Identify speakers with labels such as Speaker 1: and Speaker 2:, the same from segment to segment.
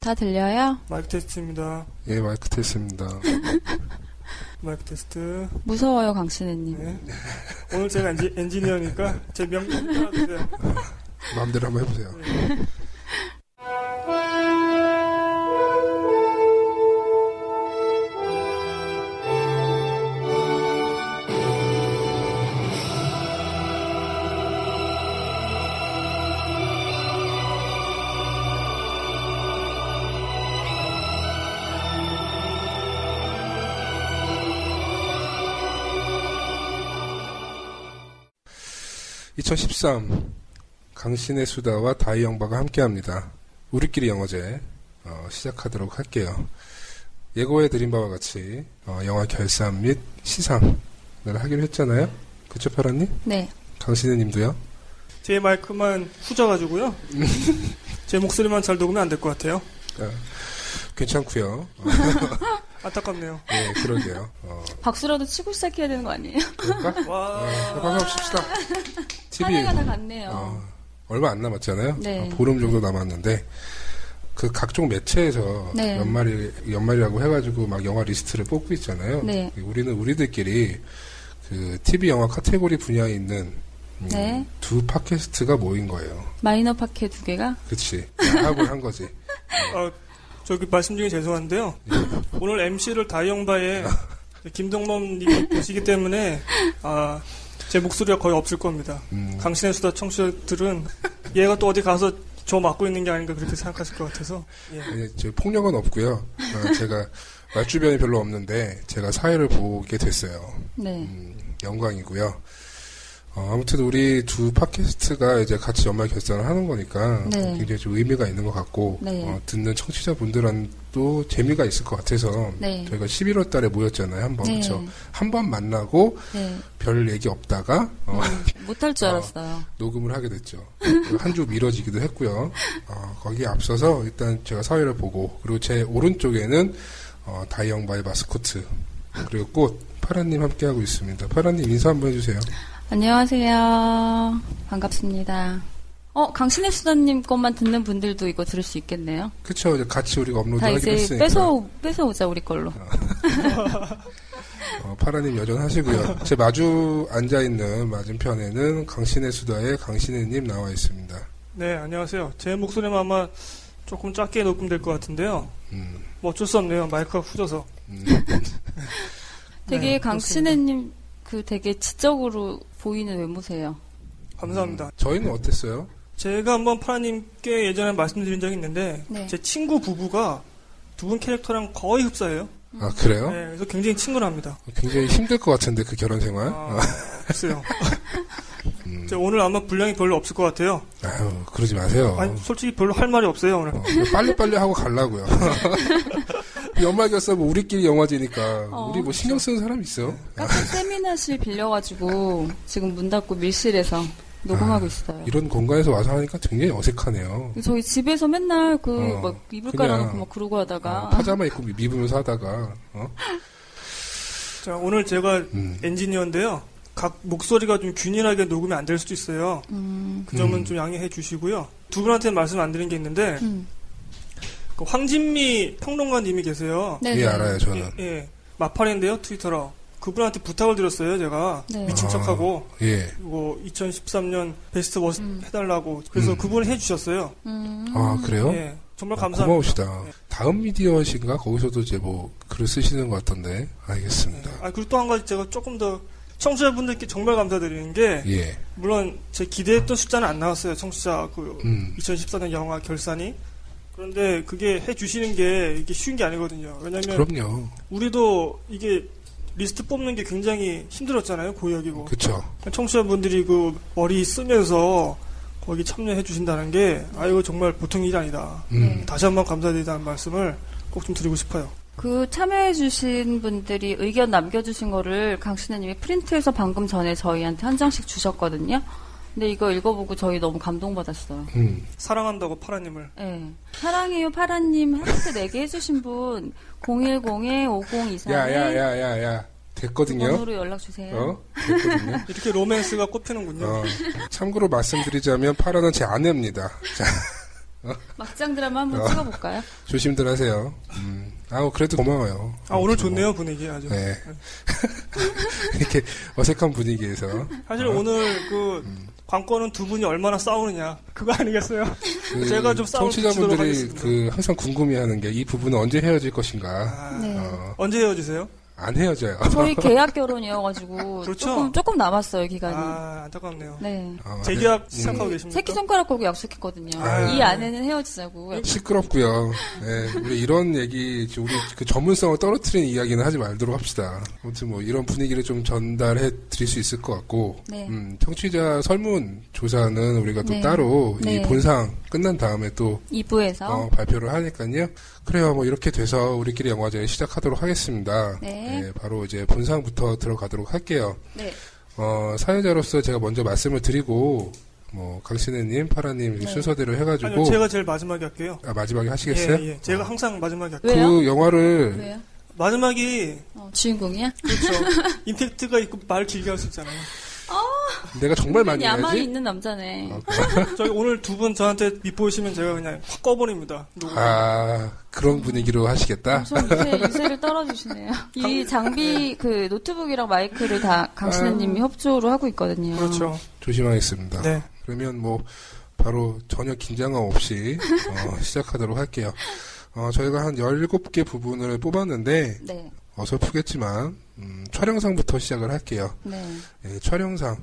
Speaker 1: 다 들려요?
Speaker 2: 마이크 테스트입니다.
Speaker 3: 예, 마이크 테스트입니다.
Speaker 2: 마이크 테스트.
Speaker 1: 무서워요, 강신혜님.
Speaker 2: 네. 오늘 제가 엔지, 엔지니어니까 제 명령 따라주세요.
Speaker 3: 마음대로 한번 해보세요. (2013) 강신의 수다와 다이 영바가 함께합니다. 우리끼리 영어제 어, 시작하도록 할게요. 예고해 드린 바와 같이 어, 영화 결산 및 시상을 하기로 했잖아요. 그쵸 파란님?
Speaker 1: 네.
Speaker 3: 강신혜님도요?
Speaker 2: 제 마이크만 후져가지고요. 제 목소리만 잘 녹으면 안 될 것 같아요.
Speaker 3: 괜찮고요. 어,
Speaker 2: 안타깝네요.
Speaker 3: 네, 그러게요. 어,
Speaker 1: 박수라도 치고 시작해야 되는 거 아니에요?
Speaker 3: 그럴까? 어,
Speaker 2: 와.
Speaker 3: 반갑습시다. TV.
Speaker 1: 한 해가 다 갔네요.
Speaker 3: 어, 얼마 안 남았잖아요.
Speaker 1: 네.
Speaker 3: 어, 보름 정도 남았는데 그 각종 매체에서
Speaker 1: 네.
Speaker 3: 연말이 연말이라고 해가지고 막 영화 리스트를 뽑고 있잖아요. 그
Speaker 1: 네.
Speaker 3: 우리는 우리들끼리 그 TV 영화 카테고리 분야에 있는 음,
Speaker 1: 네.
Speaker 3: 두 팟캐스트가 모인 거예요.
Speaker 1: 마이너 파케 두 개가?
Speaker 3: 그치? 합을 한 거지.
Speaker 2: 아, 저기 말씀 중에 죄송한데요. 오늘 MC를 다이영바에 김동범 님이 보시기 때문에 아, 제 목소리가 거의 없을 겁니다.
Speaker 3: 음,
Speaker 2: 강신의 수다 청취자들은 얘가 또 어디 가서 저 맡고 있는 게 아닌가 그렇게 생각하실 것 같아서 예.
Speaker 3: 아니, 저 폭력은 없고요. 어, 제가 말 주변이 별로 없는데 제가 사회를 보게 됐어요.
Speaker 1: 네.
Speaker 3: 음, 영광이고요. 어, 아무튼 우리 두 팟캐스트가 이제 같이 연말 결산을 하는 거니까
Speaker 1: 네.
Speaker 3: 굉장히 좀 의미가 있는 것 같고
Speaker 1: 네.
Speaker 3: 어, 듣는 청취자분들한테도 재미가 있을 것 같아서
Speaker 1: 네.
Speaker 3: 저희가 11월 달에 모였잖아요. 한번
Speaker 1: 네.
Speaker 3: 그렇죠. 한 번 만나고
Speaker 1: 네.
Speaker 3: 별 얘기 없다가 어,
Speaker 1: 못할 줄
Speaker 3: 어.
Speaker 1: 알았어요.
Speaker 3: 녹음을 하게 됐죠. 한 주 미뤄지기도 했고요. 어, 거기에 앞서서 일단 제가 사회를 보고 그리고 제 오른쪽에는 어, 다이영바의 마스코트 그리고 꽃 파란님 함께하고 있습니다. 파란님 인사 한번 해주세요.
Speaker 1: 안녕하세요. 반갑습니다. 어, 강신혜 수다님 것만 듣는 분들도 이거 들을 수 있겠네요.
Speaker 3: 그쵸 이제 같이 우리가
Speaker 1: 다
Speaker 3: 업로드하기로
Speaker 1: 이제
Speaker 3: 뭐 했으니까
Speaker 1: 뺏어, 뺏어오자, 우리 걸로.
Speaker 3: 어, 파라님 여전하시고요. 제 마주 앉아 있는 맞은편에는 강신의 수다의 강신혜님 나와 있습니다.
Speaker 2: 네, 안녕하세요. 제 목소리만 아마 조금 작게 녹음될 것 같은데요.
Speaker 3: 음,
Speaker 2: 뭐 어쩔 수 없네요. 마이크가 후져서.
Speaker 3: 음,
Speaker 1: 되게
Speaker 2: 네, 그렇습니다.
Speaker 1: 강신혜님 그 되게 지적으로 보이는 외모세요.
Speaker 2: 감사합니다.
Speaker 3: 음. 저희는 어땠어요?
Speaker 2: 제가 한번 파라님께 예전에 말씀드린 적이 있는데
Speaker 1: 네.
Speaker 2: 제 친구 부부가 두 분 캐릭터랑 거의 흡사해요.
Speaker 3: 아 그래요?
Speaker 2: 네, 그래서 굉장히 친근합니다.
Speaker 3: 굉장히 힘들 것 같은데 그 결혼 생활.
Speaker 2: 아, 글쎄요.
Speaker 3: 음,
Speaker 2: 제가 오늘 아마 분량이 별로 없을 것 같아요.
Speaker 3: 아유 그러지 마세요.
Speaker 2: 아니, 솔직히 별로 할 말이 없어요, 오늘.
Speaker 3: 어, 빨리빨리 하고 갈라고요. 연말결산 뭐 우리끼리 영화제니까
Speaker 1: 어,
Speaker 3: 우리 뭐 신경 쓰는 사람 있어요?
Speaker 1: 카페 세미나실 빌려가지고 지금 문 닫고 밀실에서 녹음하고
Speaker 3: 아,
Speaker 1: 있어요.
Speaker 3: 이런 공간에서 와서 하니까 굉장히 어색하네요.
Speaker 1: 저희 집에서 맨날 그
Speaker 3: 어,
Speaker 1: 막 이불 깔아놓고
Speaker 3: 그냥,
Speaker 1: 막 그러고 하다가
Speaker 3: 어, 파자마 입고 미- 미부면서 하다가 어?
Speaker 2: 자, 오늘 제가
Speaker 3: 음.
Speaker 2: 엔지니어인데요. 각 목소리가 좀 균일하게 녹음이 안 될 수도 있어요.
Speaker 1: 음,
Speaker 2: 그 점은
Speaker 3: 음.
Speaker 2: 좀 양해해 주시고요. 두 분한테는 말씀 안 드린 게 있는데
Speaker 1: 음.
Speaker 2: 그 황진미 평론가님이 계세요.
Speaker 1: 네,
Speaker 3: 예
Speaker 1: 네.
Speaker 3: 알아요 저는.
Speaker 2: 예, 예. 마팔인데요, 트위터로. 그분한테 부탁을 드렸어요, 제가.
Speaker 1: 네.
Speaker 2: 미친 척하고.
Speaker 3: 예.
Speaker 2: 이거 2013년 베스트 워스
Speaker 1: 음.
Speaker 2: 해달라고. 그래서
Speaker 3: 음.
Speaker 2: 그분이 해주셨어요.
Speaker 1: 음.
Speaker 3: 아 그래요?
Speaker 2: 예. 정말
Speaker 3: 아,
Speaker 2: 감사합니다.
Speaker 3: 고마우시다.
Speaker 2: 예.
Speaker 3: 다음 미디어신가 거기서도 이제 뭐 글을 쓰시는 것 같던데 알겠습니다.
Speaker 2: 아, 그리고 또 한 가지 제가 조금 더 청취자분들께 정말 감사드리는 게,
Speaker 3: 예,
Speaker 2: 물론 제 기대했던 숫자는 안 나왔어요. 청취자 그
Speaker 3: 음,
Speaker 2: 2014년 영화 결산이. 그런데 그게 해주시는 게 이게 쉬운 게 아니거든요. 왜냐면
Speaker 3: 그럼요.
Speaker 2: 어? 우리도 이게 리스트 뽑는 게 굉장히 힘들었잖아요. 고역이고.
Speaker 3: 그쵸.
Speaker 2: 청취자분들이 그 머리 쓰면서 거기 참여해 주신다는 게 아이고 정말 보통 일이 아니다.
Speaker 3: 음,
Speaker 2: 다시 한번 감사드리다는 말씀을 꼭 좀 드리고 싶어요.
Speaker 1: 그 참여해주신 분들이 의견 남겨주신 거를 강신혜님이 프린트해서 방금 전에 저희한테 한 장씩 주셨거든요. 근데 이거 읽어보고 저희 너무 감동받았어요.
Speaker 2: 네.
Speaker 3: 음.
Speaker 2: 사랑한다고 파라님을.
Speaker 1: 네. 사랑해요 파라님 하트 4개 해주신 분
Speaker 2: 네.
Speaker 1: 010-5024에
Speaker 3: 야야야야야 됐거든요.
Speaker 1: 번호로 연락 주세요.
Speaker 3: 어, 됐거든요.
Speaker 2: 이렇게
Speaker 3: 아,
Speaker 2: 로맨스가 꼽히는군요.
Speaker 3: 어, 참고로 말씀드리자면 파라는 제 아내입니다. 자,
Speaker 1: 막장 드라마 한번 찍어볼까요?
Speaker 3: 조심들 하세요. 음. 아, 그래도 고마워요.
Speaker 2: 아, 오늘 좋네요, 분위기 아주.
Speaker 3: 그렇죠. 네. 이렇게 어색한 분위기에서
Speaker 2: 사실 오늘 그
Speaker 3: 음.
Speaker 2: 관건은 두 분이 얼마나 싸우느냐. 그거 아니겠어요?
Speaker 3: 그
Speaker 2: 제가 좀 싸움을 붙이도록
Speaker 3: 청취자분들이
Speaker 2: 하겠습니다.
Speaker 3: 그 항상 궁금해하는 게 이 부분은 언제 헤어질 것인가.
Speaker 2: 아,
Speaker 1: 네.
Speaker 3: 어,
Speaker 2: 언제 헤어지세요?
Speaker 3: 안 헤어져요.
Speaker 1: 저희 계약 결혼이어가지고
Speaker 2: 그렇죠.
Speaker 1: 조금 조금 남았어요 기간이.
Speaker 2: 아, 안타깝네요.
Speaker 1: 네.
Speaker 3: 어,
Speaker 2: 재계약
Speaker 3: 네.
Speaker 2: 시작하고 계십니까?
Speaker 1: 새끼 손가락 걸고 약속했거든요.
Speaker 3: 아유. 네.
Speaker 1: 이 안에는 헤어지자고.
Speaker 3: 음, 시끄럽고요. 네, 우리 이런 얘기 우리 그 전문성을 떨어뜨리는 이야기는 하지 말도록 합시다. 아무튼 뭐 이런 분위기를 좀 전달해 드릴 수 있을 것 같고
Speaker 1: 네.
Speaker 3: 음, 청취자 설문 조사는 우리가 또
Speaker 1: 네.
Speaker 3: 따로 이
Speaker 1: 네.
Speaker 3: 본상 끝난 다음에 또
Speaker 1: 2부에서
Speaker 3: 어, 발표를 하니까요. 그래요. 뭐 이렇게 돼서 우리끼리 영화제를 시작하도록 하겠습니다.
Speaker 1: 네.
Speaker 3: 바로 이제 본상부터 들어가도록 할게요.
Speaker 1: 네.
Speaker 3: 어, 사회자로서 제가 먼저 말씀을 드리고 뭐 강신혜님, 파라님 이렇게
Speaker 1: 네.
Speaker 3: 순서대로 해가지고
Speaker 2: 아니요, 제가 제일 마지막에 할게요.
Speaker 3: 아, 마지막에 하시겠어요? 아.
Speaker 2: 예, 예. 제가 항상 마지막에 할게요. 네.
Speaker 1: 왜요?
Speaker 3: 그 영화를
Speaker 1: 왜요?
Speaker 2: 마지막이,
Speaker 1: 어, 주인공이야?
Speaker 2: 그렇죠. 임팩트가 있고 말 길게 할 수 있잖아요.
Speaker 3: 내가 정말 많이
Speaker 1: 야만이
Speaker 3: 해야지.
Speaker 1: 있는 남자네.
Speaker 3: 어,
Speaker 2: 저희 오늘 두 분 저한테 밉보이시면 제가 그냥 확 꺼버립니다.
Speaker 3: 음.
Speaker 2: 누구.
Speaker 3: 아 그런 분위기로 하시겠다.
Speaker 1: 엄청 유세, 유세를 떨어주시네요. 이 장비 그 노트북이랑 마이크를 다
Speaker 3: 아.
Speaker 1: 강신혜님이 협조로 하고 있거든요.
Speaker 2: 그렇죠.
Speaker 3: 조심하겠습니다.
Speaker 2: 네.
Speaker 3: 그러면 뭐 바로 전혀 긴장감 없이 어, 시작하도록 할게요. 어, 저희가 한 17개 부분을 뽑았는데
Speaker 1: 네,
Speaker 3: 어설프겠지만 음, 촬영상부터 시작을 할게요.
Speaker 1: 네.
Speaker 3: 예, 촬영상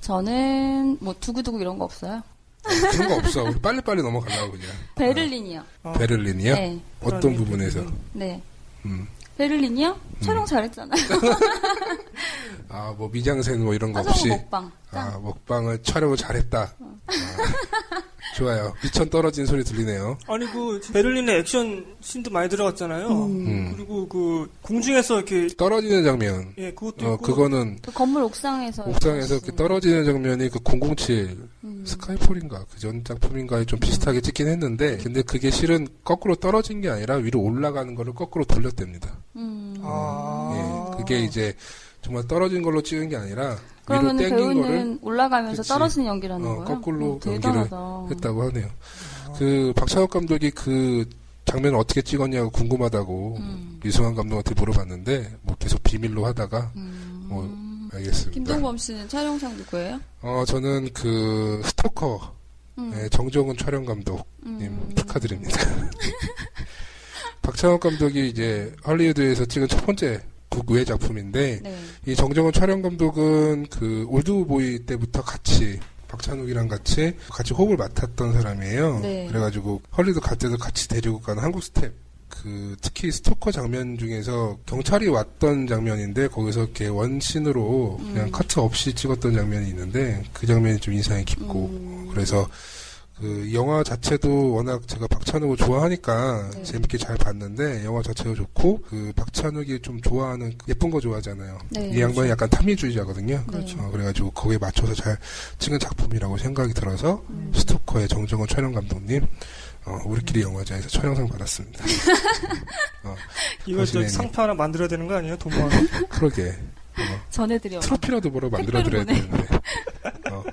Speaker 1: 저는 뭐 두구두구 이런 거 없어요.
Speaker 3: 그런 거 없어. 우리 빨리빨리 넘어가려고 그냥. 아.
Speaker 1: 베를린이요.
Speaker 2: 어.
Speaker 3: 베를린이요?
Speaker 1: 네,
Speaker 3: 어떤
Speaker 2: 베를린.
Speaker 3: 부분에서?
Speaker 1: 네.
Speaker 3: 음.
Speaker 1: 베를린이요? 촬영 잘했잖아요.
Speaker 3: 아, 뭐 미장센 뭐 이런 거
Speaker 1: 화성
Speaker 3: 없이.
Speaker 1: 먹방. 어. 짱.
Speaker 3: 아, 먹방을 촬영을 잘했다. 아, 좋아요. 미천 떨어진 소리 들리네요.
Speaker 2: 아니 그 베를린에 액션 씬도 많이 들어갔잖아요.
Speaker 3: 음.
Speaker 2: 그리고 그 공중에서 이렇게
Speaker 3: 떨어지는 장면.
Speaker 2: 예 그것도
Speaker 3: 어,
Speaker 2: 있고
Speaker 3: 그거는
Speaker 1: 그 건물 옥상에서.
Speaker 3: 옥상에서 이렇게
Speaker 1: 하신-
Speaker 3: 떨어지는 장면이 그 007
Speaker 1: 음.
Speaker 3: 스카이폴인가 그 전 작품인가에 좀 비슷하게 찍긴 했는데 근데 그게 실은 거꾸로 떨어진 게 아니라 위로 올라가는 거를 거꾸로 돌렸답니다.
Speaker 1: 음.
Speaker 2: 아
Speaker 3: 예, 그게 이제 정말 떨어진 걸로 찍은 게 아니라 위로
Speaker 1: 그러면
Speaker 3: 땡긴 거를
Speaker 1: 배우는 올라가면서
Speaker 3: 그치.
Speaker 1: 떨어지는 연기라는
Speaker 3: 어,
Speaker 1: 거예요?
Speaker 3: 거꾸로
Speaker 1: 음,
Speaker 3: 연기를
Speaker 1: 대단하다.
Speaker 3: 했다고 하네요. 그 박찬욱 감독이 그 장면을 어떻게 찍었냐고 궁금하다고
Speaker 1: 음.
Speaker 3: 유승환 감독한테 물어봤는데 뭐 계속 비밀로 하다가
Speaker 1: 음.
Speaker 3: 뭐, 알겠습니다.
Speaker 1: 김동범 씨는 촬영상 누구예요?
Speaker 3: 어 저는 그 스토커
Speaker 1: 음.
Speaker 3: 예, 정종훈 촬영 감독님
Speaker 1: 음.
Speaker 3: 축하드립니다. 박찬욱 감독이 이제 할리우드에서 찍은 첫 번째 국외 작품인데
Speaker 1: 네.
Speaker 3: 이 정정은 촬영 감독은 그 올드보이 때부터 같이 박찬욱이랑 같이 같이 호흡을 맡았던 사람이에요.
Speaker 1: 네.
Speaker 3: 그래가지고 헐리우드 갈 때도 같이 데리고 간 한국 스텝. 그 특히 스토커 장면 중에서 경찰이 왔던 장면인데 거기서 이렇게 원신으로 그냥 카트 없이 찍었던 장면이 있는데 그 장면이 좀 인상이
Speaker 1: 음.
Speaker 3: 깊고 그래서 그 영화 자체도 워낙 제가 박찬욱을 좋아하니까
Speaker 1: 네.
Speaker 3: 재밌게 잘 봤는데 영화 자체도 좋고 그 박찬욱이 좀 좋아하는 그 예쁜 거 좋아하잖아요.
Speaker 1: 네,
Speaker 3: 이 양반이 약간 탐미주의자거든요.
Speaker 1: 그렇죠.
Speaker 3: 어, 그래가지고 거기에 맞춰서 잘 찍은 작품이라고 생각이 들어서
Speaker 1: 음.
Speaker 3: 스토커의 정정원 촬영 감독님 어, 우리끼리 영화제에서 촬영상 받았습니다. 어,
Speaker 2: 이거 저
Speaker 3: 당신의
Speaker 2: 상표 하나 만들어야 되는 거 아니에요? 돈 모아.
Speaker 3: 그러게 어,
Speaker 1: 전해드려.
Speaker 3: 트로피라도 보러 만들어드려야
Speaker 1: 보내.
Speaker 3: 되는데 어,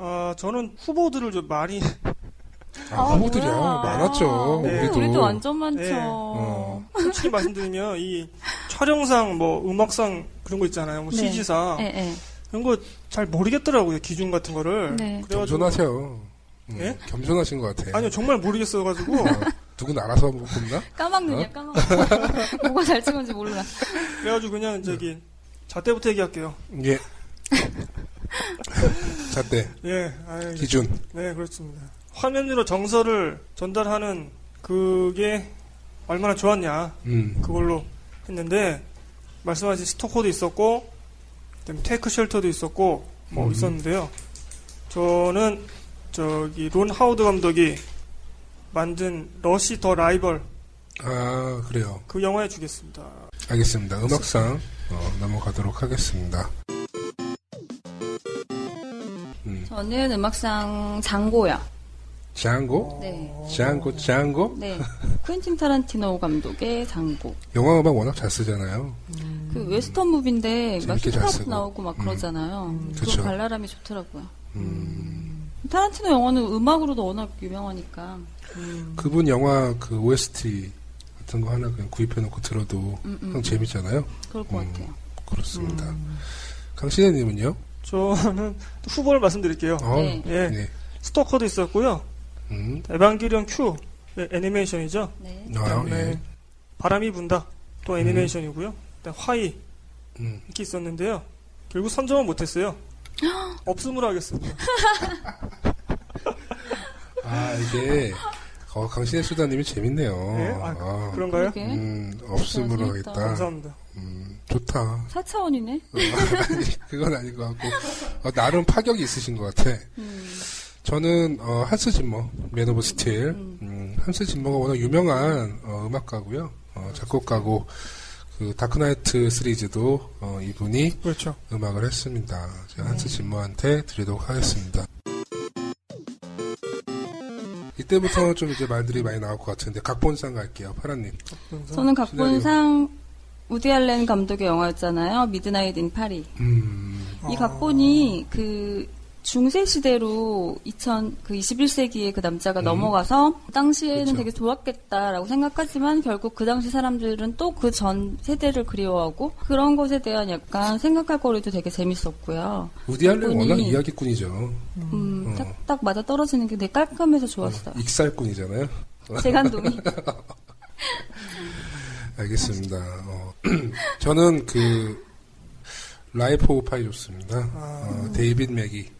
Speaker 2: 아 저는 후보들을 좀 많이
Speaker 3: 아, 후보들이야
Speaker 1: 뭐야.
Speaker 3: 많았죠.
Speaker 1: 네.
Speaker 3: 우리도,
Speaker 1: 우리도 완전 많죠.
Speaker 2: 네.
Speaker 3: 어,
Speaker 2: 솔직히 말씀드리면 이 촬영상 뭐 음악상 그런 거 있잖아요. 뭐
Speaker 1: 네.
Speaker 2: CG상
Speaker 1: 예, 예.
Speaker 2: 그런 거 잘 모르겠더라고요 기준 같은 거를.
Speaker 1: 네.
Speaker 2: 그래가지고
Speaker 3: 겸손하세요. 음,
Speaker 2: 예?
Speaker 3: 겸손하신 것 같아요.
Speaker 2: 아니요 정말 모르겠어가지고
Speaker 3: 네. 누군 알아서 뽑나?
Speaker 1: 까막눈이야,
Speaker 3: 어?
Speaker 1: 까막눈. 뭐가 잘 찍은지 몰라.
Speaker 2: 그래가지고
Speaker 3: 네.
Speaker 2: 그냥 저기 자 때부터 얘기할게요.
Speaker 3: 예. 잣대
Speaker 2: 예. 아이,
Speaker 3: 네, 기준.
Speaker 2: 네, 그렇습니다. 화면으로 정서를 전달하는 그게 얼마나 좋았냐
Speaker 3: 음.
Speaker 2: 그걸로 했는데 말씀하신 스토커도 있었고 그다음에 테이크 쉘터도 있었고 뭐
Speaker 3: 음.
Speaker 2: 있었는데요. 저는 저기 론 하우드 감독이 만든 러시 더 라이벌
Speaker 3: 아 그래요.
Speaker 2: 그 영화에 주겠습니다.
Speaker 3: 알겠습니다. 음악상 어, 넘어가도록 하겠습니다. 음.
Speaker 1: 저는 음악상 장고요.
Speaker 3: 장고,
Speaker 1: 네.
Speaker 3: 장고, 장고.
Speaker 1: 네. 퀸틴 타란티노 감독의 장고.
Speaker 3: 영화 음악 워낙 잘 쓰잖아요.
Speaker 1: 그 웨스턴 무비인데 막
Speaker 3: 재밌게 잘
Speaker 1: 힙합
Speaker 3: 쓰고. 음.
Speaker 1: 나오고 막 그러잖아요. 그
Speaker 3: 그쵸.
Speaker 1: 발랄함이 좋더라고요.
Speaker 3: 음,
Speaker 1: 타란티노 영화는 음악으로도 워낙 유명하니까.
Speaker 2: 음.
Speaker 3: 그분 영화 그 OST 같은 거 하나 그냥 구입해놓고 들어도
Speaker 1: 음, 음.
Speaker 3: 그냥 재밌잖아요.
Speaker 1: 그럴 것
Speaker 3: 음.
Speaker 1: 같아요.
Speaker 3: 그렇습니다.
Speaker 2: 음.
Speaker 3: 강신혜님은요?
Speaker 2: 저는 후보를 말씀드릴게요.
Speaker 3: 어,
Speaker 1: 네.
Speaker 2: 예,
Speaker 3: 네.
Speaker 2: 스토커도 있었고요.
Speaker 3: 음.
Speaker 2: 에반게리온 Q 예, 애니메이션이죠.
Speaker 1: 네.
Speaker 3: 아,
Speaker 2: 그다음에
Speaker 3: 예.
Speaker 2: 바람이 분다 또
Speaker 3: 음.
Speaker 2: 애니메이션이고요. 그다음 화이
Speaker 3: 음.
Speaker 2: 이렇게 있었는데요. 결국 선정은 못했어요. 없음으로 하겠습니다.
Speaker 3: 아, 이게, 어, 강신혜 수다님이 재밌네요.
Speaker 2: 예? 아,
Speaker 3: 아,
Speaker 2: 그런가요?
Speaker 1: 그러게.
Speaker 3: 음, 없음으로
Speaker 1: 재밌다.
Speaker 3: 하겠다.
Speaker 2: 감사합니다.
Speaker 3: 음, 좋다.
Speaker 1: 4차원이네.
Speaker 3: 어, 아니, 그건 아닌 것 같고 어, 나름 파격이 있으신 것 같아.
Speaker 1: 음.
Speaker 3: 저는 어, 한스 짐머, 맨 오브 스틸.
Speaker 1: 음.
Speaker 3: 음, 한스 짐머가 워낙 유명한 어, 음악가고요. 어, 작곡가고 그 다크나이트 시리즈도 어, 이분이
Speaker 2: 그렇죠.
Speaker 3: 음악을 했습니다. 제가 한스
Speaker 1: 네.
Speaker 3: 짐머한테 드리도록 하겠습니다. 이때부터 좀 이제 말들이 많이 나올 것 같은데 각본상 갈게요. 파란님.
Speaker 1: 저는 각본상 우디 알렌 감독의 영화였잖아요. 미드나잇 인 파리.
Speaker 3: 음,
Speaker 1: 이 각본이 그 중세 시대로 2000, 그 21세기에 그 남자가
Speaker 3: 음.
Speaker 1: 넘어가서 당시에는
Speaker 3: 그쵸.
Speaker 1: 되게 좋았겠다라고 생각하지만 결국 그 당시 사람들은 또 그 전 세대를 그리워하고 그런 것에 대한 약간 생각할 거리도 되게 재밌었고요.
Speaker 3: 우디 알렌
Speaker 1: 각본이-
Speaker 3: 워낙 이야기꾼이죠.
Speaker 1: 음,
Speaker 3: 어.
Speaker 1: 딱딱 맞아 떨어지는 게 되게 깔끔해서 좋았어요.
Speaker 3: 익살꾼이잖아요.
Speaker 1: 재간동이.
Speaker 3: 알겠습니다. 어, 저는 그 라이프 오브 파이 좋습니다.
Speaker 2: 아.
Speaker 3: 어, 데이빗 맥이라는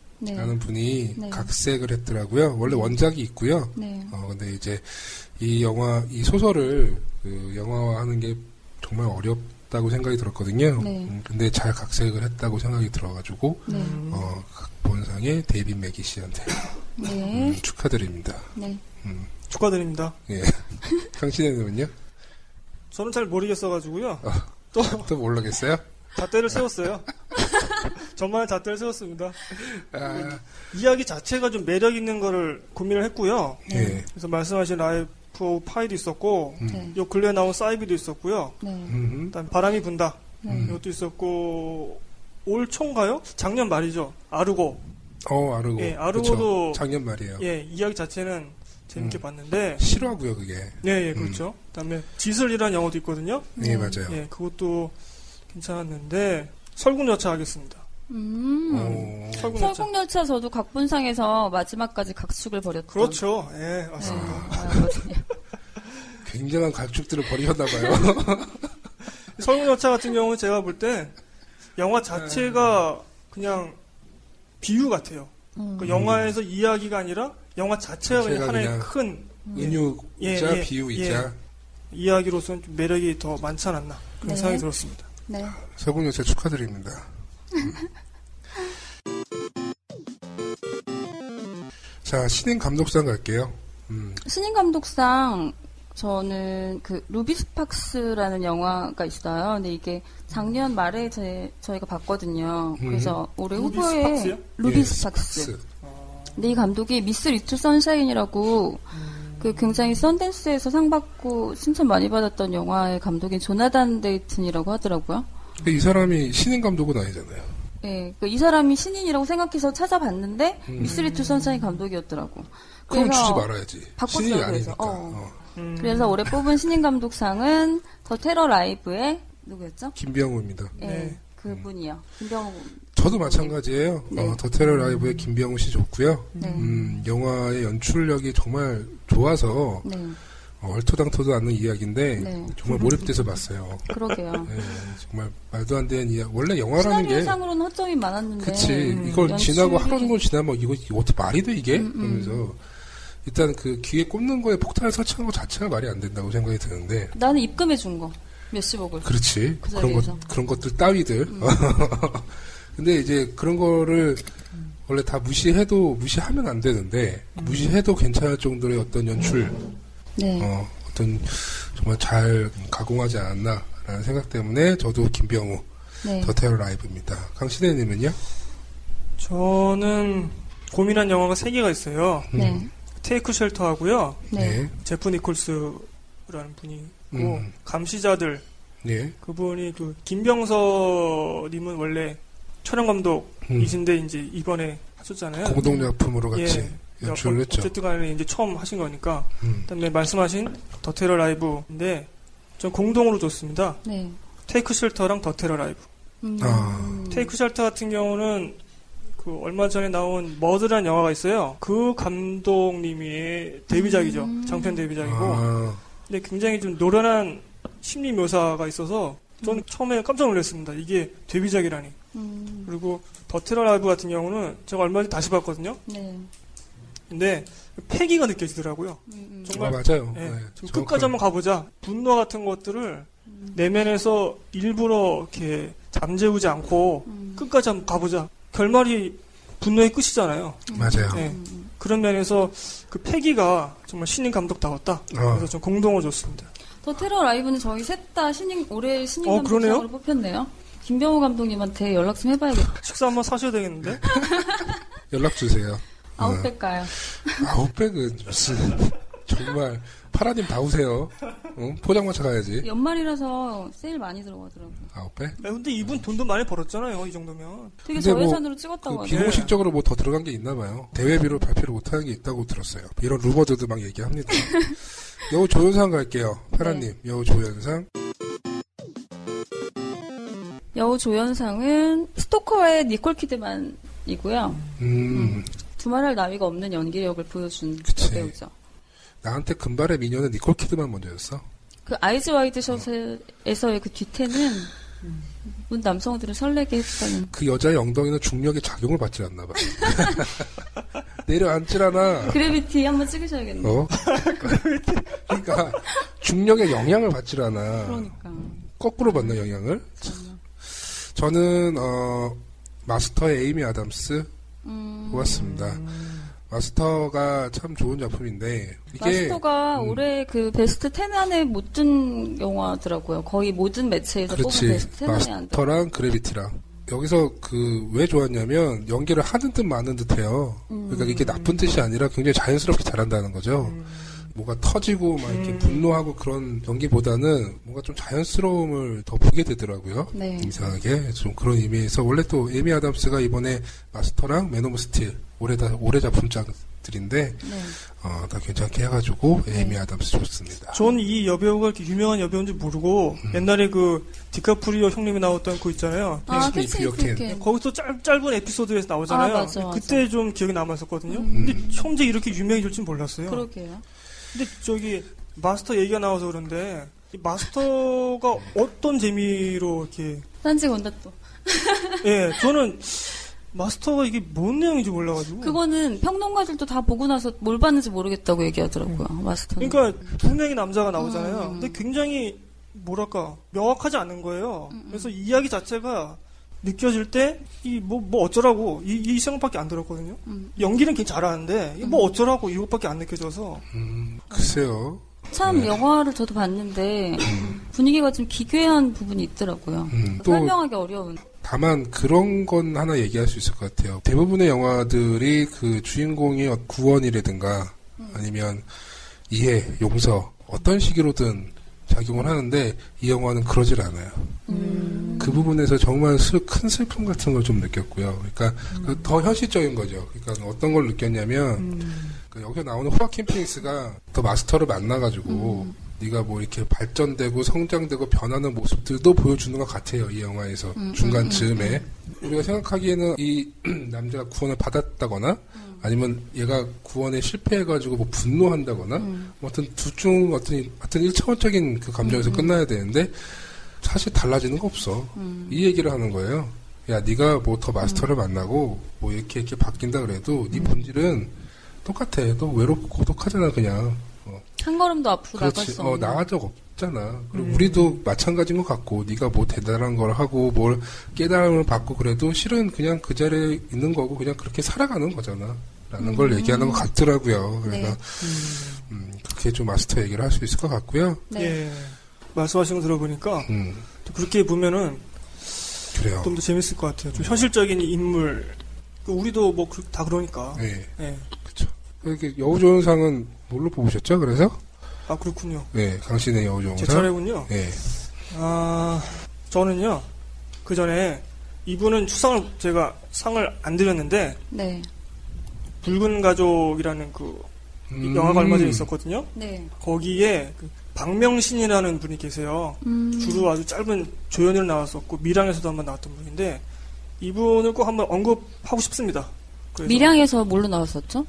Speaker 1: 네.
Speaker 3: 분이
Speaker 1: 네.
Speaker 3: 각색을 했더라고요. 원래 원작이 있고요.
Speaker 1: 네.
Speaker 3: 어, 근데 이제 이 영화, 이 소설을 그 영화화하는 게 정말 어렵다고 생각이 들었거든요.
Speaker 1: 네.
Speaker 3: 음, 근데 잘 각색을 했다고 생각이 들어가지고
Speaker 1: 네.
Speaker 2: 음,
Speaker 3: 어, 각본상에 데이빗 맥이 씨한테 음,
Speaker 1: 네.
Speaker 3: 축하드립니다.
Speaker 1: 네.
Speaker 3: 음,
Speaker 2: 축하드립니다.
Speaker 3: 예. 당신은요?
Speaker 2: 저는 잘 모르겠어가지고요. 또
Speaker 3: 또 모르겠어요?
Speaker 2: 잣대를 세웠어요. 정말 잣대를 세웠습니다.
Speaker 3: 아,
Speaker 2: 이야기 자체가 좀 매력 있는 거를 고민을 했고요.
Speaker 1: 네.
Speaker 3: 예.
Speaker 2: 그래서 말씀하신 라이프 오브 파이도 있었고
Speaker 3: 음.
Speaker 1: 네.
Speaker 2: 요 근래 나온 사이비도 있었고요.
Speaker 1: 네.
Speaker 3: 음.
Speaker 2: 그다음 바람이 분다
Speaker 1: 네.
Speaker 2: 이것도 있었고 올 초인가요? 작년 말이죠. 아르고
Speaker 3: 어, 아르고.
Speaker 2: 예, 아르고도-
Speaker 3: 그쵸. 작년 말이에요.
Speaker 2: 예 이야기 자체는 재밌게
Speaker 3: 네. 음.
Speaker 2: 봤는데
Speaker 3: 실화고요, 그게.
Speaker 2: 예예
Speaker 3: 음.
Speaker 2: 그렇죠. 그다음에 지슬이라는 영화도 있거든요.
Speaker 3: 네, 맞아요.
Speaker 2: 예 그것도 괜찮았는데 설국열차 하겠습니다.
Speaker 1: 음.
Speaker 3: 오.
Speaker 2: 설국열차
Speaker 1: 설국열차 저도 각본상에서 마지막까지 각축을 벌였던.
Speaker 2: 그렇죠. 예
Speaker 1: 네.
Speaker 2: 맞습니다.
Speaker 1: 영화였거든요.
Speaker 3: 굉장한 갈축들을 벌이셨나봐요.
Speaker 2: 설국열차 같은 경우는 제가 볼 때 영화 자체가 그냥 비유 같아요.
Speaker 1: 음.
Speaker 2: 그 영화에서 이야기가 아니라 영화 자체가 그냥
Speaker 3: 자체가
Speaker 2: 하나의
Speaker 3: 그냥-
Speaker 2: 큰
Speaker 1: 음.
Speaker 3: 은유이자
Speaker 2: 예, 예,
Speaker 3: 비유이자
Speaker 2: 이야기로서는 좀 매력이 더 많지 않았나 그런
Speaker 1: 네.
Speaker 2: 생각이 들었습니다.
Speaker 1: 네.
Speaker 3: 서군여차 축하드립니다. 음. 자, 신인 감독상 갈게요. 음,
Speaker 1: 신인 감독상 저는 그 루비 스팍스라는 영화가 있어요. 근데 이게 작년 말에 제, 저희가 봤거든요.
Speaker 3: 음.
Speaker 1: 그래서 올해
Speaker 2: 루비
Speaker 1: 후보에
Speaker 2: 스팍스요?
Speaker 1: 루비
Speaker 3: 예,
Speaker 1: 스팍스.
Speaker 3: 스팍스.
Speaker 1: 근데 이 감독이 미스 리틀 선샤인이라고 그 굉장히 썬댄스에서 상 받고 칭찬 많이 받았던 영화의 감독인 조나단 데이튼이라고 하더라고요.
Speaker 3: 근데 이 사람이 신인 감독은 아니잖아요.
Speaker 1: 예, 그이 사람이 신인이라고 생각해서 찾아봤는데
Speaker 3: 음.
Speaker 1: 미스 리틀 선샤인 감독이었더라고.
Speaker 3: 그럼
Speaker 1: 그래서-
Speaker 3: 주지 말아야지.
Speaker 1: 바꿨어요,
Speaker 3: 신인이
Speaker 1: 그래서.
Speaker 3: 아니니까.
Speaker 1: 어.
Speaker 3: 어.
Speaker 2: 음,
Speaker 1: 그래서 올해 뽑은 신인 감독상은 더 테러 라이브의 누구였죠?
Speaker 3: 김병우입니다.
Speaker 1: 예,
Speaker 2: 네.
Speaker 1: 그분이요. 김병우.
Speaker 3: 저도 마찬가지예요.
Speaker 1: 네.
Speaker 3: 어, 더 테러 라이브의 김병우 씨 좋고요.
Speaker 1: 네.
Speaker 3: 음, 영화의 연출력이 정말 좋아서
Speaker 1: 네,
Speaker 3: 어, 얼토당토도 않는 이야기인데
Speaker 1: 네.
Speaker 3: 정말 몰입돼서 봤어요.
Speaker 1: 그러게요.
Speaker 3: 네, 정말 말도 안 되는 이야기. 원래 영화라는 게
Speaker 1: 시나리오상으로는 허점이 많았는데.
Speaker 3: 그치
Speaker 2: 음,
Speaker 3: 이걸 지나고
Speaker 1: 연출이-
Speaker 3: 하루 종일 지나면 이거, 이거 어떻게 말이 돼 이게?
Speaker 1: 음, 음.
Speaker 3: 그러면서 일단 그 귀에 꽂는 거에 폭탄을 설치한 것 자체가 말이 안 된다고 생각이 드는데
Speaker 1: 나는 입금해 준 거. 몇십억을.
Speaker 3: 그렇지
Speaker 1: 그
Speaker 3: 그런
Speaker 1: 자리에서. 음.
Speaker 3: 것 그런 것들 따위들 근데 이제 그런 거를 원래 다 무시해도 무시하면 안 되는데 무시해도 괜찮을 정도의 어떤 연출
Speaker 1: 음. 네.
Speaker 3: 어, 어떤 정말 잘 가공하지 않았나라는 생각 때문에 저도 김병우
Speaker 1: 네.
Speaker 3: 더 테러 라이브입니다. 강신혜님은요?
Speaker 2: 저는 고민한 영화가 세 개가 있어요.
Speaker 3: 음,
Speaker 1: 네.
Speaker 2: 테이크 쉘터 하고요.
Speaker 1: 네.
Speaker 2: 제프 니콜스라는 분이고
Speaker 3: 음.
Speaker 2: 감시자들
Speaker 3: 네.
Speaker 2: 그분이 그 김병서 님은 원래 촬영 감독이신데 이제 이번에 하셨잖아요.
Speaker 3: 음. 공동작품으로 같이
Speaker 2: 예.
Speaker 3: 연출을 했죠.
Speaker 2: 어쨌든 간에 이제 처음 하신 거니까.
Speaker 3: 음.
Speaker 2: 그다음에 말씀하신 더 테러 라이브인데 전 공동으로 줬습니다.
Speaker 1: 네.
Speaker 2: 테이크 쉘터랑 더 테러 라이브.
Speaker 1: 음.
Speaker 3: 아.
Speaker 2: 테이크 쉘터 같은 경우는 그 얼마 전에 나온 머드라는 영화가 있어요. 그 감독님이 데뷔작이죠.
Speaker 1: 음.
Speaker 2: 장편 데뷔작이고.
Speaker 3: 아,
Speaker 2: 근데 굉장히 좀 노련한 심리 묘사가 있어서 저는 처음에 깜짝 놀랐습니다. 이게 데뷔작이라니.
Speaker 1: 음.
Speaker 2: 그리고 더 테러 라이브 같은 경우는 제가 얼마 전에 다시 봤거든요.
Speaker 1: 네. 음,
Speaker 2: 근데 패기가 느껴지더라고요.
Speaker 1: 음.
Speaker 2: 정말-
Speaker 3: 아, 맞아요.
Speaker 2: 예,
Speaker 3: 네,
Speaker 2: 좀
Speaker 3: 정확한-
Speaker 2: 끝까지 한번 가보자. 분노 같은 것들을 내면에서 일부러 이렇게 잠재우지 않고
Speaker 1: 음.
Speaker 2: 끝까지 한번 가보자. 결말이 분노의 끝이잖아요.
Speaker 3: 맞아요.
Speaker 2: 예,
Speaker 1: 음.
Speaker 2: 그런 면에서 그 패기가 정말 신인 감독다웠다.
Speaker 3: 어,
Speaker 2: 그래서 좀 공동을 줬습니다.
Speaker 1: 더 테러 라이브는 저희 셋 다 신인 올해 신인
Speaker 2: 어,
Speaker 1: 감독상으로
Speaker 2: 그러네요.
Speaker 1: 뽑혔네요. 김병호 감독님한테 연락 좀 해봐야겠다.
Speaker 2: 식사 한번 사셔야 되겠는데?
Speaker 3: 연락 주세요.
Speaker 1: 아웃백 가요.
Speaker 3: 아웃백은 무슨 정말 파라님 다 오세요. 응? 포장마차 가야지.
Speaker 1: 연말이라서 세일 많이 들어가더라고요.
Speaker 3: 아웃백.
Speaker 2: 야, 근데 이분 돈도 많이 벌었잖아요. 이 정도면.
Speaker 1: 되게
Speaker 3: 근데 뭐
Speaker 1: 저예산으로
Speaker 3: 그
Speaker 1: 찍었다고 어, 하네요.
Speaker 3: 비공식적으로 뭐 더 들어간 게 있나 봐요. 대회비로 발표를 못하는 게 있다고 들었어요. 이런 루머들도 막 얘기합니다. 여우 조연상 갈게요. 파라님,
Speaker 1: 네.
Speaker 3: 여우 조연상.
Speaker 1: 여우 조연상은 스토커의 니콜 키드만이고요.
Speaker 3: 음,
Speaker 1: 두말할 나위가 없는 연기력을 보여준
Speaker 3: 그치.
Speaker 1: 배우죠.
Speaker 3: 나한테 금발의 미녀는 니콜 키드만 먼저였어.
Speaker 1: 그 아이즈 와이드 셔츠에서의 그 뒤태는 문 남성들을 설레게 했다는.
Speaker 3: 그 여자의 엉덩이는 중력의 작용을 받지 않나 봐. 내려앉질 않아.
Speaker 1: 그래비티 한번 찍으셔야겠네요.
Speaker 3: 어? 그러니까 중력의 영향을 받질 않아.
Speaker 1: 그러니까.
Speaker 3: 거꾸로 받는 영향을. 저는 어, 마스터의 에이미 아담스
Speaker 1: 음,
Speaker 3: 보았습니다. 마스터가 참 좋은 작품인데 이게
Speaker 1: 마스터가
Speaker 3: 음.
Speaker 1: 올해 그 베스트 10 안에 못 든 영화더라고요. 거의 모든 매체에서 뽑은
Speaker 3: 그렇지
Speaker 1: 베스트 10 안에 안 들어.
Speaker 3: 마스터랑 그래비티랑 여기서 그 왜 좋았냐면 연기를 하는 듯 마는 듯해요. 그러니까 이게 나쁜 뜻이 아니라 굉장히 자연스럽게 잘한다는 거죠. 뭐가 터지고 막 이렇게
Speaker 1: 음.
Speaker 3: 분노하고 그런 연기보다는 뭔가 좀 자연스러움을 더 보게 되더라고요.
Speaker 1: 네.
Speaker 3: 이상하게 좀 그런 의미에서 원래 또 에미 아담스가 이번에 마스터랑 맨 오브 스틸 올해 다 올해 작품작들인데
Speaker 1: 네.
Speaker 3: 어, 다 괜찮게 해가지고 에미 아담스 좋습니다.
Speaker 2: 전 이 여배우가 이렇게 유명한 여배우인지 모르고 옛날에 그 디카프리오 형님이 나왔던 거 있잖아요.
Speaker 1: 아,
Speaker 3: 네,
Speaker 1: 캐치
Speaker 3: 비옥캔.
Speaker 1: 비옥캔.
Speaker 2: 거기서 짧, 짧은 에피소드에서 나오잖아요.
Speaker 1: 아, 맞아, 맞아.
Speaker 2: 그때 좀 기억이 남았었거든요. 근데 현재 이렇게 유명해질 줄 몰랐어요.
Speaker 1: 그러게요.
Speaker 2: 근데 저기 마스터 얘기가 나와서 그런데 이 마스터가 어떤 재미로 이렇게
Speaker 1: 딴지 건다 또.
Speaker 2: 예 저는 마스터가 이게 뭔 내용인지 몰라가지고
Speaker 1: 그거는 평론가들도 다 보고 나서 뭘 봤는지 모르겠다고 얘기하더라고요. 마스터는.
Speaker 2: 그러니까 두 명의 남자가 나오잖아요.
Speaker 1: 음.
Speaker 2: 근데 굉장히 뭐랄까 명확하지 않은 거예요.
Speaker 1: 음,
Speaker 2: 그래서 이야기 자체가 느껴질 때 이 뭐 뭐 어쩌라고 이, 이 생각밖에 안 들었거든요.
Speaker 1: 음.
Speaker 2: 연기는 괜히 잘하는데 이뭐 어쩌라고 이것밖에 안 느껴져서
Speaker 3: 음,
Speaker 1: 아.
Speaker 3: 글쎄요.
Speaker 1: 참 영화를 저도 봤는데 분위기가 좀 기괴한 부분이 있더라고요.
Speaker 3: 음, 또
Speaker 1: 설명하기 어려운.
Speaker 3: 다만 그런 건 하나 얘기할 수 있을 것 같아요. 대부분의 영화들이 그 주인공의 구원이라든가
Speaker 1: 음.
Speaker 3: 아니면 이해, 용서 어떤 식으로든 작용을 하는데 이 영화는 그러질 않아요.
Speaker 1: 음.
Speaker 3: 그 부분에서 정말 슬- 큰 슬픔 같은 걸 좀 느꼈고요. 그러니까 그더 현실적인 거죠. 그러니까 어떤 걸 느꼈냐면
Speaker 2: 음.
Speaker 3: 그 여기서 나오는 호아킨 피닉스가 더 마스터를 만나가지고 네가 뭐 이렇게 발전되고 성장되고 변하는 모습들도 보여주는 것 같아요 이 영화에서 중간쯤에 우리가 생각하기에는 이 남자가 구원을 받았다거나 아니면 얘가 구원에 실패해가지고 뭐 분노한다거나
Speaker 1: 음.
Speaker 3: 뭐 어떤 두중 어떤 어떤 일차원적인 그 감정에서 끝나야 되는데 사실 달라지는 거 없어
Speaker 1: 음.
Speaker 3: 이 얘기를 하는 거예요. 야, 네가 뭐 더 마스터를 만나고 뭐 이렇게 이렇게 바뀐다 그래도 네 본질은 똑같아. 너 외롭고 고독하잖아 그냥. 어,
Speaker 1: 한 걸음도 앞으로 나갈
Speaker 3: 그렇지.
Speaker 1: 수
Speaker 3: 어,
Speaker 1: 없는. 음.
Speaker 3: 나간 적 없잖아. 그리고 우리도 마찬가지인 것 같고 네가 뭐 대단한 걸 하고 뭘 깨달음을 받고 그래도 실은 그냥 그 자리에 있는 거고 그냥 그렇게 살아가는 거잖아. 라는 걸 얘기하는 것 같더라고요. 그래서
Speaker 1: 음. 네.
Speaker 3: 음, 그렇게 좀 마스터 얘기를 할 수 있을 것 같고요.
Speaker 1: 네.
Speaker 2: 예 말씀하신 거 들어보니까
Speaker 3: 음,
Speaker 2: 또 그렇게 보면은
Speaker 3: 그래요.
Speaker 2: 좀 더 재밌을 것 같아요. 좀 현실적인 인물 그 우리도 뭐 다 그러니까
Speaker 3: 네,
Speaker 2: 예.
Speaker 3: 그렇죠. 이렇게 여우조연상은 뭘로 뽑으셨죠? 그래서?
Speaker 2: 아 그렇군요.
Speaker 3: 네, 강신의 여우종사.
Speaker 2: 제 차례군요.
Speaker 3: 네.
Speaker 2: 아, 저는요, 그 전에 이분은 추상을 제가 상을 안 드렸는데,
Speaker 1: 네.
Speaker 2: 붉은 가족이라는 그
Speaker 3: 음.
Speaker 2: 영화가 얼마 전에 있었거든요.
Speaker 1: 네.
Speaker 2: 거기에 그 박명신이라는 분이 계세요.
Speaker 1: 음.
Speaker 2: 주로 아주 짧은 조연으로 나왔었고 미량에서도 한번 나왔던 분인데 이분을 꼭 한번 언급하고 싶습니다. 그래서
Speaker 1: 밀양에서 뭘로 나왔었죠?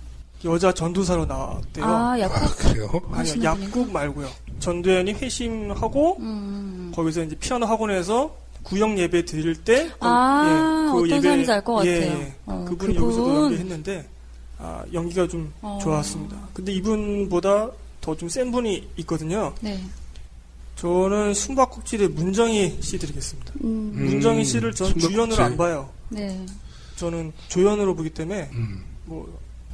Speaker 2: 여자 전도사로 나왔대요.
Speaker 1: 아,
Speaker 3: 아,
Speaker 1: 약국.
Speaker 3: 그래요?
Speaker 2: 아니요,
Speaker 1: 하시는
Speaker 2: 약국 말고요. 전도연이 회심하고
Speaker 1: 음.
Speaker 2: 거기서 이제 피아노 학원에서 구역 예배 드릴 때 그-
Speaker 1: 아,
Speaker 2: 예, 그
Speaker 1: 어떤
Speaker 2: 예배-
Speaker 1: 사람인지 알것
Speaker 2: 예,
Speaker 1: 같아요.
Speaker 2: 예.
Speaker 1: 어,
Speaker 2: 그분이
Speaker 1: 그분.
Speaker 2: 여기서도 연기했는데 아, 연기가 좀
Speaker 1: 어.
Speaker 2: 좋았습니다. 근데 이분보다 더 좀 센 분이 있거든요.
Speaker 1: 네.
Speaker 2: 저는 숨바꼭질의 문정희 씨 드리겠습니다.
Speaker 1: 음.
Speaker 3: 음,
Speaker 2: 문정희 씨를 전
Speaker 3: 숨바꼭질.
Speaker 2: 주연으로 안 봐요.
Speaker 1: 네.
Speaker 2: 저는 조연으로 보기 때문에
Speaker 3: 음.
Speaker 2: 뭐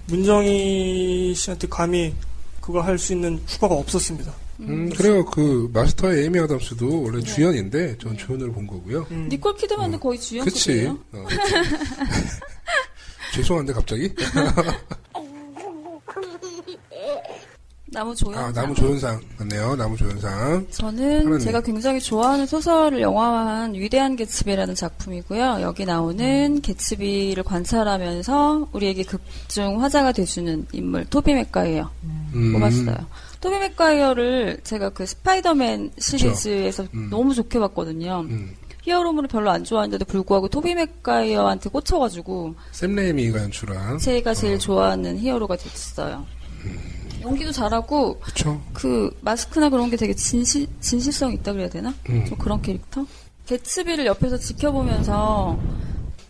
Speaker 2: 문정희 씨한테 감히 그거 할 수 있는 후가가 없었습니다.
Speaker 3: 음, 그래요. 그 마스터의 에이미 아담스도 원래
Speaker 1: 네.
Speaker 3: 주연인데 전 조연으로 본 거고요.
Speaker 2: 음.
Speaker 1: 니콜 키드만도 거의
Speaker 3: 그치?
Speaker 1: 네. 주연급이에요.
Speaker 3: 어. 죄송한데 갑자기?
Speaker 1: 나무 조연.
Speaker 3: 아 나무 조연상 맞네요. 나무 조연상.
Speaker 1: 저는
Speaker 3: 하나님.
Speaker 1: 제가 굉장히 좋아하는 소설을 영화화한 위대한 개츠비라는 작품이고요. 여기
Speaker 3: 음.
Speaker 1: 나오는 개츠비를 관찰하면서 우리에게 극중 화자가 돼주는 인물 토비 맥과이어
Speaker 3: 음.
Speaker 1: 뽑았어요. 토비 맥과이어를 제가 그 스파이더맨 시리즈에서
Speaker 3: 음.
Speaker 1: 너무 좋게 봤거든요.
Speaker 3: 음.
Speaker 1: 히어로물을 별로 안 좋아하는데도 불구하고 토비 맥과이어한테 꽂혀가지고
Speaker 3: 샘 레이미가 연출한.
Speaker 1: 제가 제일
Speaker 3: 어.
Speaker 1: 좋아하는 히어로가 됐어요.
Speaker 3: 음.
Speaker 1: 연기도 잘하고
Speaker 3: 그쵸?
Speaker 1: 그 마스크나 그런 게 되게 진실 진실성 있다 그래야 되나?
Speaker 3: 음.
Speaker 1: 좀 그런 캐릭터? 개츠비를 옆에서 지켜보면서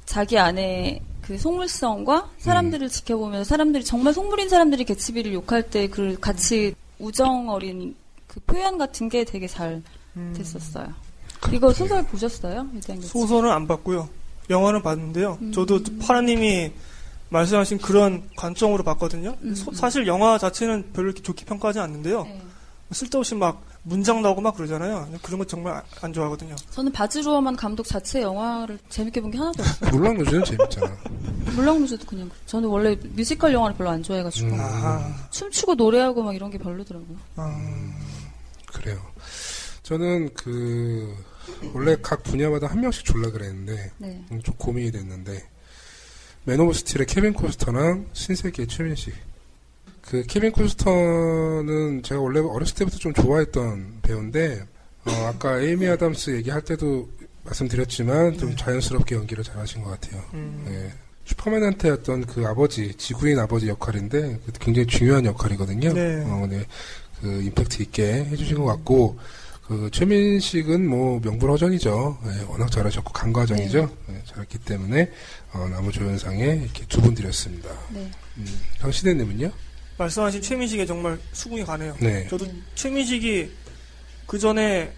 Speaker 1: 자기 안에 그 속물성과
Speaker 2: 음.
Speaker 1: 사람들을 지켜보면서 사람들이 정말 속물인 사람들이 개츠비를 욕할 때 그 같이 우정 어린 그 표현 같은 게 되게 잘 됐었어요. 이거 소설 보셨어요? 일단 개츠비.
Speaker 2: 음. 소설은 안 봤고요. 영화는 봤는데요.
Speaker 1: 음.
Speaker 2: 저도 파라님이 말씀하신 그런 관점으로 봤거든요.
Speaker 1: 음,
Speaker 2: 소-
Speaker 1: 음.
Speaker 2: 사실 영화 자체는 별로 이렇게 좋게 평가하지 않는데요.
Speaker 1: 네.
Speaker 2: 쓸데없이 막 문장 나오고 막 그러잖아요. 그런 거 정말 안- 안 좋아하거든요.
Speaker 1: 저는 바즈루어만 감독 자체 영화를 재밌게 본 게 하나도 없어요.
Speaker 3: 물론 네. 요즘 재밌잖아.
Speaker 1: 물랑무즈도 그냥 그래요. 저는 원래 뮤지컬 영화를 별로 안 좋아해가지고
Speaker 3: 음.
Speaker 2: 아,
Speaker 1: 춤추고 노래하고 막 이런 게 별로더라고요.
Speaker 3: 음.
Speaker 2: 아,
Speaker 3: 그래요. 저는 그 원래 각 분야마다 한 명씩 졸라 그랬는데
Speaker 1: 네.
Speaker 3: 음, 좀 고민이 됐는데 맨 오브 스틸의 케빈 코스터랑 신세계의 최민식 그 케빈 코스터는 제가 원래 어렸을 때부터 좀 좋아했던 배우인데 어, 아까 에이미 아담스 얘기할 때도 말씀드렸지만 좀
Speaker 2: 네.
Speaker 3: 자연스럽게 연기를 잘하신 것 같아요.
Speaker 2: 음.
Speaker 3: 예. 슈퍼맨한테 어떤 그 아버지, 지구인 아버지 역할인데 그 굉장히 중요한 역할이거든요.
Speaker 2: 네.
Speaker 3: 어, 네. 그 임팩트 있게 해주신 것 같고 그 최민식은 뭐 명불허전이죠. 예, 워낙 잘하셨고 강과정이죠.
Speaker 2: 네.
Speaker 3: 예, 잘했기 때문에 어, 나무 조연상에 이렇게 두 분 드렸습니다.
Speaker 1: 네.
Speaker 3: 음, 강시대님은요?
Speaker 2: 말씀하신 최민식에 정말 수긍이 가네요.
Speaker 3: 네.
Speaker 2: 저도
Speaker 1: 음.
Speaker 2: 최민식이 그 전에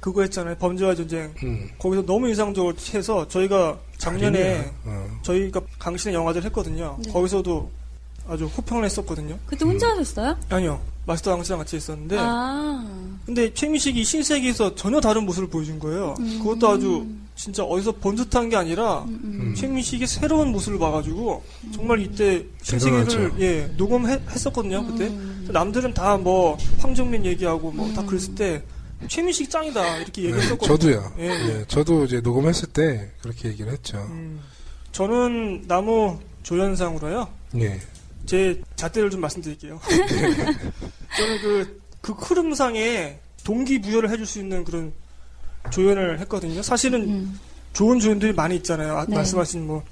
Speaker 2: 그거 했잖아요. 범죄와 전쟁.
Speaker 3: 음.
Speaker 2: 거기서 너무 인상적으로 해서 저희가 작년에
Speaker 3: 아니면, 어,
Speaker 2: 저희가 강신의 영화제를 했거든요.
Speaker 1: 네.
Speaker 2: 거기서도 아주 호평을 했었거든요.
Speaker 1: 그때 혼자 하셨어요?
Speaker 2: 아니요. 마스터 강씨랑 같이 했었는데.
Speaker 1: 아.
Speaker 2: 근데 최민식이 신세계에서 전혀 다른 모습을 보여준 거예요.
Speaker 1: 음.
Speaker 2: 그것도 아주 진짜 어디서 본 듯한 게 아니라
Speaker 1: 음, 음.
Speaker 3: 음.
Speaker 2: 최민식이 새로운 모습을 봐가지고 정말 이때
Speaker 3: 대단하죠.
Speaker 2: 신세계를 예, 녹음했었거든요. 그때
Speaker 1: 음.
Speaker 2: 남들은 다 뭐 황정민 얘기하고 뭐 다 그랬을 때 최민식 짱이다 이렇게
Speaker 3: 네,
Speaker 2: 얘기했었거든요.
Speaker 3: 저도요.
Speaker 2: 예.
Speaker 3: 예, 저도 이제 녹음했을 때 그렇게 얘기를 했죠.
Speaker 2: 음, 저는 나무 조연상으로요.
Speaker 3: 예.
Speaker 2: 제 잣대를 좀 말씀드릴게요. 네. 저는 그, 그 흐름상에 동기부여를 해줄 수 있는 그런 조연을 했거든요. 사실은
Speaker 1: 음.
Speaker 2: 좋은 조연들이 많이 있잖아요. 아,
Speaker 1: 네.
Speaker 2: 말씀하신 뭐,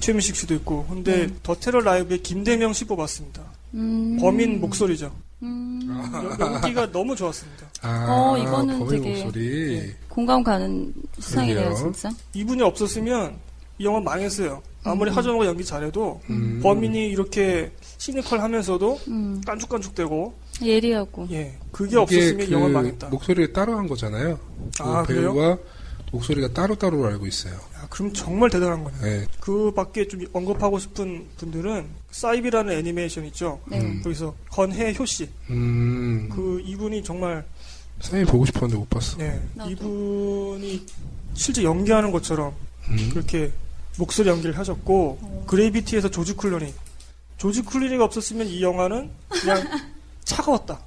Speaker 2: 최민식 씨도 있고. 근데 더 테러 라이브에 김대명 씨 뽑았습니다.
Speaker 1: 음.
Speaker 2: 범인 목소리죠.
Speaker 1: 음.
Speaker 2: 여- 연기가 너무 좋았습니다.
Speaker 3: 아,
Speaker 1: 어, 이거는
Speaker 3: 범인
Speaker 1: 되게- 네.
Speaker 3: 목소리.
Speaker 2: 예.
Speaker 1: 공감 가는 수상이네요,
Speaker 3: 그러게요.
Speaker 1: 진짜.
Speaker 2: 이분이 없었으면 이 영화 망했어요. 아무리 하정우가 연기 잘해도
Speaker 3: 음.
Speaker 2: 범인이 이렇게 시니컬 하면서도
Speaker 1: 음.
Speaker 2: 깐죽깐죽대고
Speaker 1: 예리하고.
Speaker 2: 예 그게 없었으면
Speaker 3: 이게
Speaker 2: 영화
Speaker 3: 그
Speaker 2: 망했다.
Speaker 3: 목소리를 따로 한 거잖아요. 그
Speaker 2: 아, 그래요?
Speaker 3: 배우가 목소리가 따로따로 알고 있어요.
Speaker 2: 야, 아, 그럼 정말 대단한 거네요.
Speaker 3: 예.
Speaker 2: 그 밖에 좀 언급하고 싶은 분들은 사이비라는 애니메이션 있죠.
Speaker 1: 네.
Speaker 3: 음.
Speaker 2: 거기서 건해효 씨.
Speaker 3: 음.
Speaker 2: 그 이분이 정말
Speaker 3: 사이 보고 싶었는데 못 봤어.
Speaker 2: 예,
Speaker 1: 나도.
Speaker 2: 이분이 실제 연기하는 것처럼
Speaker 3: 음.
Speaker 2: 그렇게 목소리 연기를 하셨고
Speaker 1: 어.
Speaker 2: 그레이비티에서 조지 클루니. 조지 클루니가 없었으면 이 영화는 그냥 차가웠다.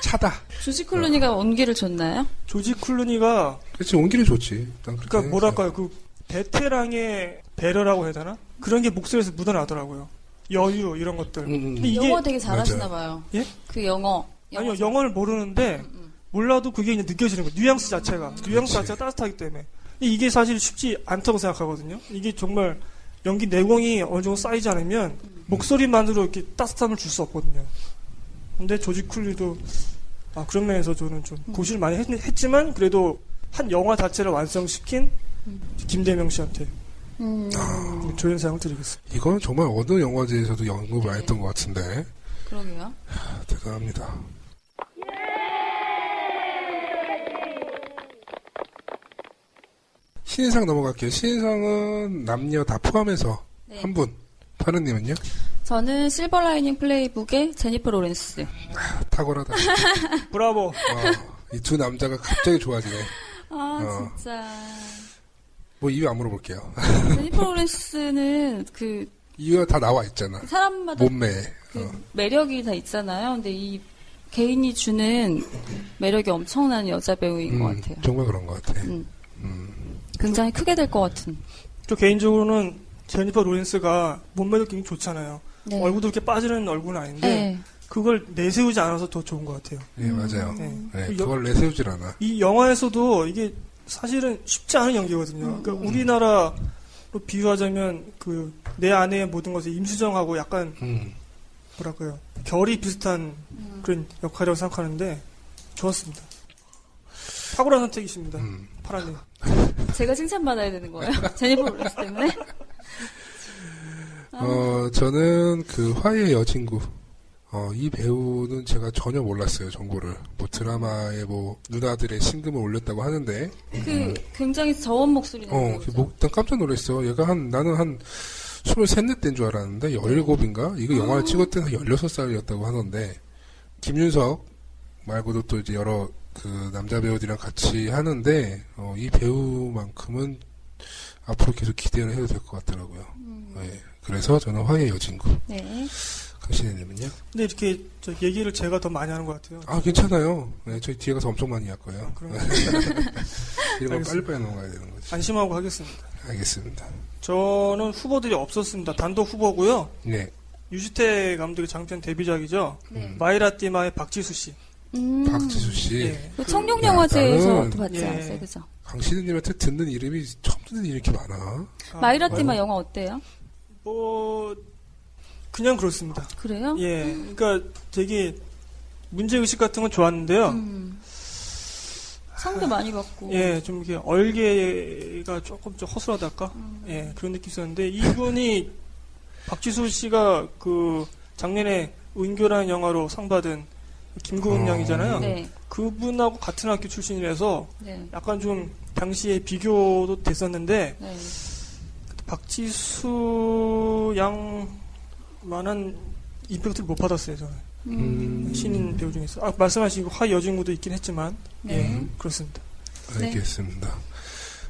Speaker 3: 차다.
Speaker 1: 조지
Speaker 2: 아.
Speaker 1: 클루니가 원기를 줬나요?
Speaker 2: 조지 클루니가
Speaker 3: 그렇지 온기를 좋지. 일단 그렇게
Speaker 2: 그러니까 뭐랄까요 그 베테랑의 배려라고 해야 되나? 그런 게 목소리에서 묻어나더라고요. 여유 이런 것들.
Speaker 3: 음,
Speaker 2: 근데
Speaker 3: 음.
Speaker 2: 이게
Speaker 1: 영어 되게 잘하시나 봐요.
Speaker 2: 예?
Speaker 1: 그 영어.
Speaker 2: 아니요 영어를 모르는데 몰라도 그게 이제 느껴지는 거예요. 뉘앙스 자체가 그 뉘앙스 자체가 따뜻하기 때문에 이게 사실 쉽지 않다고 생각하거든요. 이게 정말 연기 내공이 어느 정도 쌓이지 않으면 목소리만으로 이렇게 따뜻함을 줄 수 없거든요. 근데 조지 쿨리도 아, 그런 면에서 저는 좀 고시를 많이 했, 지만 그래도 한 영화 자체를 완성시킨 김대명 씨한테
Speaker 1: 음.
Speaker 3: 아.
Speaker 2: 조연상을 드리겠습니다.
Speaker 3: 이건 정말 어느 영화제에서도 연구 많이 했던 것 같은데
Speaker 1: 그러게요.
Speaker 3: 아, 대단합니다. 신인상 넘어갈게요. 신인상은 남녀 다 포함해서
Speaker 1: 네.
Speaker 3: 한 분. 파느님은요?
Speaker 1: 저는 실버 라이닝 플레이북의 제니퍼 로렌스.
Speaker 3: 아, 탁월하다.
Speaker 2: 브라보.
Speaker 3: 어, 이 두 남자가 갑자기 좋아지네.
Speaker 1: 아,
Speaker 3: 어.
Speaker 1: 진짜.
Speaker 3: 뭐 이유 안 물어볼게요.
Speaker 1: 제니퍼 로렌스는 그
Speaker 3: 이유가 다 나와 있잖아.
Speaker 1: 사람마다
Speaker 3: 몸매에.
Speaker 1: 그
Speaker 3: 어.
Speaker 1: 매력이 다 있잖아요. 근데 이 개인이 주는 매력이 엄청난 여자 배우인 것
Speaker 3: 음,
Speaker 1: 같아요.
Speaker 3: 정말 그런 것 같아.
Speaker 1: 음.
Speaker 3: 음.
Speaker 1: 굉장히 크게 될 것 같은.
Speaker 2: 저 개인적으로는 제니퍼 로렌스가 몸매도 굉장히 좋잖아요.
Speaker 1: 네.
Speaker 2: 얼굴도 이렇게 빠지는 얼굴은 아닌데
Speaker 1: 네.
Speaker 2: 그걸 내세우지 않아서 더 좋은 것 같아요.
Speaker 3: 예, 맞아요.
Speaker 2: 네.
Speaker 1: 음.
Speaker 3: 네,
Speaker 2: 그 여-
Speaker 3: 그걸 내세우질 않아.
Speaker 2: 이 영화에서도 이게 사실은 쉽지 않은 연기거든요.
Speaker 1: 음.
Speaker 2: 그러니까 우리나라로 비유하자면 그 내 아내의 모든 것을 임수정하고 약간
Speaker 3: 음.
Speaker 2: 뭐랄까요 결이 비슷한
Speaker 1: 음.
Speaker 2: 그런 역할이라고 생각하는데 좋았습니다. 탁월한 선택이십니다,
Speaker 3: 음.
Speaker 2: 파라님.
Speaker 1: 제가 칭찬받아야 되는 거예요. 제니퍼 로렌스 때문에. 아.
Speaker 3: 어, 저는 그 화의 여친구. 어, 이 배우는 제가 전혀 몰랐어요, 정보를. 뭐 드라마에 뭐 누나들의 신금을 올렸다고 하는데,
Speaker 1: 그 굉장히 그렇죠? 저원 목소리
Speaker 3: 어,
Speaker 1: 나는
Speaker 3: 그
Speaker 1: 배우죠.
Speaker 3: 뭐, 일단 깜짝 놀랐어. 얘가 한, 나는 한 23, 4땐 줄 알았는데, 17인가? 이거 영화를 찍었던 16살이었다고 하던데, 김윤석 말고도 또 이제 여러 그 남자 배우들이랑 같이 하는데, 어, 이 배우만큼은 앞으로 계속 기대를 해도 될 것 같더라고요. 예. 그래서 저는 화의 여진구.
Speaker 1: 네.
Speaker 3: 강신혜님은요?
Speaker 2: 근데 이렇게 저 얘기를 제가 더 많이 하는 것 같아요.
Speaker 3: 아, 괜찮아요. 네, 저희 뒤에 가서 엄청 많이 할 거예요.
Speaker 2: 그럼 아.
Speaker 3: 이런 거
Speaker 2: 알겠습니다.
Speaker 3: 빨리빨리 넘어가야 되는 거지.
Speaker 2: 안심하고 하겠습니다.
Speaker 3: 알겠습니다.
Speaker 2: 저는 후보들이 없었습니다. 단독 후보고요.
Speaker 3: 네.
Speaker 2: 유지태 감독의 장편 데뷔작이죠.
Speaker 1: 네.
Speaker 2: 마이라 띠마의 박지수 씨.
Speaker 1: 음.
Speaker 3: 박지수 씨.
Speaker 2: 예.
Speaker 1: 그 청룡영화제에서
Speaker 3: 나는-
Speaker 1: 봤지
Speaker 2: 예.
Speaker 1: 않았어요, 그죠?
Speaker 3: 강신우님한테 듣는 이름이 처음 듣는 이름이 이렇게 많아.
Speaker 2: 아,
Speaker 1: 마이라 띠마
Speaker 3: 어.
Speaker 1: 영화 어때요?
Speaker 2: 뭐 그냥 그렇습니다.
Speaker 1: 그래요?
Speaker 2: 예, 그러니까 되게 문제 의식 같은 건 좋았는데요.
Speaker 1: 음. 상도 많이 받고.
Speaker 2: 예, 좀 이렇게 얼개가 조금 좀 허술하달까?
Speaker 1: 음.
Speaker 2: 예, 그런 느낌이 있었는데 이분이 박지수 씨가 그 작년에 은교라는 영화로 상 받은 김구은
Speaker 3: 어.
Speaker 2: 양이잖아요.
Speaker 1: 네.
Speaker 2: 그분하고 같은 학교 출신이라서
Speaker 1: 네.
Speaker 2: 약간 좀 당시에 비교도 됐었는데
Speaker 1: 네.
Speaker 2: 박지수 양만한 임팩트를 못 받았어요 저는
Speaker 3: 음.
Speaker 2: 신인 배우 중에서 아, 말씀하신 화 여진구도 있긴 했지만
Speaker 1: 네.
Speaker 2: 예 그렇습니다
Speaker 1: 네.
Speaker 3: 알겠습니다.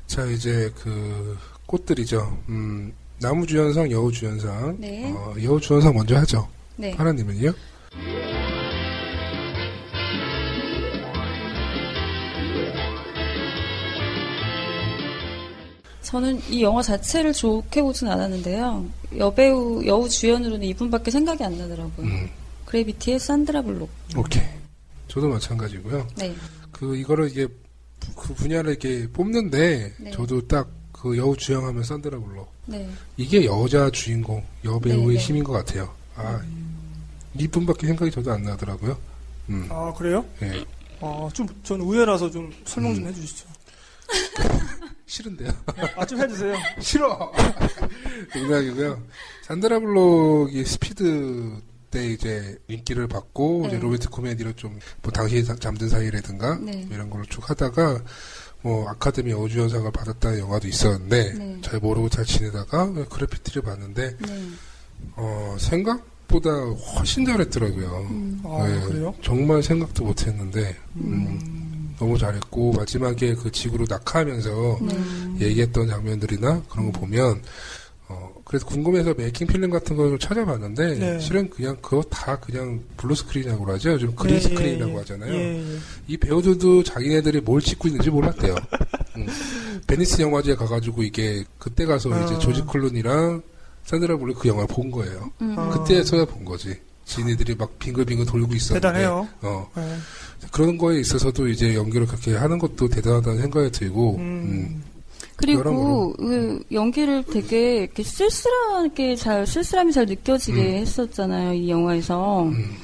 Speaker 3: 자, 이제 그 꽃들이죠. 음, 나무 주연상, 여우 주연상.
Speaker 1: 네.
Speaker 3: 어, 여우 주연상 먼저 하죠.
Speaker 1: 네.
Speaker 3: 아. 파라님은요?
Speaker 1: 저는 이 영화 자체를 좋게 보진 않았는데요. 여배우, 여우 주연으로는 이분밖에 생각이 안 나더라고요.
Speaker 3: 음,
Speaker 1: 그래비티의 산드라 블록.
Speaker 3: 오케이. 저도 마찬가지고요.
Speaker 1: 네.
Speaker 3: 그 이거를 이게 부- 그 분야를 이렇게 뽑는데
Speaker 1: 네.
Speaker 3: 저도 딱 그 여우 주연하면 산드라 불러.
Speaker 1: 네.
Speaker 3: 이게 여자 주인공, 여배우의
Speaker 1: 네, 음. 네.
Speaker 3: 힘인 것 같아요. 아, 이분밖에 생각이 저도 안 나더라고요. 음,
Speaker 2: 아 그래요?
Speaker 3: 예.
Speaker 2: 아좀 전 의외라서 좀 설명 좀
Speaker 3: 음.
Speaker 2: 해주시죠
Speaker 3: 싫은데요.
Speaker 2: 아 좀 해주세요
Speaker 3: 싫어. 농담이고요. 산드라 블록이 스피드 때 이제 인기를 받고 이제
Speaker 1: 네.
Speaker 3: 로맨틱 코미디로 좀 뭐 당시 자- 잠든 사이라든가
Speaker 1: 네.
Speaker 3: 이런 걸로 쭉 하다가 뭐 아카데미 여우주연상을 받았다는 영화도 있었는데
Speaker 1: 네.
Speaker 3: 잘 모르고 잘 지내다가 그래피티를 봤는데
Speaker 1: 네.
Speaker 3: 어 생각보다 훨씬 잘했더라고요.
Speaker 1: 음.
Speaker 2: 아
Speaker 3: 네,
Speaker 2: 그래요?
Speaker 3: 정말 생각도 못했는데 음,
Speaker 2: 음.
Speaker 3: 너무 잘했고 마지막에 그 지구로 낙하하면서
Speaker 1: 네.
Speaker 2: 음.
Speaker 3: 얘기했던 장면들이나 그런 거 보면 어 그래서 궁금해서 메이킹 필름 같은 걸좀 찾아봤는데
Speaker 2: 네.
Speaker 3: 실은 그냥 그거 다 그냥 블루 스크린이라고 하죠. 요즘 그린
Speaker 2: 예,
Speaker 3: 스크린이라고
Speaker 2: 예, 예.
Speaker 3: 하잖아요.
Speaker 2: 예, 예.
Speaker 3: 이 배우들도 자기네들이 뭘 찍고 있는지 몰랐대요. 음. 베니스 영화제 가가지고 이게 그때 가서
Speaker 2: 아.
Speaker 3: 이제 조지 클론이랑 산드라 블랙 그 영화 본 거예요.
Speaker 1: 음.
Speaker 2: 아.
Speaker 3: 그때서야 본 거지. 지인들이 막 빙글빙글 돌고 있었는데.
Speaker 2: 대단해요.
Speaker 3: 어
Speaker 2: 네.
Speaker 3: 그런 거에 있어서도 이제 연기를 그렇게 하는 것도 대단하다는 생각이 들고. 음.
Speaker 2: 음.
Speaker 1: 그리고
Speaker 3: 여러모로.
Speaker 1: 그 연기를 되게 이렇게 쓸쓸하게 잘 쓸쓸함이 잘
Speaker 2: 음.
Speaker 1: 느껴지게 했었잖아요 이 영화에서
Speaker 3: 음.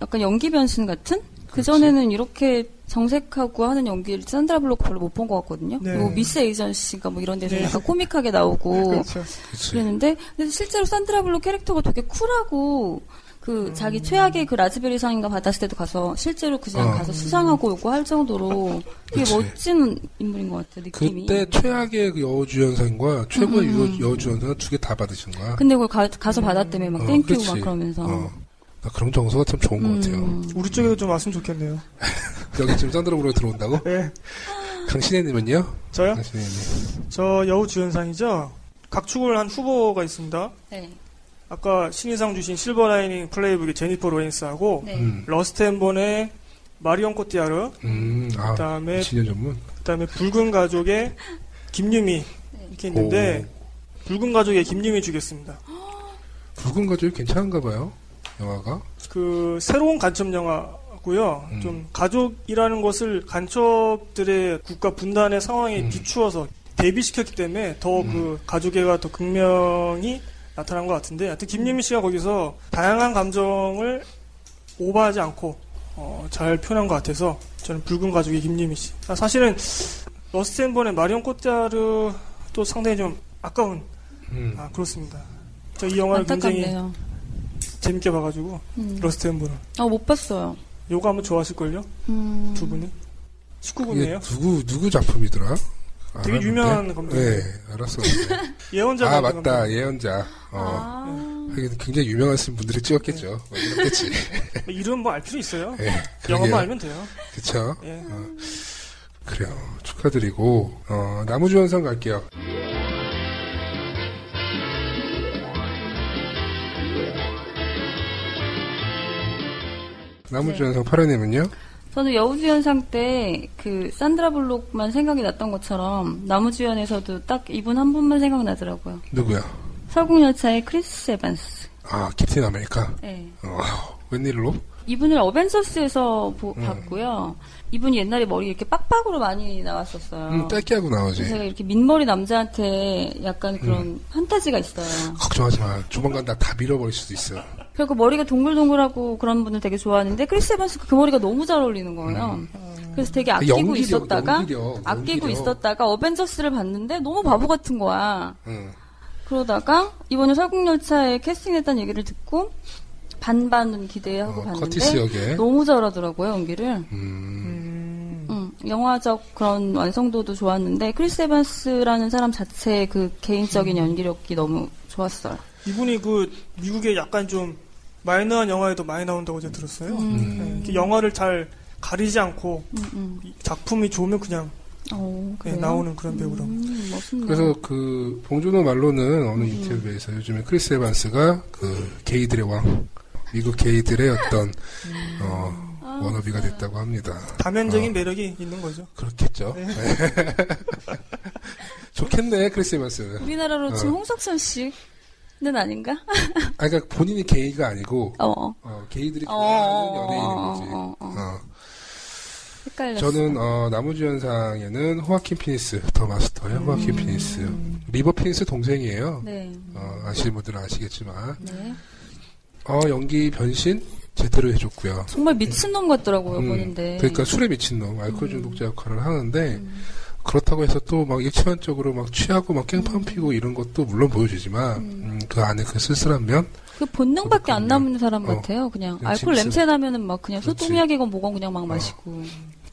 Speaker 1: 약간 연기 변신 같은 그 전에는 이렇게 정색하고 하는 연기를 산드라 블록 별로 못 본 것 같거든요.
Speaker 3: 음.
Speaker 2: 네.
Speaker 1: 뭐 미스 에이전시가 뭐 이런 데서
Speaker 2: 네.
Speaker 1: 약간 코믹하게 나오고
Speaker 2: 그렇죠.
Speaker 3: 그치.
Speaker 1: 그랬는데 근데 실제로 산드라 블록 캐릭터가 되게 쿨하고 그 자기 최악의 그 라즈베리 상인가 받았을 때도 가서 실제로 그냥
Speaker 3: 어.
Speaker 1: 가서 수상하고 오고 할 정도로 되게
Speaker 3: 그치.
Speaker 1: 멋진 인물인 것 같아요 느낌이.
Speaker 3: 그때 최악의 그 여우주연상과
Speaker 1: 음,
Speaker 3: 최고의
Speaker 1: 음.
Speaker 3: 유- 여우주연상 두 개 다 받으신 거야.
Speaker 1: 근데 그걸 가, 가서 받았다며 막
Speaker 3: 어,
Speaker 1: 땡큐
Speaker 3: 그치.
Speaker 1: 막 그러면서.
Speaker 3: 어. 나 그런 정서가 참 좋은 것 같아요.
Speaker 1: 음.
Speaker 2: 우리 쪽에도 좀 왔으면 좋겠네요.
Speaker 3: 여기 지금 산드라 블랙 들어온다고?
Speaker 2: 네.
Speaker 3: 강신혜님은요?
Speaker 2: 저요?
Speaker 3: 강신혜님.
Speaker 2: 저 여우 주연상이죠. 각축을 한 후보가 있습니다.
Speaker 1: 네.
Speaker 2: 아까 신인상 주신 실버라이닝 플레이북의 제니퍼 로렌스하고
Speaker 1: 네.
Speaker 3: 음.
Speaker 2: 러스트 앤 본의 마리온 코티아르
Speaker 3: 음. 아,
Speaker 2: 그다음에
Speaker 3: 신년 전문.
Speaker 2: 그다음에 붉은 가족의 김유미 이렇게 있는데 붉은 가족의 김유미 주겠습니다.
Speaker 3: 오, 붉은 가족이 괜찮은가 봐요. 영화가.
Speaker 2: 그 새로운 간첩 영화고요.
Speaker 3: 음.
Speaker 2: 좀 가족이라는 것을 간첩들의 국가 분단의 상황에
Speaker 3: 음.
Speaker 2: 비추어서 대비시켰기 때문에 더 그 가족애가 더 극명히 나타난 것 같은데, 하여튼 김유미 씨가 거기서 다양한 감정을 오버하지 않고 어, 잘 표현한 것 같아서 저는 붉은 가족의 김유미 씨. 아, 사실은 러스트 앤 본의 마리온 코티아르도 상당히 좀 아까운
Speaker 3: 음.
Speaker 2: 아 그렇습니다. 저 이 영화를 굉장히
Speaker 1: 안타깝네요.
Speaker 2: 재밌게 봐가지고
Speaker 1: 음.
Speaker 2: 러스트 앤 본을.
Speaker 1: 아, 못 봤어요.
Speaker 2: 요거 한번 좋아하실걸요?
Speaker 1: 음.
Speaker 2: 두 분이?
Speaker 3: 이게
Speaker 2: 19분이에요?
Speaker 3: 누구 누구 작품이더라?
Speaker 2: 되게
Speaker 3: 알았는데?
Speaker 2: 유명한 겁니다.
Speaker 3: 네, 알았어.
Speaker 2: 예언자
Speaker 3: 아
Speaker 2: 감독.
Speaker 3: 맞다 예언자. 어.
Speaker 1: 아.
Speaker 3: 하긴 굉장히 유명하신 분들이 찍었겠죠. 뭐 이렇겠지.
Speaker 2: 이름 뭐 알 필요 있어요?
Speaker 3: 예.
Speaker 2: 네. 영어만
Speaker 3: 그러게요.
Speaker 2: 알면 돼요.
Speaker 3: 그쵸.
Speaker 2: 예.
Speaker 3: 그래요. 축하드리고 어, 나무주연상 갈게요.
Speaker 1: 네.
Speaker 3: 나무주연상 파라님은요?
Speaker 1: 저는 여우주연상 때 그 산드라 블록만 생각이 났던 것처럼 나무주연에서도 딱 이분 한 분만 생각나더라고요.
Speaker 3: 누구야?
Speaker 1: 설국열차의 크리스 에반스.
Speaker 3: 아 캡틴 아메리카.
Speaker 1: 네.
Speaker 3: 어, 웬일로?
Speaker 1: 이분을 어벤져스에서 보-
Speaker 3: 음.
Speaker 1: 봤고요. 이분이 옛날에 머리 이렇게 빡빡으로 많이 나왔었어요.
Speaker 3: 음, 딸기하고
Speaker 1: 그래서
Speaker 3: 나오지.
Speaker 1: 제가 이렇게 민머리 남자한테 약간 그런
Speaker 3: 음.
Speaker 1: 판타지가 있어요.
Speaker 3: 걱정하지 마. 조만간 나 다 밀어버릴 수도 있어.
Speaker 1: 그리고 머리가 동글동글하고 그런 분을 되게 좋아하는데 크리스 에반스가 그 머리가 너무 잘 어울리는 거예요. 그래서 되게 아끼고
Speaker 3: 음. 연기력,
Speaker 1: 있었다가
Speaker 3: 연기력,
Speaker 1: 아끼고
Speaker 3: 연기력.
Speaker 1: 있었다가 어벤져스를 봤는데 너무 바보 같은 거야.
Speaker 3: 응.
Speaker 1: 그러다가 이번에 설국열차에 캐스팅했다는 얘기를 듣고 반반 기대하고
Speaker 3: 어, 커티스
Speaker 1: 봤는데
Speaker 3: 역에.
Speaker 1: 너무 잘하더라고요 연기를.
Speaker 3: 음,
Speaker 2: 음,
Speaker 1: 음, 영화적 그런 완성도도 좋았는데 크리스 에반스라는 사람 자체의 그 개인적인 연기력이 너무 좋았어요.
Speaker 2: 이분이 그 미국의 약간 좀 마이너한 영화에도 많이 나온다고 제가 들었어요.
Speaker 1: 음.
Speaker 2: 예, 이렇게 영화를 잘 가리지 않고
Speaker 1: 음, 음.
Speaker 2: 이 작품이 좋으면 그냥
Speaker 1: 어,
Speaker 2: 예,
Speaker 1: 그래요?
Speaker 2: 나오는 그런 배우라고.
Speaker 1: 음, 멋있네요. 음.
Speaker 3: 그래서 그 봉준호 말로는 어느 인터뷰에서 요즘에 크리스 에반스가 그 게이들의 왕 미국 게이들의 어떤
Speaker 1: 음.
Speaker 3: 어,
Speaker 1: 아,
Speaker 3: 워너비가
Speaker 1: 네.
Speaker 3: 됐다고 합니다.
Speaker 2: 다면적인
Speaker 3: 어.
Speaker 2: 매력이 있는 거죠.
Speaker 3: 그렇겠죠. 좋겠네 크리스 에반스.
Speaker 1: 우리나라로 치면
Speaker 3: 어.
Speaker 1: 홍석천 씨는 아닌가?
Speaker 3: 아 그러니까 본인이 게이가 아니고
Speaker 1: 어, 어,
Speaker 3: 어, 게이들이
Speaker 1: 어,
Speaker 3: 좋아하는
Speaker 1: 어,
Speaker 3: 연예인인 거지.
Speaker 1: 어, 어, 어.
Speaker 3: 어.
Speaker 1: 헷갈렸어.
Speaker 3: 저는 어, 나무주연상에는 호아킨 피니스 더 마스터예요. 호아킨 피니스 리버 피니스 동생이에요.
Speaker 1: 음. 네,
Speaker 3: 어, 아시는 분들은 아시겠지만
Speaker 1: 네.
Speaker 3: 어, 연기 변신 제대로 해줬고요.
Speaker 1: 정말 미친놈 같더라고요
Speaker 3: 음,
Speaker 1: 보는데.
Speaker 3: 그러니까 술에 미친 놈, 알코올 중독자 역할을 하는데 그렇다고 해서 또 막 일치만적으로 막 취하고 막 깽판 피고 이런 것도 물론 보여주지만 음, 그 안에 그 쓸쓸한 면,
Speaker 1: 그 본능밖에 안 남는 사람
Speaker 3: 어.
Speaker 1: 같아요. 그냥
Speaker 3: 그냥
Speaker 1: 알코올
Speaker 3: 짐승.
Speaker 1: 냄새 나면은 막 그냥
Speaker 3: 그렇지. 어.
Speaker 1: 소똥이야기건 뭐건 그냥 막 마시고.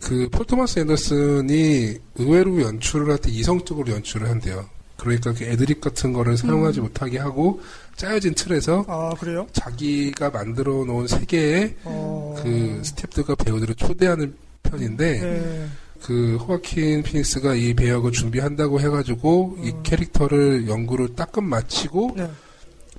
Speaker 3: 그 폴토마스 앤더슨이 의외로 연출을 할 때 이성적으로 연출을 한대요. 그러니까 그 애드립 같은 거를 사용하지 못하게 하고 짜여진 틀에서
Speaker 2: 아, 그래요?
Speaker 3: 자기가 만들어 놓은 세계에
Speaker 2: 어,
Speaker 3: 그 스탭들과 배우들을 초대하는 편인데
Speaker 2: 네.
Speaker 3: 그 호아킨 피닉스가 이 배역을 준비한다고 해가지고 이
Speaker 2: 음.
Speaker 3: 캐릭터를 연구를 따끔 마치고
Speaker 2: 네.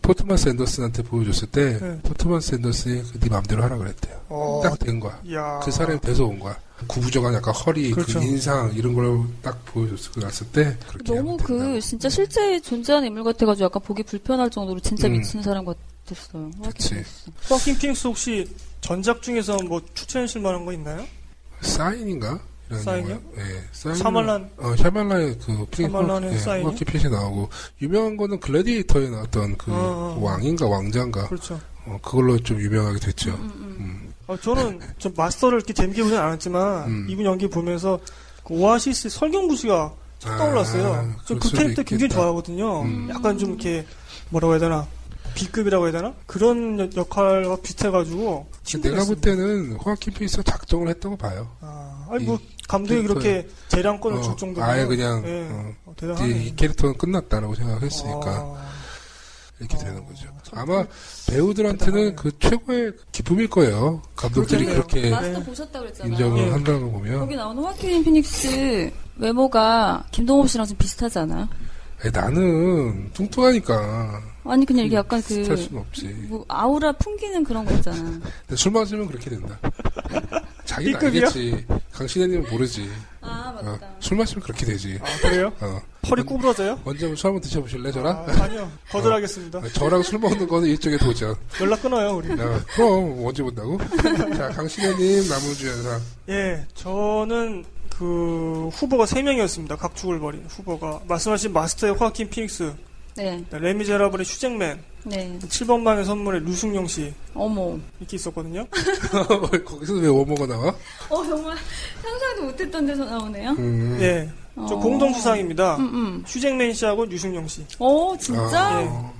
Speaker 3: 포트마스 앤더슨한테 보여줬을 때
Speaker 2: 네.
Speaker 3: 포트마스 앤더슨이 그 네 맘대로 하라 그랬대요.
Speaker 2: 어,
Speaker 3: 딱 된 거야.
Speaker 2: 이야.
Speaker 3: 그 사람이 돼서 온 거야. 구부정한 약간 허리 그
Speaker 2: 그렇죠.
Speaker 3: 인상 이런 걸 딱 보여줬을 났을 때 그렇게 네.
Speaker 1: 너무
Speaker 3: 하면 된다.
Speaker 1: 그 진짜 실제 존재하는 인물 같아가지고 약간 보기 불편할 정도로 진짜
Speaker 3: 음.
Speaker 1: 미친 사람 같았어요.
Speaker 3: 그치.
Speaker 1: 확실히.
Speaker 2: 퍼킹 킹스 혹시 전작 중에서 뭐 추천해줄 만한 거 있나요?
Speaker 3: 사인인가? 이라는
Speaker 2: 그 사인이요?
Speaker 3: 영화. 예. 사인.
Speaker 2: 샤말란
Speaker 3: 어, 샤말라의 그
Speaker 2: 샤말란의 사인이요?
Speaker 3: 키 핏이 나오고 유명한 거는 글래디에이터에 나왔던 그
Speaker 2: 어, 어, 어.
Speaker 3: 왕인가 왕자인가
Speaker 2: 그렇죠.
Speaker 3: 어, 그걸로 좀 유명하게 됐죠. 음.
Speaker 2: 어, 저는 좀 마스터를 이렇게 재밌게 보진 않았지만
Speaker 3: 음.
Speaker 2: 이분 연기 보면서 그 오아시스 설경구 씨가 쫙
Speaker 3: 아,
Speaker 2: 떠올랐어요. 저
Speaker 3: 그럴
Speaker 2: 그
Speaker 3: 수도
Speaker 2: 캐릭터 굉장히
Speaker 3: 있겠다.
Speaker 2: 좋아하거든요.
Speaker 3: 음.
Speaker 2: 약간 좀 이렇게 뭐라고 해야 되나 B급이라고 해야 되나 그런 여- 역할과 비슷해가지고
Speaker 3: 그 내가 볼
Speaker 2: 친구였습니다.
Speaker 3: 때는 호아킨 피스가 작정을 했다고 봐요.
Speaker 2: 아, 아니 뭐
Speaker 3: 이
Speaker 2: 감독이 그렇게 재량권을
Speaker 3: 어,
Speaker 2: 줄 정도로
Speaker 3: 아예 그냥
Speaker 2: 예.
Speaker 3: 어,
Speaker 2: 어,
Speaker 3: 이제
Speaker 2: 대단하네. 어,
Speaker 3: 이 캐릭터는 끝났다라고 생각했으니까 이렇게 되는 거죠.
Speaker 2: 아. 참
Speaker 3: 아마 배우들한테는
Speaker 2: 대단하네요.
Speaker 3: 그 최고의 기쁨일 거예요. 감독들이
Speaker 2: 그렇겠네요.
Speaker 3: 그렇게
Speaker 1: 마스터
Speaker 2: 네.
Speaker 1: 보셨다 그랬잖아요.
Speaker 3: 인정을
Speaker 2: 예.
Speaker 3: 한다는 거 보면
Speaker 1: 거기 나오는 화키인 피닉스 외모가 김동호 씨랑 좀 비슷하지 않아요?
Speaker 3: 아니, 나는 뚱뚱하니까
Speaker 1: 아니 그냥 이게 약간
Speaker 3: 음,
Speaker 2: 음.
Speaker 3: 비슷할
Speaker 1: 그
Speaker 3: 수는 없지.
Speaker 1: 뭐 아우라 풍기는 그런 거 있잖아.
Speaker 3: 근데 술 마시면 그렇게 된다. 자기는
Speaker 2: B급이요?
Speaker 3: 알겠지. 강신혜님은 모르지.
Speaker 1: 아
Speaker 3: 어,
Speaker 1: 맞다.
Speaker 3: 술 마시면 그렇게 되지.
Speaker 2: 아 그래요?
Speaker 3: 어.
Speaker 2: 펄이 구부러져요?
Speaker 3: 언제 한번 술 한번 드셔보실래 저랑?
Speaker 2: 아, 아니요 거절하겠습니다.
Speaker 3: 어, 저랑 술 먹는 거는 일종의 도전.
Speaker 2: 연락 끊어요 우리.
Speaker 3: 야, 그럼 언제 본다고? 자, 강신혜님 남은주연상.
Speaker 2: 예, 저는 그 후보가 세 명이었습니다. 각축을 벌인 후보가 말씀하신 마스터의 호아킨 피닉스,
Speaker 1: 네,
Speaker 2: 레미제라블의 슈잭맨, 그
Speaker 1: 네.
Speaker 2: 7번방의 선물의 류승용 씨
Speaker 1: 어머.
Speaker 2: 이렇게 있었거든요.
Speaker 3: 거기서 왜 워머가 나와?
Speaker 1: 어 정말 상상도 못했던 데서 나오네요.
Speaker 3: 음.
Speaker 2: 예, 저 공동
Speaker 1: 어.
Speaker 2: 수상입니다.
Speaker 1: 아. 음, 음.
Speaker 2: 슈잭맨 씨하고 류승용 씨. 아, 그
Speaker 1: 어
Speaker 3: 아,
Speaker 1: 진짜?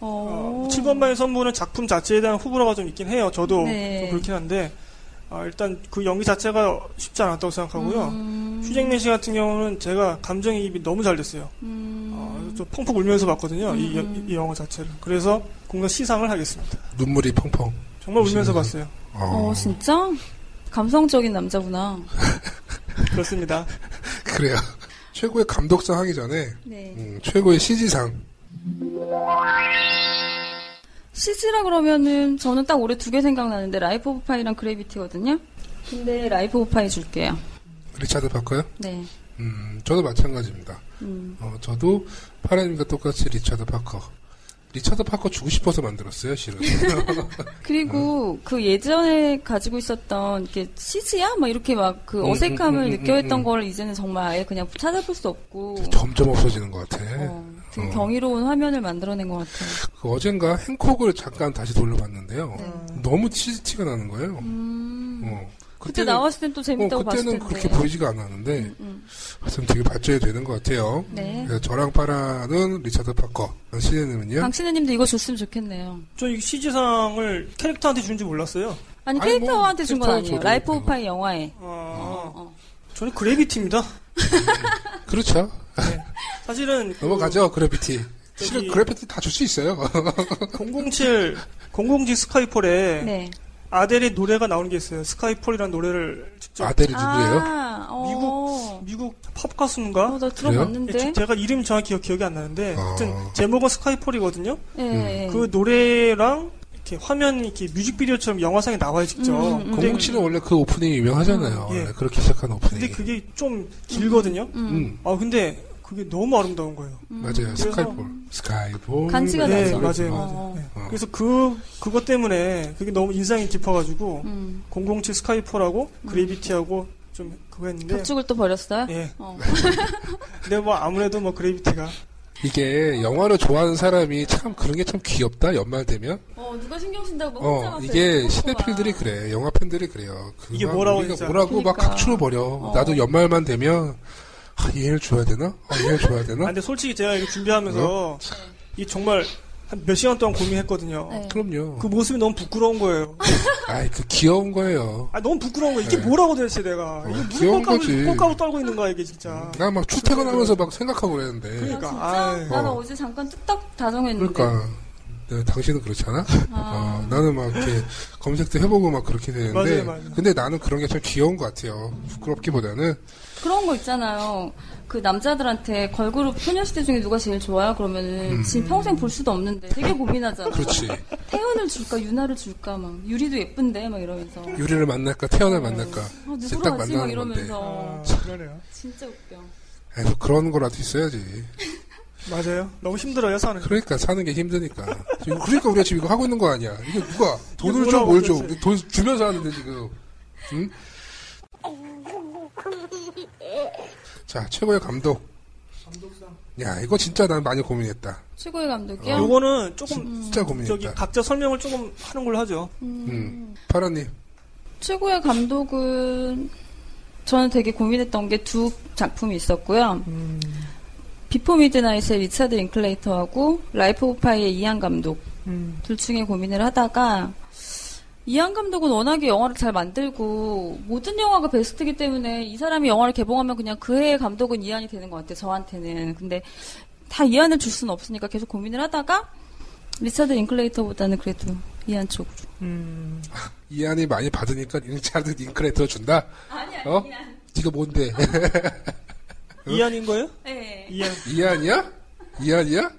Speaker 1: 어.
Speaker 2: 7번방의 선물은 작품 자체에 대한 호불호가 좀 있긴 해요. 저도
Speaker 1: 네.
Speaker 2: 좀 그렇긴 한데 아, 일단 그 연기 자체가 쉽지 않았다고 생각하고요.
Speaker 1: 음,
Speaker 2: 슈잭맨 씨 같은 경우는 제가 감정이입이 너무 잘 됐어요.
Speaker 1: 음.
Speaker 2: 아, 저 펑펑 울면서 봤거든요. 이, 여-
Speaker 1: 음.
Speaker 2: 이 영화 자체를. 그래서 공동 시상을 하겠습니다.
Speaker 3: 눈물이 펑펑.
Speaker 2: 정말 울면서
Speaker 3: 그러시네요.
Speaker 2: 봤어요.
Speaker 3: 어.
Speaker 1: 어 진짜? 감성적인 남자구나.
Speaker 2: 그렇습니다.
Speaker 3: 그래요. 최고의 감독상 하기 전에
Speaker 1: 네.
Speaker 3: 음, 최고의 CG상.
Speaker 1: CG라 그러면은 저는 딱 올해 두 개 생각나는데 라이프 오브 파이랑 그래비티거든요. 근데 라이프 오브 파이 줄게요.
Speaker 3: 리차드 바커요?
Speaker 1: 네.
Speaker 3: 음, 저도 마찬가지입니다.
Speaker 1: 음.
Speaker 3: 어, 저도 파라님과 똑같이 리차드 파커. 리차드 파커 주고 싶어서 만들었어요, 실은.
Speaker 1: 그리고 그 예전에 가지고 있었던 이렇게 CG야? 막 이렇게 막 그
Speaker 3: 음,
Speaker 1: 어색함을
Speaker 3: 음, 음,
Speaker 1: 느껴했던
Speaker 3: 음, 음.
Speaker 1: 걸 이제는 정말 아예 그냥 찾아볼 수 없고
Speaker 3: 점점 없어지는 것 같아.
Speaker 1: 어, 되게
Speaker 3: 어.
Speaker 1: 경이로운 화면을 만들어낸 것 같아요.
Speaker 3: 그 어젠가 행콕을 잠깐 다시 돌려봤는데요.
Speaker 1: 네.
Speaker 3: 너무 치즈티가 나는 거예요.
Speaker 1: 음.
Speaker 3: 어,
Speaker 1: 그때
Speaker 3: 그때는-
Speaker 1: 나왔을 땐 또 재밌다고
Speaker 3: 어,
Speaker 1: 봤을
Speaker 3: 그때는
Speaker 1: 텐데.
Speaker 3: 그렇게 보이지가 않았는데
Speaker 1: 음.
Speaker 3: 하여튼 되게 발전이 되는 것 같아요.
Speaker 1: 네.
Speaker 3: 그래서 저랑 파라는 리차드 파커, 시네님은요?
Speaker 1: 강신혜님도 이거 줬으면 좋겠네요.
Speaker 2: 저 이 CG상을 캐릭터한테 주는 줄 몰랐어요.
Speaker 1: 아니
Speaker 3: 아니,
Speaker 1: 캐릭터한테
Speaker 3: 뭐,
Speaker 1: 준 건
Speaker 3: 캐릭터
Speaker 1: 아니에요.
Speaker 3: 줘도
Speaker 1: 라이프
Speaker 3: 되고.
Speaker 1: 오브 파이 영화에.
Speaker 2: 아,
Speaker 1: 어.
Speaker 2: 저는 그래비티입니다.
Speaker 1: 아.
Speaker 2: 네.
Speaker 3: 그렇죠.
Speaker 2: 사실은
Speaker 3: 넘어가죠, 그래피티. 실은
Speaker 2: 저기-
Speaker 3: 그래피티 다 줄 수 있어요.
Speaker 2: 007, 007 스카이폴에
Speaker 1: 네.
Speaker 2: 아델의 노래가 나오는 게 있어요. 스카이폴이라는 노래를 직접
Speaker 3: 아델이 누구예요?
Speaker 1: 아, 어.
Speaker 2: 미국- 미국 팝
Speaker 1: 어,
Speaker 2: 가수인가?
Speaker 1: 나
Speaker 3: 예,
Speaker 1: 들어봤는데.
Speaker 2: 제가 이름 정확히 기억- 기억이 안 나는데
Speaker 3: 아.
Speaker 2: 하여튼 제목은 스카이폴이거든요.
Speaker 1: 예,
Speaker 3: 음.
Speaker 1: 예.
Speaker 2: 그 노래랑 이렇게 화면 이렇게 뮤직비디오처럼 영화상에 나와요 직접.
Speaker 1: 음, 음, 음.
Speaker 2: 근데,
Speaker 3: 007은 원래 그 오프닝이 유명하잖아요.
Speaker 2: 음, 예.
Speaker 3: 원래 그렇게 시작한 오프닝.
Speaker 2: 근데 그게 좀 길거든요.
Speaker 1: 음.
Speaker 3: 음,
Speaker 2: 아 근데 그게 너무 아름다운 거예요.
Speaker 3: 맞아요. 스카이볼. 스카이볼.
Speaker 1: 간지가
Speaker 3: 네,
Speaker 2: 네
Speaker 1: 나죠.
Speaker 2: 맞아요.
Speaker 1: 어,
Speaker 2: 맞아요.
Speaker 1: 어.
Speaker 2: 네.
Speaker 3: 어.
Speaker 2: 그래서 그 그것 때문에 그게 너무 인상이 깊어가지고
Speaker 1: 음.
Speaker 2: 007 스카이폴하고 그레비티하고 좀 그거
Speaker 3: 네.
Speaker 2: 했는데.
Speaker 1: 벽죽을 또 버렸어요?
Speaker 2: 예.
Speaker 1: 어.
Speaker 2: 근데 뭐 아무래도 뭐 그레비티가
Speaker 3: 이게 영화를 좋아하는 사람이 참 그런 게 참 귀엽다, 연말 되면.
Speaker 1: 어, 누가 신경 쓴다고 혼자
Speaker 3: 어,
Speaker 1: 와서
Speaker 3: 이게
Speaker 1: 이렇게
Speaker 3: 시네필들이
Speaker 1: 뽑아봐.
Speaker 3: 그래. 영화 팬들이 그래요. 그만
Speaker 2: 이게 뭐라고
Speaker 3: 우리가
Speaker 2: 진짜.
Speaker 3: 뭐라고 막
Speaker 1: 그러니까.
Speaker 3: 각출을 버려. 나도 연말만 되면 아, 얘를 줘야 되나? 아, 얘를 줘야
Speaker 2: 아,
Speaker 3: 되나?
Speaker 2: 근데 솔직히 제가 이거 준비하면서 이 정말 한 몇 시간 동안 고민했거든요.
Speaker 1: 네.
Speaker 3: 그럼요.
Speaker 2: 그 모습이 너무 부끄러운 거예요.
Speaker 3: 아이, 그 귀여운 거예요.
Speaker 2: 아, 너무 부끄러운 거예요. 이게
Speaker 3: 네.
Speaker 2: 뭐라고 도대체 내가.
Speaker 3: 어,
Speaker 2: 이게 무슨
Speaker 3: 귀여운
Speaker 2: 꼴값을,
Speaker 3: 거지. 음.
Speaker 2: 꼴값을 떨고 있는 거야, 이게 진짜.
Speaker 3: 나 막
Speaker 1: 그렇죠.
Speaker 3: 출퇴근하면서 막 생각하고 그랬는데.
Speaker 1: 아,
Speaker 2: 그러니까.
Speaker 1: 진짜?
Speaker 2: 아유.
Speaker 1: 나는
Speaker 3: 어.
Speaker 1: 어제 잠깐 뚝딱 다정했는데.
Speaker 3: 그러니까. 네, 당신은 그렇지 않아?
Speaker 1: 아.
Speaker 3: 어, 나는 막 이렇게 검색도 해보고 막 그렇게 되는데.
Speaker 2: 맞아요, 맞아요.
Speaker 3: 근데 나는 그런 게 참 귀여운 것 같아요. 부끄럽기보다는.
Speaker 1: 그런 거 있잖아요. 그 남자들한테 걸그룹 소녀시대 중에 누가 제일 좋아요? 그러면은
Speaker 3: 음.
Speaker 1: 지금 평생 볼 수도 없는데 되게 고민하잖아.
Speaker 3: 그렇지.
Speaker 1: 태연을 줄까 유나를 줄까 막 유리도 예쁜데 막 이러면서
Speaker 3: 유리를 만날까 태연을 만날까.
Speaker 1: 어,
Speaker 3: 이제
Speaker 1: 누구로
Speaker 3: 딱
Speaker 1: 하지 막
Speaker 3: 만나는
Speaker 1: 이러면서
Speaker 2: 아, 그러네요.
Speaker 1: 진짜 웃겨.
Speaker 3: 에이, 그런 거라도 있어야지.
Speaker 2: 맞아요. 너무 힘들어요 사는. 거.
Speaker 3: 그러니까 사는 게 힘드니까. 지금 그러니까 우리가 지금 이거 하고 있는 거 아니야. 이게 누가 돈을 줘,
Speaker 2: 뭐라고
Speaker 3: 뭘 줘.
Speaker 2: 그러지?
Speaker 3: 돈 주면서 하는데 지금. 응? 자, 최고의 감독. 야, 이거 진짜 난 많이 고민했다.
Speaker 1: 최고의 감독이요.
Speaker 3: 어.
Speaker 2: 아, 요거는 조금
Speaker 3: 진짜
Speaker 2: 음. 저기
Speaker 3: 고민했다.
Speaker 2: 각자 설명을 조금 하는 걸로 하죠.
Speaker 3: 음. 파라님.
Speaker 1: 최고의 감독은 저는 되게 고민했던 게 두 작품이 있었고요.
Speaker 3: 음.
Speaker 1: 비포 미드나잇의 리차드 인클레이터하고 라이프 오브 파이의 이안 감독
Speaker 3: 음.
Speaker 1: 둘 중에 고민을 하다가 이안 감독은 워낙에 영화를 잘 만들고 모든 영화가 베스트이기 때문에 이 사람이 영화를 개봉하면 그냥 그 해의 감독은 이안이 되는 것 같아요. 저한테는. 근데 다 이안을 줄 수는 없으니까 계속 고민을 하다가 리차드 인클레이터보다는 그래도 이안 쪽으로.
Speaker 3: 이안이 많이 받으니까 리차드 링크레터 준다? 어? 네가 뭔데?
Speaker 2: 이안인 거예요?
Speaker 1: 네.
Speaker 2: 이안.
Speaker 3: 이안이야? 이안이야?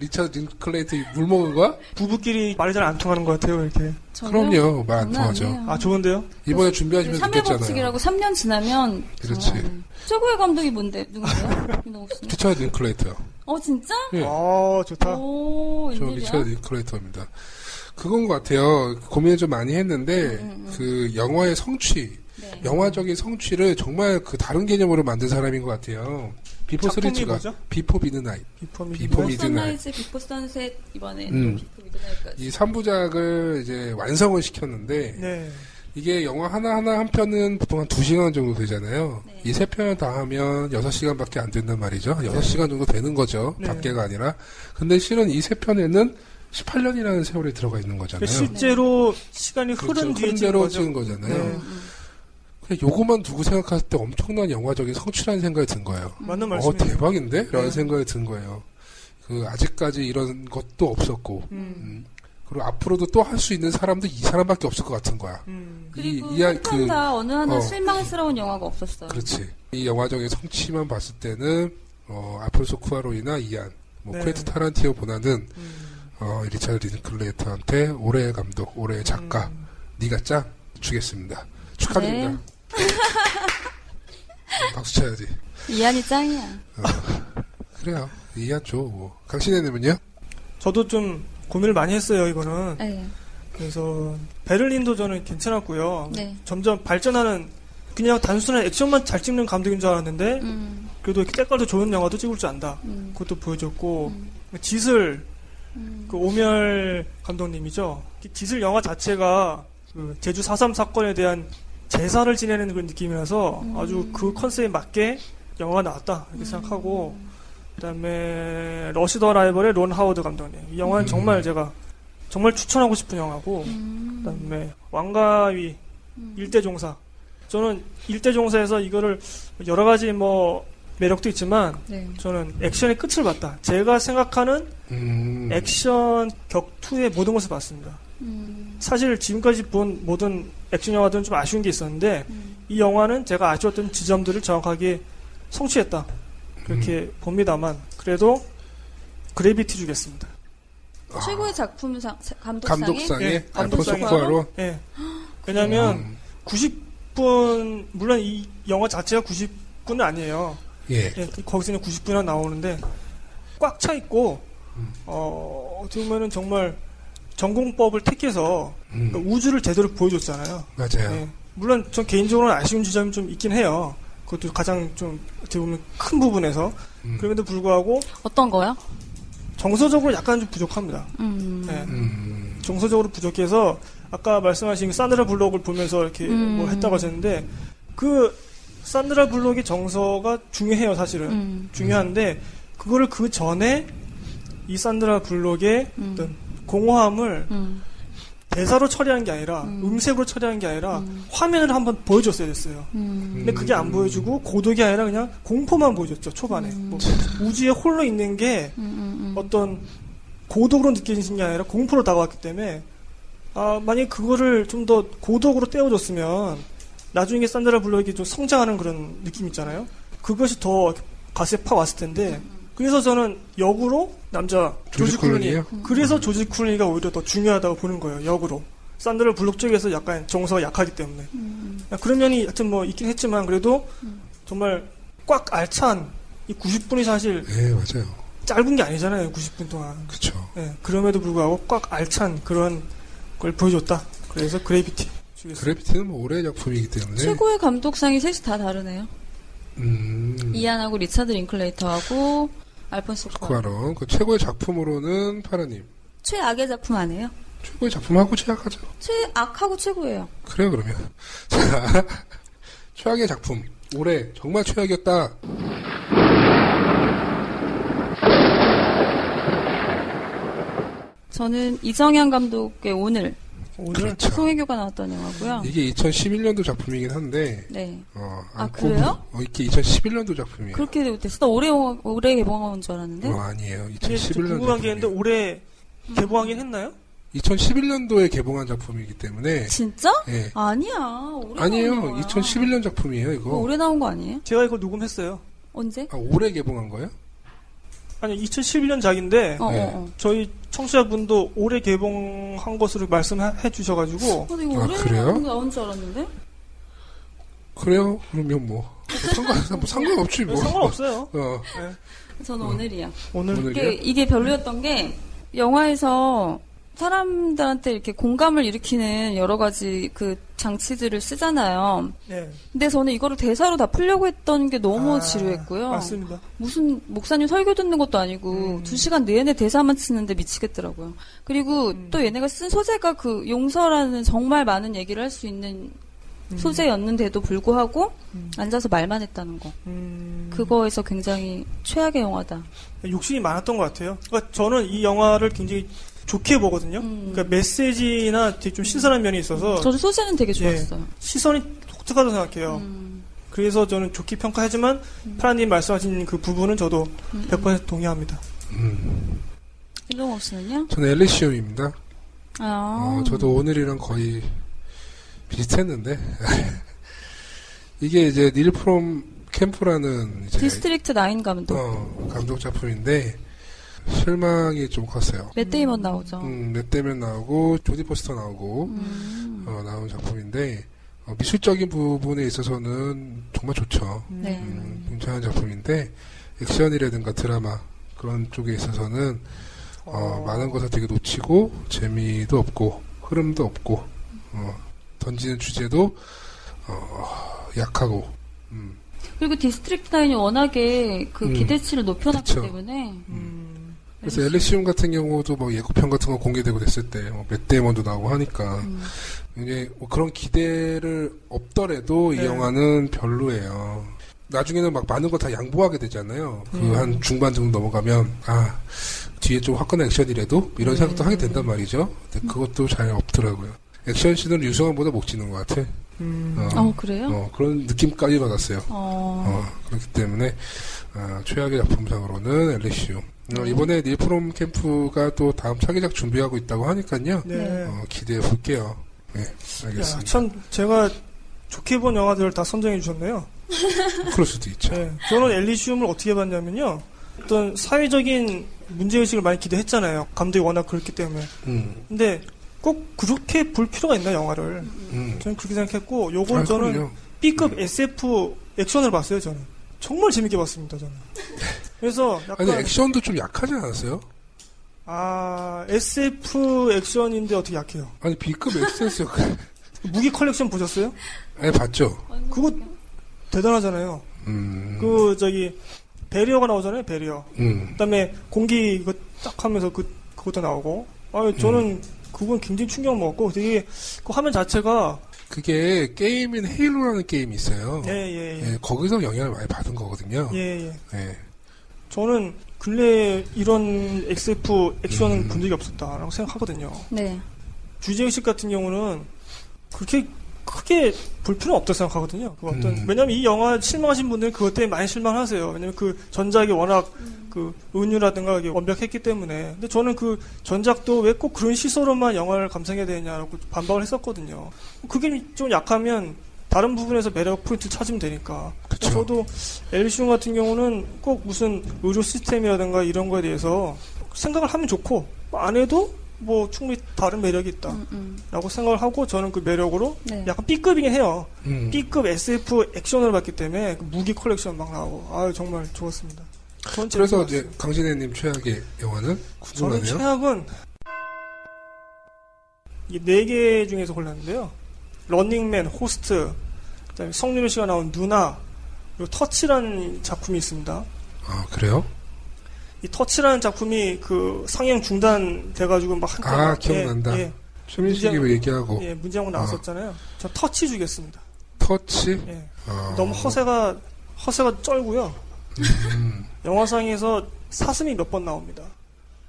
Speaker 3: 리차드 링클레이터 물 먹은 거야?
Speaker 2: 부부끼리 말이 잘 안 통하는 것 같아요 이렇게.
Speaker 3: 그럼요. 말 안 통하죠.
Speaker 2: 아 좋은데요?
Speaker 3: 이번에 준비하시면서
Speaker 1: 3회
Speaker 3: 느꼈잖아요.
Speaker 1: 그 법칙이라고 3년 지나면
Speaker 3: 그렇지.
Speaker 1: 음. 최고의 감독이 뭔데? 누군데요? 민호국 씨는?
Speaker 3: 리차드 링클레이터.
Speaker 1: 어 진짜?
Speaker 3: 예.
Speaker 2: 아 좋다.
Speaker 1: 오
Speaker 3: 저
Speaker 1: 웬일이야?
Speaker 3: 리처드 니클레이터입니다. 그건 것 같아요. 고민을 좀 많이 했는데
Speaker 2: 음,
Speaker 3: 그 영화의 성취,
Speaker 1: 네.
Speaker 3: 영화적인 성취를 정말 그 다른 개념으로 만든 사람인 것 같아요. 비포
Speaker 2: 작품이
Speaker 3: 시리즈가
Speaker 2: 뭐죠?
Speaker 3: 비포 비드나잇
Speaker 2: 비포
Speaker 3: 비포
Speaker 2: 미드.
Speaker 3: 미드.
Speaker 1: 선라이즈 비포 선셋 이번에
Speaker 3: 음.
Speaker 1: 또 비포 미드나잇까지.
Speaker 3: 이 3부작을 이제 완성을 시켰는데
Speaker 2: 네.
Speaker 3: 이게 영화 하나하나 한 편은 보통 한 2시간 정도 되잖아요.
Speaker 1: 네.
Speaker 3: 이 세 편을 다 하면 6시간밖에 안 된단 말이죠. 6시간 정도 되는 거죠.
Speaker 2: 네.
Speaker 3: 밖에가 아니라. 근데 실은 이 세 편에는 18년이라는 세월이 들어가 있는
Speaker 2: 그러니까
Speaker 3: 거잖아요.
Speaker 2: 실제로 시간이 흐른
Speaker 3: 네. 그렇죠.
Speaker 2: 뒤에
Speaker 3: 큰
Speaker 2: 찍은
Speaker 3: 대로
Speaker 2: 거죠.
Speaker 3: 찍은 거잖아요.
Speaker 1: 음,
Speaker 2: 네.
Speaker 3: 그냥 요거만 두고 생각했을 때 엄청난 영화적인 성취라는 생각이 든 거예요.
Speaker 2: 맞는
Speaker 3: 어,
Speaker 2: 말씀이에요.
Speaker 3: 대박인데? 라는
Speaker 2: 네.
Speaker 3: 생각이 든 거예요. 그, 아직까지 이런 것도 없었고,
Speaker 2: 음.
Speaker 3: 음. 그리고 앞으로도 또 할 수 있는 사람도 이 사람밖에 없을 것 같은 거야.
Speaker 2: 음.
Speaker 1: 그리고
Speaker 3: 이- 이 아-
Speaker 1: 한편
Speaker 3: 그-
Speaker 1: 다 어느 하나
Speaker 3: 어.
Speaker 1: 실망스러운 영화가 없었어요.
Speaker 3: 그렇지. 이 영화적인 성취만 봤을 때는, 어, 아폴소 쿠아로이나 이안, 뭐,
Speaker 2: 네.
Speaker 3: 퀘트 타란티오보다는,
Speaker 2: 음.
Speaker 3: 어, 리차드 링클레이터한테 올해의 감독, 올해의 작가,
Speaker 2: 음.
Speaker 3: 네가 짱 주겠습니다.
Speaker 1: 네.
Speaker 3: 축하드립니다. 음, 박수 쳐야지.
Speaker 1: 이안이 짱이야.
Speaker 3: 그래요. 이해한 줘. 뭐. 강신혜님은요?
Speaker 2: 저도 좀 고민을 많이 했어요 이거는.
Speaker 1: 네.
Speaker 2: 그래서 베를린도 저는 괜찮았고요.
Speaker 1: 네.
Speaker 2: 점점 발전하는 그냥 단순한 액션만 잘 찍는 감독인 줄 알았는데
Speaker 1: 음.
Speaker 2: 그래도 이렇게 색깔도 좋은 영화도 찍을 줄 안다.
Speaker 1: 음.
Speaker 2: 그것도 보여줬고 짓을 그 오멸 감독님이죠. 짓을 영화 자체가 그 제주 4.3 사건에 대한 제사를 지내는 그런 느낌이라서
Speaker 1: 음.
Speaker 2: 아주 그 컨셉에 맞게 영화가 나왔다 이렇게 생각하고 그다음에 러시더 라이벌의 론 하워드 감독님 이 영화는
Speaker 3: 음.
Speaker 2: 정말 제가 정말 추천하고 싶은 영화고
Speaker 1: 음.
Speaker 2: 그다음에 네, 왕가위 일대종사 저는 일대종사에서 이거를 여러 가지 뭐 매력도 있지만
Speaker 1: 네.
Speaker 2: 저는 액션의 끝을 봤다. 제가 생각하는 네,
Speaker 3: 음.
Speaker 2: 액션 격투의 모든 것을 봤습니다.
Speaker 1: 음.
Speaker 2: 사실 지금까지 본 모든 액션 영화들은 좀 아쉬운 게 있었는데
Speaker 1: 음.
Speaker 2: 이 영화는 제가 아쉬웠던 지점들을 정확하게 성취했다.
Speaker 3: 음.
Speaker 2: 그렇게 봅니다만 그래도 그래비티 주겠습니다.
Speaker 3: 아,
Speaker 1: 최고의 작품상 사- 감독상에
Speaker 3: 감독상에
Speaker 2: 예,
Speaker 3: 알폰소
Speaker 2: 감독상에.
Speaker 3: 쿠아로.
Speaker 2: 예. 왜냐하면
Speaker 3: 음,
Speaker 2: 90분 물론 이 영화 자체가 90분은 아니에요.
Speaker 3: 예.
Speaker 2: 예, 거기서는 90분이나 나오는데 꽉 차 있고
Speaker 3: 음.
Speaker 2: 어, 어떻게 보면은 정말 전공법을 택해서
Speaker 3: 음,
Speaker 2: 그러니까 우주를 제대로 보여줬잖아요.
Speaker 3: 맞아요.
Speaker 2: 예. 물론 전 개인적으로는 아쉬운 지점이 좀 있긴 해요. 그것도 가장 좀 어떻게 보면 큰 부분에서
Speaker 3: 음,
Speaker 2: 그럼에도 불구하고
Speaker 1: 어떤 거요?
Speaker 2: 정서적으로 약간 좀 부족합니다.
Speaker 1: 음.
Speaker 2: 예.
Speaker 3: 음,
Speaker 2: 정서적으로 부족해서 아까 말씀하신 그 산드라 블록을 보면서 이렇게
Speaker 1: 음.
Speaker 2: 뭐 했다고 하셨는데 그 산드라 블록의 정서가 중요해요 사실은.
Speaker 1: 음.
Speaker 2: 중요한데 그거를 그 전에 이 산드라 블록의
Speaker 1: 음.
Speaker 2: 어떤 공허함을
Speaker 1: 음.
Speaker 2: 대사로 처리한 게 아니라
Speaker 1: 음.
Speaker 2: 음. 색으로 처리한 게 아니라
Speaker 1: 음.
Speaker 2: 화면을 한번 보여줬어야 됐어요.
Speaker 1: 음.
Speaker 2: 근데 그게 안 보여주고 고독이 아니라 그냥 공포만 보여줬죠 초반에. 뭐 우주에 홀로 있는 게
Speaker 1: 음. 음.
Speaker 2: 어떤 고독으로 느껴지는 게 아니라 공포로 다가왔기 때문에 아 만약 그거를 좀 더 고독으로 떼어줬으면 나중에 산드라 블럭이 좀 성장하는 그런 느낌 있잖아요. 그것이 더 가슴에 파 왔을 텐데. 그래서 저는 역으로 남자
Speaker 3: 조지
Speaker 2: 조지
Speaker 3: 쿨루니요?
Speaker 2: 쿨루니. 그래서 조지 쿨루니가 오히려 더 중요하다고 보는 거예요. 역으로. 산드라 블록 쪽에서 약간 정서가 약하기 때문에.
Speaker 1: 음.
Speaker 2: 그런 면이 하여튼 뭐 있긴 했지만 그래도 정말 꽉 알찬 이 90분이 사실
Speaker 3: 예, 맞아요.
Speaker 2: 짧은 게 아니잖아요. 90분 동안.
Speaker 3: 그쵸.
Speaker 2: 예, 그럼에도 불구하고 꽉 알찬 그런 걸 보여줬다. 그래서 그래비티 주겠습니다.
Speaker 3: 그래비티는 뭐 올해 작품이기 때문에.
Speaker 1: 최고의 감독상이 셋이 다 다르네요.
Speaker 3: 음,
Speaker 1: 이안하고 리차드 링클레이터하고 알폰소 쿠아론.
Speaker 3: 쿠아론. 그 최고의 작품으로는 파라님.
Speaker 1: 최악의 작품 아니에요?
Speaker 3: 최고의 작품하고 최악하죠.
Speaker 1: 최악하고 최고예요.
Speaker 3: 그래요, 그러면. 자, 최악의 작품. 올해 정말 최악이었다.
Speaker 1: 저는 이정현 감독의 오늘
Speaker 2: 오늘
Speaker 3: 그렇죠.
Speaker 1: 송혜교가 나왔던 영화고요.
Speaker 3: 이게 2011년도 작품이긴 한데,
Speaker 1: 네.
Speaker 3: 어,
Speaker 1: 아,
Speaker 3: 안고
Speaker 1: 그래요?
Speaker 3: 부- 어, 이게 2011년도 작품이에요.
Speaker 1: 그렇게 됐어. 나 올해 영화- 올해 개봉한 줄 알았는데.
Speaker 3: 어, 아니에요.
Speaker 2: 이게 좀
Speaker 3: 2011년.
Speaker 2: 궁금한 게 있는데
Speaker 3: 작품이에요.
Speaker 2: 올해 개봉하긴 했나요?
Speaker 3: 2011년도에 개봉한 작품이기 때문에,
Speaker 1: 진짜?
Speaker 3: 예.
Speaker 1: 아니야. 올해
Speaker 3: 아니에요.
Speaker 1: 나온 거야.
Speaker 3: 2011년 작품이에요, 이거.
Speaker 1: 그거 올해 나온 거 아니에요?
Speaker 2: 제가 이거 녹음했어요.
Speaker 1: 언제?
Speaker 3: 아, 올해 개봉한 거예요?
Speaker 2: 아니 2011년 작인데
Speaker 1: 어,
Speaker 3: 네.
Speaker 1: 어, 어.
Speaker 2: 저희 청취자분도 올해 개봉한 것으로 말씀해 주셔가지고
Speaker 1: 어, 나 이거
Speaker 3: 아,
Speaker 1: 올해
Speaker 3: 그래요?
Speaker 1: 나온 거 나온 줄 알았는데.
Speaker 3: 그래요? 그러면 뭐. 뭐 상관, 뭐 상관없지, 뭐.
Speaker 2: 상관없어요.
Speaker 3: 어,
Speaker 1: 저는
Speaker 3: 어.
Speaker 1: 오늘이야.
Speaker 2: 오늘
Speaker 1: 이게,
Speaker 3: 오늘이요?
Speaker 1: 이게 별로였던 게 영화에서 사람들한테 이렇게 공감을 일으키는 여러 가지 그 장치들을 쓰잖아요.
Speaker 2: 예.
Speaker 1: 근데 저는 이거를 대사로 다 풀려고 했던 게 너무
Speaker 2: 아,
Speaker 1: 지루했고요.
Speaker 2: 맞습니다.
Speaker 1: 무슨 목사님 설교 듣는 것도 아니고
Speaker 2: 음.
Speaker 1: 두 시간 내내 대사만 치는데 미치겠더라고요. 그리고
Speaker 2: 음.
Speaker 1: 또 얘네가 쓴 소재가 그 용서라는 정말 많은 얘기를 할 수 있는
Speaker 2: 음.
Speaker 1: 소재였는데도 불구하고
Speaker 2: 음.
Speaker 1: 앉아서 말만 했다는 거.
Speaker 2: 음.
Speaker 1: 그거에서 굉장히 최악의 영화다.
Speaker 2: 욕심이 많았던 것 같아요. 그러니까 저는 이 영화를 굉장히 좋게 보거든요.
Speaker 1: 음.
Speaker 2: 그러니까 메시지나 되게 좀 신선한 면이 있어서
Speaker 1: 저도 소재는 되게 좋았어요.
Speaker 2: 시선이 독특하다고 생각해요.
Speaker 1: 음,
Speaker 2: 그래서 저는 좋게 평가하지만 파라님 말씀하신 그 부분은 저도 100% 동의합니다.
Speaker 3: 음.
Speaker 1: 김동욱 씨는요?
Speaker 3: 저는 엘리시움입니다.
Speaker 1: 아,
Speaker 3: 어, 저도 오늘이랑 거의 비슷했는데 이게 이제 닐 프롬 캠프라는 이제
Speaker 1: 음. 디스트릭트 9 감독.
Speaker 3: 어, 감독 작품인데 실망이 좀 컸어요.
Speaker 1: 맷 데이먼 나오죠.
Speaker 3: 음, 맷 데면 나오고 조디 포스터 나오고
Speaker 1: 음.
Speaker 3: 어, 나온 작품인데 어, 미술적인 부분에 있어서는 정말 좋죠.
Speaker 1: 네.
Speaker 3: 음, 괜찮은 작품인데 액션이라든가 드라마 그런 쪽에 있어서는 어, 많은 것을 되게 놓치고 재미도 없고 흐름도 없고 어, 던지는 주제도 어, 약하고 음,
Speaker 1: 그리고 디스트릭트 9이 워낙에 그
Speaker 3: 음.
Speaker 1: 기대치를 높여놨기
Speaker 3: 그쵸.
Speaker 1: 때문에
Speaker 2: 음.
Speaker 1: 네.
Speaker 3: 그래서 엘리시움 같은 경우도 뭐 예고편 같은 거 공개되고 됐을 때몇 대먼도 나오고 하니까
Speaker 1: 음.
Speaker 3: 이게 뭐 그런 기대를 없더라도 이
Speaker 2: 네.
Speaker 3: 영화는 별로예요. 나중에는 막 많은 거 다 양보하게 되잖아요.
Speaker 2: 음.
Speaker 3: 그 한 중반 정도 넘어가면 아 뒤에 좀 화끈한 액션이라도 이런 생각도
Speaker 2: 음.
Speaker 3: 하게 된단 말이죠. 근데 그것도 잘 없더라고요. 액션 씬은 유승환보다 못 찍는 것 같아.
Speaker 2: 음.
Speaker 3: 어,
Speaker 1: 어, 그래요?
Speaker 3: 어, 그런 느낌까지 받았어요.
Speaker 1: 어.
Speaker 3: 어, 그렇기 때문에 아, 최악의 작품상으로는 엘리시움. 어, 이번에 닐프롬 캠프가 또 다음 차기작 준비하고 있다고 하니까요.
Speaker 2: 네.
Speaker 1: 네.
Speaker 3: 어, 기대해 볼게요. 네,
Speaker 2: 야,
Speaker 3: 알겠습니다.
Speaker 2: 참 제가 좋게 본 영화들을 다 선정해 주셨네요.
Speaker 3: 그럴 수도 있죠.
Speaker 2: 네. 저는 엘리시움을 어떻게 봤냐면요. 어떤 사회적인 문제의식을 많이 기대했잖아요. 감독이 워낙 그렇기 때문에.
Speaker 3: 음,
Speaker 2: 근데 꼭 그렇게 볼 필요가 있나 영화를.
Speaker 3: 음.
Speaker 2: 저는 그렇게 생각했고 요걸
Speaker 3: 아,
Speaker 2: 저는
Speaker 3: 그럼요.
Speaker 2: B급
Speaker 3: 네.
Speaker 2: SF 액션을 봤어요, 저는. 정말 재밌게 봤습니다, 저는. 그래서 약간
Speaker 3: 아니 액션도 좀 약하지 않았어요?
Speaker 2: 아, SF 액션인데 어떻게 약해요?
Speaker 3: 아니 B급 액센스
Speaker 2: 무기 컬렉션 보셨어요?
Speaker 3: 아니 봤죠.
Speaker 2: 그거 대단하잖아요.
Speaker 3: 음,
Speaker 2: 그 저기 배리어가 나오잖아요, 배리어.
Speaker 3: 음.
Speaker 2: 그다음에 공기 이거 딱 하면서 그 그것도 나오고. 아,
Speaker 3: 음.
Speaker 2: 저는 그건 굉장히 충격 먹었고 되게 그 화면 자체가
Speaker 3: 어. 그게 게임인 헤일로라는 게임이 있어요.
Speaker 2: 예, 예, 예.
Speaker 3: 예, 거기서 영향을 많이 받은 거거든요.
Speaker 2: 예, 예.
Speaker 3: 예.
Speaker 2: 저는 근래 이런 SF 액션은
Speaker 3: 음.
Speaker 2: 본 적이 없었다라고 생각하거든요.
Speaker 1: 네.
Speaker 2: 주제의식 같은 경우는 그렇게 크게 볼 필요는 없다고 생각하거든요. 그 어떤,
Speaker 3: 음.
Speaker 2: 왜냐면 이 영화 실망하신 분들은 그것 때문에 많이 실망하세요. 왜냐면 그 전작이 워낙 그 은유라든가 이게 완벽했기 때문에. 근데 저는 그 전작도 왜 꼭 그런 시설로만 영화를 감상해야 되냐고 반박을 했었거든요. 그게 좀 약하면 다른 부분에서 매력 포인트를 찾으면 되니까.
Speaker 3: 그쵸.
Speaker 2: 저도 엘비시온 같은 경우는 꼭 무슨 의료 시스템이라든가 이런 거에 대해서 생각을 하면 좋고 안 해도 뭐 충분히 다른 매력이 있다라고
Speaker 1: 음, 음.
Speaker 2: 생각을 하고 저는 그 매력으로
Speaker 1: 네.
Speaker 2: 약간 B급이긴 해요.
Speaker 3: 음.
Speaker 2: B급 SF 액션을 봤기 때문에 그 무기 컬렉션 막 나오고 아 정말 좋았습니다. 그건
Speaker 3: 그래서
Speaker 2: 재밌었어요.
Speaker 3: 이제 강진애님 최악의 영화는
Speaker 2: 저는
Speaker 3: 궁금하네요.
Speaker 2: 최악은 네 개 중에서 골랐는데요. 런닝맨, 호스트, 그다음에 성윤호 씨가 나온 누나, 그리고 터치라는 작품이 있습니다.
Speaker 3: 아 그래요?
Speaker 2: 이 터치라는 작품이 그 상영 중단 돼가지고 막 한때
Speaker 3: 아,
Speaker 2: 막-
Speaker 3: 기억난다.
Speaker 2: 예,
Speaker 3: 최민식이
Speaker 2: 문제가-
Speaker 3: 얘기하고
Speaker 2: 예, 예, 문제하고 나왔었잖아요. 저 터치 주겠습니다.
Speaker 3: 터치
Speaker 2: 예.
Speaker 3: 어,
Speaker 2: 너무 허세가 허세가 쩔고요.
Speaker 3: 음,
Speaker 2: 영화상에서 사슴이 몇 번 나옵니다.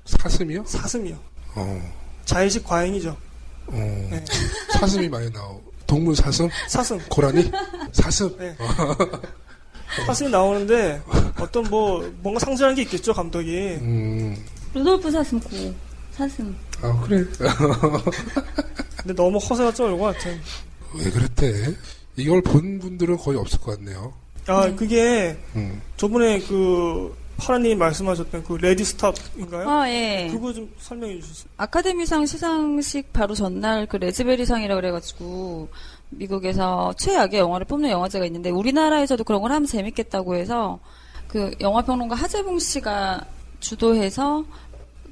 Speaker 3: 사슴이요?
Speaker 2: 사슴이요.
Speaker 3: 어,
Speaker 2: 자의식 과잉이죠.
Speaker 3: 어.
Speaker 2: 예,
Speaker 3: 사슴이 많이 나오. 동물 사슴?
Speaker 2: 사슴.
Speaker 3: 고라니? 사슴?
Speaker 2: 네. 사슴이 나오는데 어떤 뭐 뭔가 상징하는 게 있겠죠 감독이
Speaker 3: 음,
Speaker 1: 루돌프 사슴 고 사슴.
Speaker 3: 아 그래.
Speaker 2: 근데 너무 허세가 쩔고 하여튼
Speaker 3: 왜 그랬대? 이걸 본 분들은 거의 없을 것 같네요.
Speaker 2: 아 그게
Speaker 3: 음.
Speaker 2: 저번에 그 파라님이 말씀하셨던 그 레디스탑인가요?
Speaker 1: 아 예.
Speaker 2: 그거 좀 설명해 주셨어요
Speaker 1: 아카데미상 시상식 바로 전날 그 레즈베리상이라 그래가지고 미국에서 최악의 영화를 뽑는 영화제가 있는데 우리나라에서도 그런 걸 하면 재밌겠다고 해서 그 영화평론가 하재봉 씨가 주도해서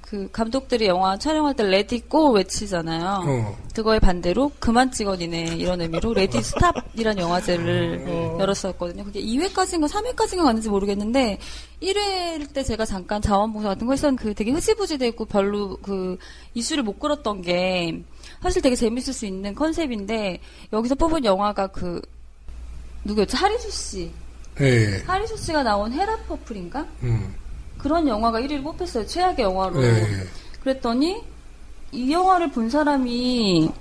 Speaker 1: 그 감독들이 영화 촬영할 때 레디 고 외치잖아요.
Speaker 3: 어.
Speaker 1: 그거에 반대로 그만 찍어니네 이런 의미로 레디 스탑이라는 영화제를 열었었거든요. 그게 2회까지인가 3회까지인가 갔는지 모르겠는데 1회 때 제가 잠깐 자원봉사 같은 거 했었는데 그 되게 흐지부지 되고 별로 그 이슈를 못 끌었던 게 사실 되게 재밌을 수 있는 컨셉인데 여기서 뽑은 영화가 그 누구였죠? 하리수 씨.
Speaker 3: 예.
Speaker 1: 하리수 씨가 나온 헤라 퍼플인가?
Speaker 3: 음.
Speaker 1: 그런 영화가 1위를 뽑혔어요. 최악의 영화로.
Speaker 3: 예.
Speaker 1: 그랬더니 이 영화를 본 사람이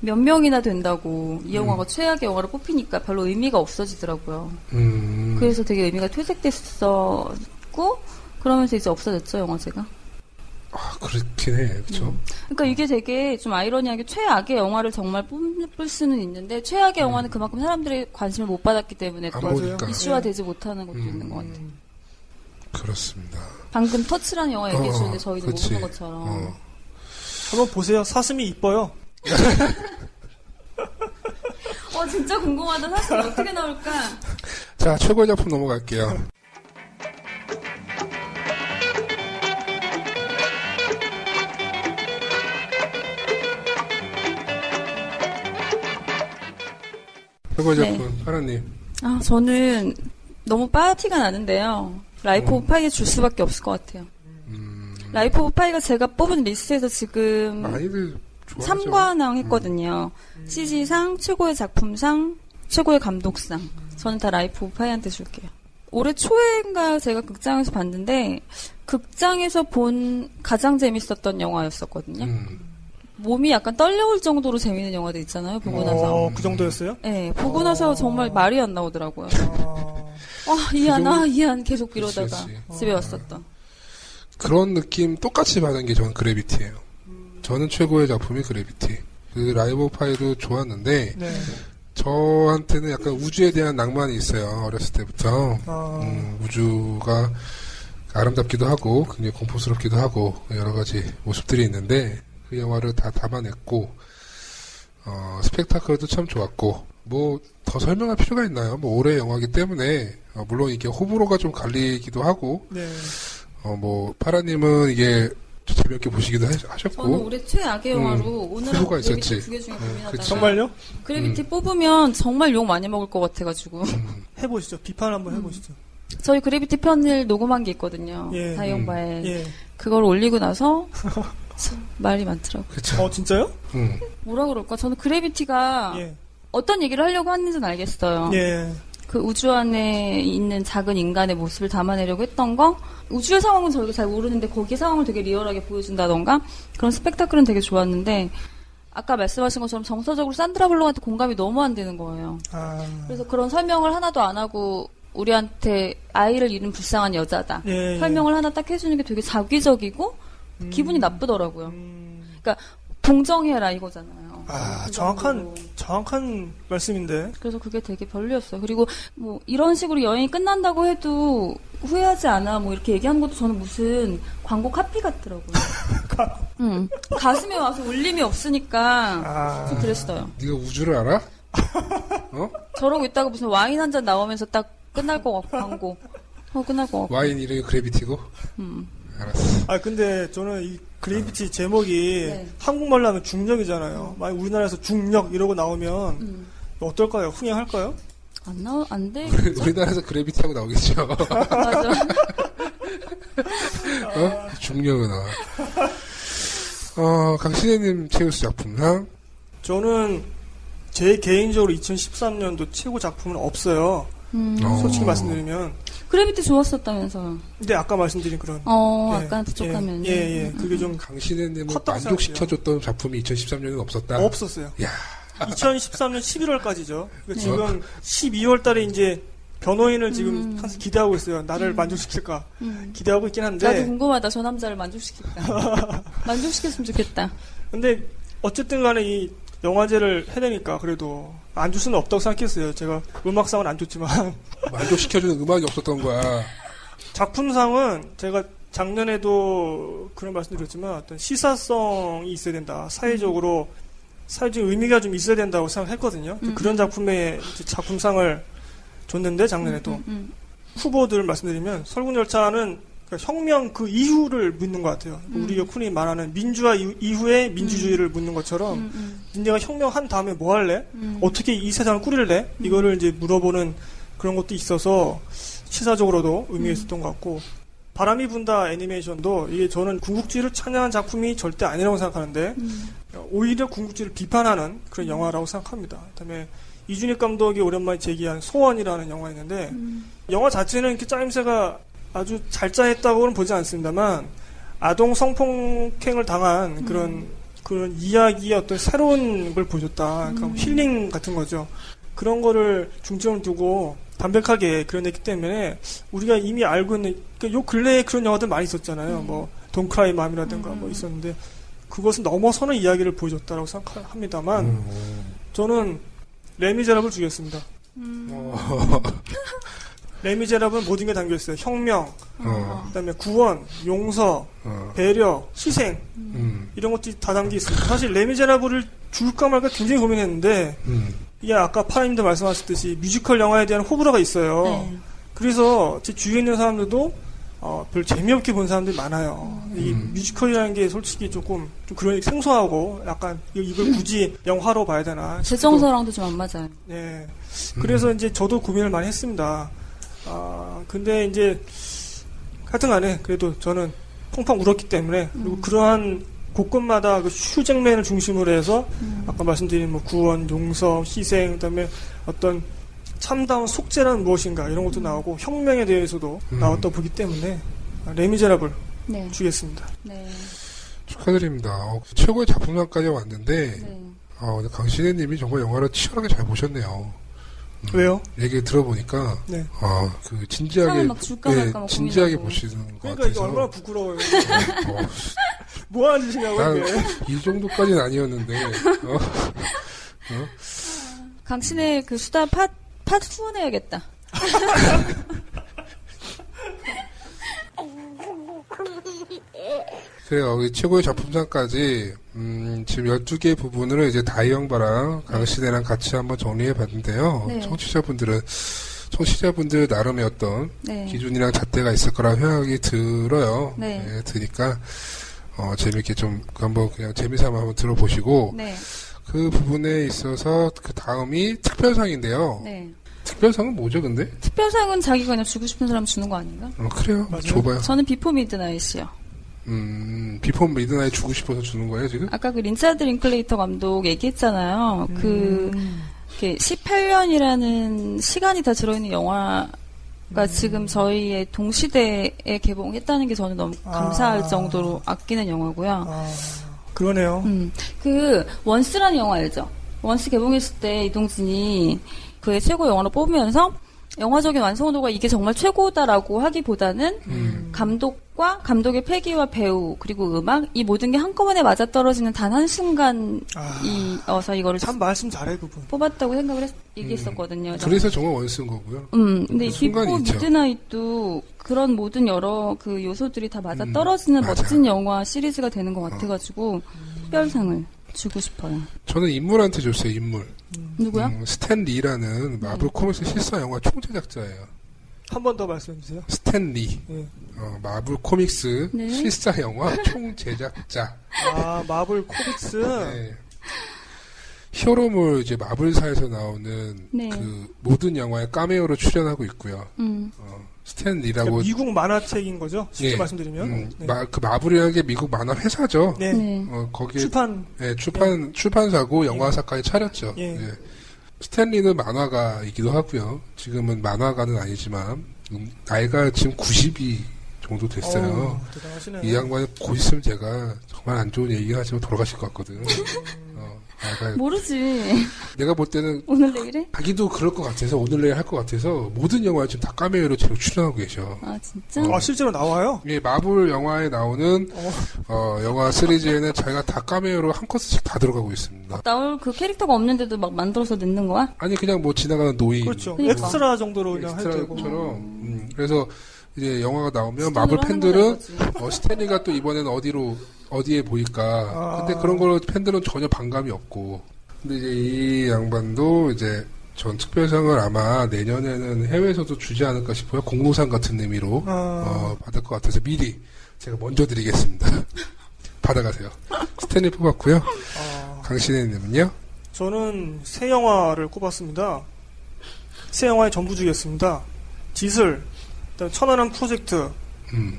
Speaker 1: 몇 명이나 된다고 이 영화가 최악의 영화로 뽑히니까 별로 의미가 없어지더라고요.
Speaker 3: 음.
Speaker 1: 그래서 되게 의미가 퇴색됐었고 그러면서 이제 없어졌죠 영화제가.
Speaker 3: 아 그렇긴 해. 그렇죠.
Speaker 1: 그러니까 이게 되게 좀 아이러니하게 최악의 영화를 정말 뽑을 수는 있는데 최악의
Speaker 3: 음.
Speaker 1: 영화는 그만큼 사람들의 관심을 못 받았기 때문에
Speaker 3: 안
Speaker 1: 또
Speaker 3: 보니까.
Speaker 1: 이슈화되지 못하는 것도
Speaker 3: 아, 그러니까. 음.
Speaker 1: 있는 것 같아요.
Speaker 3: 그렇습니다.
Speaker 1: 방금 터치라는 영화 얘기해 주는데 저희는
Speaker 3: 어, 그치.
Speaker 1: 모르는 것처럼
Speaker 3: 어.
Speaker 2: 한번 보세요 사슴이 이뻐요
Speaker 1: 어 진짜 궁금하다 사실 어떻게 나올까
Speaker 3: 자 최고의 작품 넘어갈게요.
Speaker 1: 음.
Speaker 3: 최고의
Speaker 1: 네.
Speaker 3: 작품 파라님.
Speaker 1: 아, 저는 너무 파티가 나는데요. 라이프 오브 파이에 줄 수밖에 없을 것 같아요.
Speaker 3: 음.
Speaker 1: 라이프 오브 파이가 제가 뽑은 리스트에서 지금
Speaker 3: 아, 많이들 좋아하죠. 음.
Speaker 1: 3관왕 했거든요. CG상, 최고의 작품상, 최고의 감독상. 저는 다 라이프 오브 파이한테 줄게요. 올해 초에인가 제가 극장에서 봤는데, 극장에서 본 가장 재밌었던 영화였었거든요.
Speaker 3: 음.
Speaker 1: 몸이 약간 떨려올 정도로 재밌는 영화들 있잖아요, 보고 나서.
Speaker 2: 어, 그 정도였어요?
Speaker 1: 네, 보고 나서 정말 말이 안 나오더라고요.
Speaker 2: 아,
Speaker 1: 아, 이안,
Speaker 3: 그 정도?
Speaker 1: 아, 이안 계속 이러다가
Speaker 3: 그치, 어.
Speaker 1: 집에 왔었던.
Speaker 3: 그런 느낌 똑같이 받은 게 저는 그래비티예요. 저는 최고의 작품이 그래비티. 그 라이브 파이도 좋았는데
Speaker 2: 네.
Speaker 3: 저한테는 약간 우주에 대한 낭만이 있어요. 어렸을 때부터.
Speaker 2: 아,
Speaker 3: 음, 우주가 아름답기도 하고 굉장히 공포스럽기도 하고 여러 가지 모습들이 있는데 그 영화를 다 담아냈고 어, 스펙타클도 참 좋았고 뭐 더 설명할 필요가 있나요? 뭐 올해 영화이기 때문에 어, 물론 이게 호불호가 좀 갈리기도 하고
Speaker 2: 네.
Speaker 3: 어, 뭐 파라님은 이게 재미없게 보시기도 하-
Speaker 1: 저는
Speaker 3: 하셨고
Speaker 1: 올해 최악의
Speaker 3: 음,
Speaker 1: 영화로 오늘하고
Speaker 3: 후보가
Speaker 1: 그래비티
Speaker 3: 있었지.
Speaker 1: 두 개 중에
Speaker 3: 음,
Speaker 1: 고민하다가
Speaker 3: 그치. 음.
Speaker 2: 정말요?
Speaker 1: 그래비티 뽑으면 정말 욕 많이 먹을 것 같아가지고
Speaker 2: 해보시죠 비판 한번
Speaker 1: 음.
Speaker 2: 해보시죠
Speaker 1: 저희 그래비티 편을 녹음한 게 있거든요.
Speaker 2: 예,
Speaker 1: 다이영바에
Speaker 2: 예.
Speaker 1: 그걸 올리고 나서 참 말이 많더라고.
Speaker 3: 그쵸?
Speaker 2: 어 진짜요?
Speaker 3: 음,
Speaker 1: 뭐라 그럴까? 저는 그래비티가
Speaker 2: 예.
Speaker 1: 어떤 얘기를 하려고 하는지는 아, 알겠어요.
Speaker 2: 예.
Speaker 1: 그 우주 안에 있는 작은 인간의 모습을 담아내려고 했던 거 우주의 상황은 저희가 잘 모르는데 거기 상황을 되게 리얼하게 보여준다던가 그런 스펙타클은 되게 좋았는데 아까 말씀하신 것처럼 정서적으로 산드라 블록한테 공감이 너무 안 되는 거예요.
Speaker 2: 아,
Speaker 1: 그래서 그런 설명을 하나도 안 하고 우리한테 아이를 잃은 불쌍한 여자다.
Speaker 2: 예, 예.
Speaker 1: 설명을 하나 딱 해주는 게 되게 자기적이고 기분이 나쁘더라고요.
Speaker 2: 음,
Speaker 1: 동정해라 이거잖아요.
Speaker 2: 아, 뭐.
Speaker 1: 그
Speaker 2: 정확한,
Speaker 1: 정도로.
Speaker 2: 정확한 말씀인데.
Speaker 1: 그래서 그게 되게 별로였어요. 그리고 뭐 이런 식으로 여행이 끝난다고 해도 후회하지 않아 뭐 이렇게 얘기하는 것도 저는 무슨 광고 카피 같더라고요. 음. 가슴에 와서 울림이 없으니까
Speaker 2: 아,
Speaker 1: 좀 그랬어요.
Speaker 3: 네가 우주를 알아? 어?
Speaker 1: 저러고 있다가 무슨 와인 한 잔 나오면서 딱 끝날 것 같고 광고. 어 끝날 것 같고.
Speaker 3: 와인 이름이 그래비티고?
Speaker 1: 음.
Speaker 3: 알았어.
Speaker 2: 아, 근데 저는 이 그래비티 제목이
Speaker 1: 네.
Speaker 2: 한국말로 하면 중력이잖아요. 만약 우리나라에서 중력 이러고 나오면
Speaker 1: 음.
Speaker 2: 어떨까요? 흥행할까요?
Speaker 1: 안 나오 안 돼.
Speaker 3: 우리- 우리나라에서 그래비티하고 나오겠죠.
Speaker 1: 맞아.
Speaker 3: 어? 중력은 아. 어, 강신혜님 최우수 작품상.
Speaker 2: 저는 제 개인적으로 2013년도 최고 작품은 없어요.
Speaker 1: 음.
Speaker 3: 어.
Speaker 2: 솔직히 말씀드리면.
Speaker 1: 그래비티 좋았었다면서요.
Speaker 2: 근데 아까 말씀드린 그런.
Speaker 1: 어
Speaker 2: 예,
Speaker 1: 아까 부족하면.
Speaker 2: 예, 예. 예. 그게
Speaker 3: 음.
Speaker 2: 좀
Speaker 3: 강신혜님을
Speaker 2: 컸다고
Speaker 3: 만족시켜줬던 작품이 2013년에는 없었다.
Speaker 2: 없었어요.
Speaker 3: 야.
Speaker 2: 2013년 11월까지죠. 그러니까
Speaker 1: 네.
Speaker 2: 지금 12월 달에 이제 변호인을 지금
Speaker 1: 음.
Speaker 2: 항상 기대하고 있어요. 나를 만족시킬까
Speaker 1: 음.
Speaker 2: 기대하고 있긴
Speaker 1: 나도
Speaker 2: 한데.
Speaker 1: 궁금하다. 저 남자를 만족시킬까. 만족시켰으면 좋겠다.
Speaker 2: 근데 어쨌든 간에 이 영화제를 해내니까 그래도 안 줄 수는 없다고 생각했어요. 제가 음악상은 안 줬지만
Speaker 3: 만족시켜주는 음악이 없었던 거야.
Speaker 2: 작품상은 제가 작년에도 그런 말씀드렸지만 어떤 시사성이 있어야 된다. 사회적으로 사회적 의미가 좀 있어야 된다고 생각했거든요.
Speaker 1: 음.
Speaker 2: 그런 작품에 이제 작품상을 줬는데 작년에도
Speaker 1: 음, 음.
Speaker 2: 후보들을 말씀드리면 설국열차는 그러니까 혁명 그 이후를 묻는 것 같아요.
Speaker 1: 음.
Speaker 2: 우리가 그 흔히 말하는 민주화 이후, 에 민주주의를 묻는 것처럼
Speaker 1: 음, 음,
Speaker 2: 니네가 혁명한 다음에 뭐 할래?
Speaker 1: 음.
Speaker 2: 어, 어떻게 이 세상을 꾸릴래?
Speaker 1: 음.
Speaker 2: 이거를 이제 물어보는 그런 것도 있어서 시사적으로도 의미가
Speaker 1: 음.
Speaker 2: 있었던 것 같고 바람이 분다 애니메이션도 이게 저는 궁극주의를 찬양한 작품이 절대 아니라고 생각하는데
Speaker 1: 음.
Speaker 2: 오히려 궁극주의를 비판하는 그런 영화라고 생각합니다. 그다음에 이준익 감독이 오랜만에 제기한 소원이라는 영화 있는데
Speaker 1: 음.
Speaker 2: 영화 자체는 이렇게 짜임새가 아주 잘 짜했다고는 보지 않습니다만 아동 성폭행을 당한
Speaker 1: 음.
Speaker 2: 그런 그런 이야기의 어떤 새로운 걸 보여줬다. 그러니까
Speaker 1: 음.
Speaker 2: 힐링 같은 거죠. 그런 거를 중점을 두고 담백하게 그려냈기 때문에 우리가 이미 알고 있는 그러니까 요 근래에 그런 영화들 많이 있었잖아요.
Speaker 1: 음.
Speaker 2: 뭐 돈크라이 맘이라든가
Speaker 1: 음.
Speaker 2: 뭐 있었는데 그것은 넘어서는 이야기를 보여줬다라고 생각합니다만
Speaker 3: 음.
Speaker 2: 저는 레미제라블 주겠습니다.
Speaker 1: 음.
Speaker 3: 어.
Speaker 2: 레미제라블은 모든 게 담겨 있어요. 혁명,
Speaker 3: 어.
Speaker 2: 그다음에 구원, 용서,
Speaker 3: 어.
Speaker 2: 배려, 희생
Speaker 3: 음.
Speaker 2: 이런 것들이 다 담겨 있습니다. 사실 레미제라블을 줄까 말까 굉장히 고민했는데
Speaker 3: 음.
Speaker 2: 이게 아까 파라님도 말씀하셨듯이 뮤지컬 영화에 대한 호불호가 있어요.
Speaker 1: 네.
Speaker 2: 그래서 제 주위에 있는 사람들도 어, 별 재미없게 본 사람들이 많아요. 이
Speaker 3: 음.
Speaker 2: 뮤지컬이라는 게 솔직히 조금 좀 그런 생소하고 약간 이걸 굳이 영화로 봐야 되나? 싶기도
Speaker 1: 재정서랑도 좀 안 맞아요.
Speaker 2: 예.
Speaker 3: 음.
Speaker 2: 그래서 이제 저도 고민을 많이 했습니다. 아, 근데 이제 하여튼 간에 그래도 저는 펑펑 울었기 때문에 그리고 그러한 곳곳마다 그 슈잭맨을 중심으로 해서
Speaker 1: 음.
Speaker 2: 아까 말씀드린 뭐 구원, 용서, 희생, 그다음에 어떤 참다운 속죄란 무엇인가 이런 것도 나오고 혁명에 대해서도
Speaker 3: 음.
Speaker 2: 나왔다 보기 때문에 아, 레미제라블
Speaker 1: 네.
Speaker 2: 주겠습니다.
Speaker 1: 네.
Speaker 3: 축하드립니다. 어, 최고의 작품상까지 왔는데,
Speaker 1: 네.
Speaker 3: 어, 근데 강신혜님이 정말 영화를 치열하게 잘 보셨네요. 음.
Speaker 2: 왜요?
Speaker 3: 얘기 들어보니까,
Speaker 2: 네.
Speaker 3: 어, 그,
Speaker 1: 사람
Speaker 3: 진지하게, 예,
Speaker 1: 막 줄까 말까 막
Speaker 3: 진지하게
Speaker 1: 고민하고.
Speaker 3: 보시는 것
Speaker 2: 그러니까 이게
Speaker 3: 같아서.
Speaker 2: 얼마나 부끄러워요.
Speaker 3: 어,
Speaker 2: 뭐 하는 짓이냐고 이게.
Speaker 3: 난이 정도까지는 아니었는데, 어?
Speaker 1: 강신의 그 수다 팟, 팟 후원해야겠다.
Speaker 3: 그래요. 이 최고의 작품상까지, 음, 지금 12개 부분을 이제 다이영바랑 강신혜랑 같이 한번 정리해 봤는데요.
Speaker 1: 네.
Speaker 3: 청취자분들은, 청취자분들 나름의 어떤
Speaker 1: 네.
Speaker 3: 기준이랑 잣대가 있을 거라 생각이 들어요.
Speaker 1: 네.
Speaker 3: 예, 드니까, 어, 재밌게 좀, 한번 그냥 재미삼아 한번 들어보시고,
Speaker 1: 네.
Speaker 3: 그 부분에 있어서 그 다음이
Speaker 2: 어.
Speaker 3: 특별상인데요.
Speaker 1: 네.
Speaker 3: 특별상은 뭐죠, 근데?
Speaker 1: 특별상은 자기가 그냥 주고 싶은 사람 주는 거 아닌가?
Speaker 3: 어, 그래요.
Speaker 2: 맞아요.
Speaker 3: 줘봐요.
Speaker 1: 저는 비포 미드나잇이요.
Speaker 3: 음, 비폰 미드나잇 주고 싶어서 주는 거예요, 지금?
Speaker 1: 아까 그 린차드 링클레이터 감독 얘기했잖아요.
Speaker 2: 음.
Speaker 1: 그, 이렇게 18년이라는 시간이 다 들어있는 영화가
Speaker 3: 음.
Speaker 1: 지금 저희의 동시대에 개봉했다는 게 저는 너무 감사할
Speaker 2: 아.
Speaker 1: 정도로 아끼는 영화고요.
Speaker 2: 아, 그러네요.
Speaker 1: 음, 그 원스라는 영화 알죠? 원스 개봉했을 때 이동진이 그의 최고 영화로 뽑으면서 영화적인 완성도가 이게 정말 최고다라고 하기보다는
Speaker 3: 음.
Speaker 1: 감독과 감독의 패기와 배우 그리고 음악 이 모든 게 한꺼번에 맞아떨어지는 단 한 순간이어서
Speaker 2: 아,
Speaker 1: 이거를
Speaker 2: 참 말씀 잘해 그분.
Speaker 1: 뽑았다고 생각을 했, 얘기했었거든요.
Speaker 3: 음. 그래서 정말 원쓴 거고요.
Speaker 1: 음, 근데 이
Speaker 3: 그 순간이
Speaker 1: 비포
Speaker 3: 있죠.
Speaker 1: 미드나잇도 그런 모든 여러 그 요소들이 다 맞아 떨어지는
Speaker 3: 음, 맞아요. 어.
Speaker 1: 멋진 영화 시리즈가 되는 것 같아가지고 특별상을 주고 싶어요.
Speaker 3: 저는 인물한테 줬어요, 인물.
Speaker 1: 누구야?
Speaker 3: 음, 스탠 리라는
Speaker 1: 네.
Speaker 3: 마블 코믹스 실사 영화 총제작자예요.
Speaker 2: 한 번 더 말씀해 주세요.
Speaker 3: 스탠 리.
Speaker 2: 예.
Speaker 3: 어, 마블 코믹스
Speaker 1: 네.
Speaker 3: 실사 영화 총제작자.
Speaker 2: 아 마블 코믹스.
Speaker 3: 네. 히어로물 이제 마블사에서 나오는
Speaker 1: 네.
Speaker 3: 그 모든 영화에 카메오로 출연하고 있고요.
Speaker 1: 음,
Speaker 3: 어, 스탠 리라고
Speaker 2: 그러니까 미국 만화책인 거죠. 쉽게
Speaker 3: 예.
Speaker 2: 말씀드리면.
Speaker 3: 음,
Speaker 2: 네.
Speaker 3: 마- 그 마블이라는 게 미국 만화 회사죠.
Speaker 2: 네.
Speaker 1: 네.
Speaker 3: 어, 거기에
Speaker 2: 출판 네.
Speaker 3: 예, 출판 출판사고 영화사까지 차렸죠.
Speaker 2: 예.
Speaker 3: 예. 스탠리는 만화가이기도 하고요. 지금은 만화가는 아니지만 음, 나이가 지금 90이 정도 됐어요.
Speaker 2: 어우, 대단하시네.
Speaker 3: 이 양반이 곧 있으면 제가 정말 안 좋은 얘기 하지만 돌아가실 것 같거든.
Speaker 2: 네.
Speaker 3: 어, 나이가-
Speaker 1: 모르지.
Speaker 3: 내가 볼 때는
Speaker 1: 오늘 내일에?
Speaker 3: 자기도 그럴 것 같아서 오늘 내일 할 것 같아서 모든 영화에 지금 다 카메오로 지금 출연하고 계셔.
Speaker 1: 아 진짜?
Speaker 3: 어.
Speaker 2: 아 실제로 나와요.
Speaker 3: 예, 마블 영화에 나오는
Speaker 2: 어.
Speaker 3: 어, 영화 시리즈에는 자기가 다 카메오로 한 컷씩 다 들어가고 있습니다.
Speaker 1: 나올 그 캐릭터가 없는데도 막 만들어서 넣는 거야?
Speaker 3: 아니 그냥 뭐 지나가는 노인
Speaker 2: 그렇죠.
Speaker 1: 그러니까.
Speaker 2: 엑스트라 정도로 그냥 해도 되고.
Speaker 3: 엑스트라처럼 음, 그래서 이제 영화가 나오면 마블
Speaker 1: 스톤으로 하는 거라
Speaker 3: 팬들은
Speaker 1: 이거지.
Speaker 3: 어, 스탠리가 또 이번에는 어디로 어디에 보일까
Speaker 2: 아.
Speaker 3: 근데 그런 걸로 팬들은 전혀 반감이 없고 근데 이제 이 양반도 이제 전 특별상을 아마 내년에는 해외에서도 주지 않을까 싶어요 공로상 같은 의미로
Speaker 2: 아,
Speaker 3: 어, 받을 것 같아서 미리 제가 먼저 드리겠습니다 받아가세요 스탠리 뽑았고요
Speaker 2: 아.
Speaker 3: 강신혜님은요
Speaker 2: 저는 새 영화를 꼽았습니다. 새 영화의 전부 주겠습니다. 지슬, 그다음에 천안함 프로젝트,
Speaker 3: 음.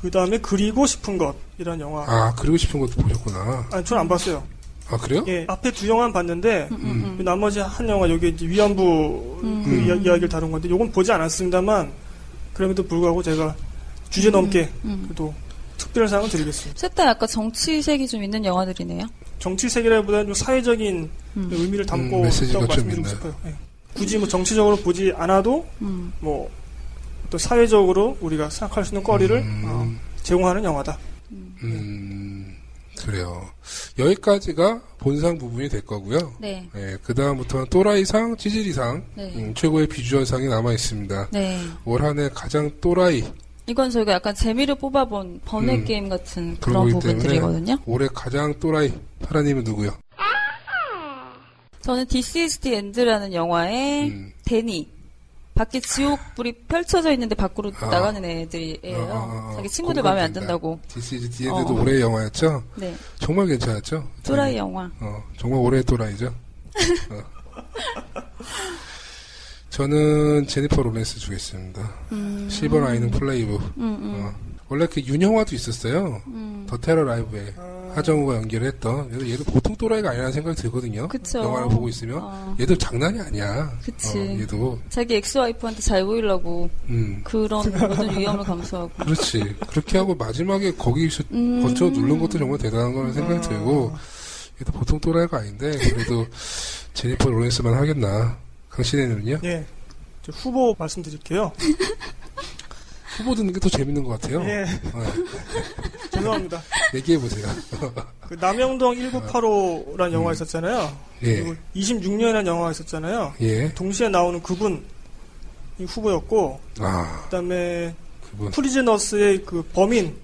Speaker 2: 그 다음에 그리고 싶은 것이라는 영화.
Speaker 3: 아 그리고 싶은 것도 보셨구나
Speaker 2: 아니, 저는 안 봤어요.
Speaker 3: 아 그래요?
Speaker 2: 예, 앞에 두 영화는 봤는데,
Speaker 1: 음, 음,
Speaker 2: 그
Speaker 1: 음.
Speaker 2: 나머지 한 영화, 여기 이제 위안부
Speaker 1: 음.
Speaker 2: 그 이야, 기를 다룬 건데, 요건 보지 않았습니다만, 그럼에도 불구하고 제가 주제 넘게,
Speaker 1: 음.
Speaker 2: 그래도 특별상을 드리겠습니다.
Speaker 1: 셋다 약간 정치색이 좀 있는 영화들이네요.
Speaker 2: 정치 세계라기보다는 좀 사회적인
Speaker 1: 음,
Speaker 2: 의미를 담고
Speaker 3: 음, 메시지가
Speaker 2: 있다고
Speaker 3: 좀
Speaker 2: 말씀드리고
Speaker 3: 있네.
Speaker 2: 싶어요. 예. 굳이 뭐 정치적으로 보지 않아도,
Speaker 1: 음.
Speaker 2: 뭐, 또 사회적으로 우리가 생각할 수 있는 거리를
Speaker 1: 네.
Speaker 3: 음.
Speaker 2: 어, 제공하는 영화다.
Speaker 3: 음, 그래요. 여기까지가 본상 부분이 될 거고요.
Speaker 1: 네,
Speaker 3: 예, 그 다음부터는 또라이상, 찌질이상,
Speaker 1: 네,
Speaker 3: 음, 최고의 비주얼상이 남아 있습니다.
Speaker 1: 네.
Speaker 3: 올 한해 가장 또라이,
Speaker 1: 이건 저희가 약간 재미를 뽑아본 번외
Speaker 3: 음.
Speaker 1: 게임 같은 그런
Speaker 3: 그러기
Speaker 1: 부분들이거든요.
Speaker 3: 때문에 올해 가장 또라이 파라님은 누구요?
Speaker 1: 저는 This is the End라는 영화의
Speaker 3: 음.
Speaker 1: 데니. 밖에 지옥불이 펼쳐져 있는데 밖으로
Speaker 3: 아.
Speaker 1: 나가는 애들이에요.
Speaker 3: 아, 아, 아, 아.
Speaker 1: 자기 친구들 마음에 안
Speaker 3: 공감된다.
Speaker 1: 든다고.
Speaker 3: 디스 이즈 디엔드도
Speaker 1: 어.
Speaker 3: 올해 영화였죠?
Speaker 1: 네.
Speaker 3: 정말 괜찮았죠?
Speaker 1: 또라이 영화.
Speaker 3: 어, 정말 올해의 또라이죠? 어. 저는 제니퍼 로렌스 주겠습니다.
Speaker 1: 음.
Speaker 3: 실버 라이는 플레이브.
Speaker 1: 음, 음.
Speaker 3: 어. 원래 그 윤영화도 있었어요.
Speaker 1: 음.
Speaker 3: 더 테러 라이브에 하정우가 연기를 했던. 그래서 얘도 보통 또라이가 아니라는 생각이 들거든요.
Speaker 1: 그쵸.
Speaker 3: 영화를 보고 있으면
Speaker 1: 어.
Speaker 3: 얘도 장난이 아니야.
Speaker 1: 그치.
Speaker 3: 어, 얘도
Speaker 1: 자기 엑스와이프한테 잘 보이려고
Speaker 3: 음
Speaker 1: 그런 모든 위험을 감수하고.
Speaker 3: 그렇지. 그렇게 하고 마지막에 거기서
Speaker 1: 음.
Speaker 3: 거쳐 누른 것도 정말 대단한 거라는 생각이
Speaker 2: 음.
Speaker 3: 들고 얘도 보통 또라이가 아닌데 그래도 제니퍼 로렌스만 하겠나. 강신혜는요?
Speaker 2: 예. 저 후보 말씀드릴게요.
Speaker 3: 후보 듣는 게 더 재밌는 것 같아요. 어,
Speaker 2: 예. 죄송합니다.
Speaker 3: 얘기해 보세요.
Speaker 2: 그
Speaker 3: 아.
Speaker 2: 남영동 1985라는 영화 있었잖아요.
Speaker 3: 예.
Speaker 2: 그리고 26년이라는 영화 있었잖아요.
Speaker 3: 예.
Speaker 2: 동시에 나오는 그분 이 후보였고
Speaker 3: 아
Speaker 2: 그다음에
Speaker 3: 그분.
Speaker 2: 프리즈너스의 그 범인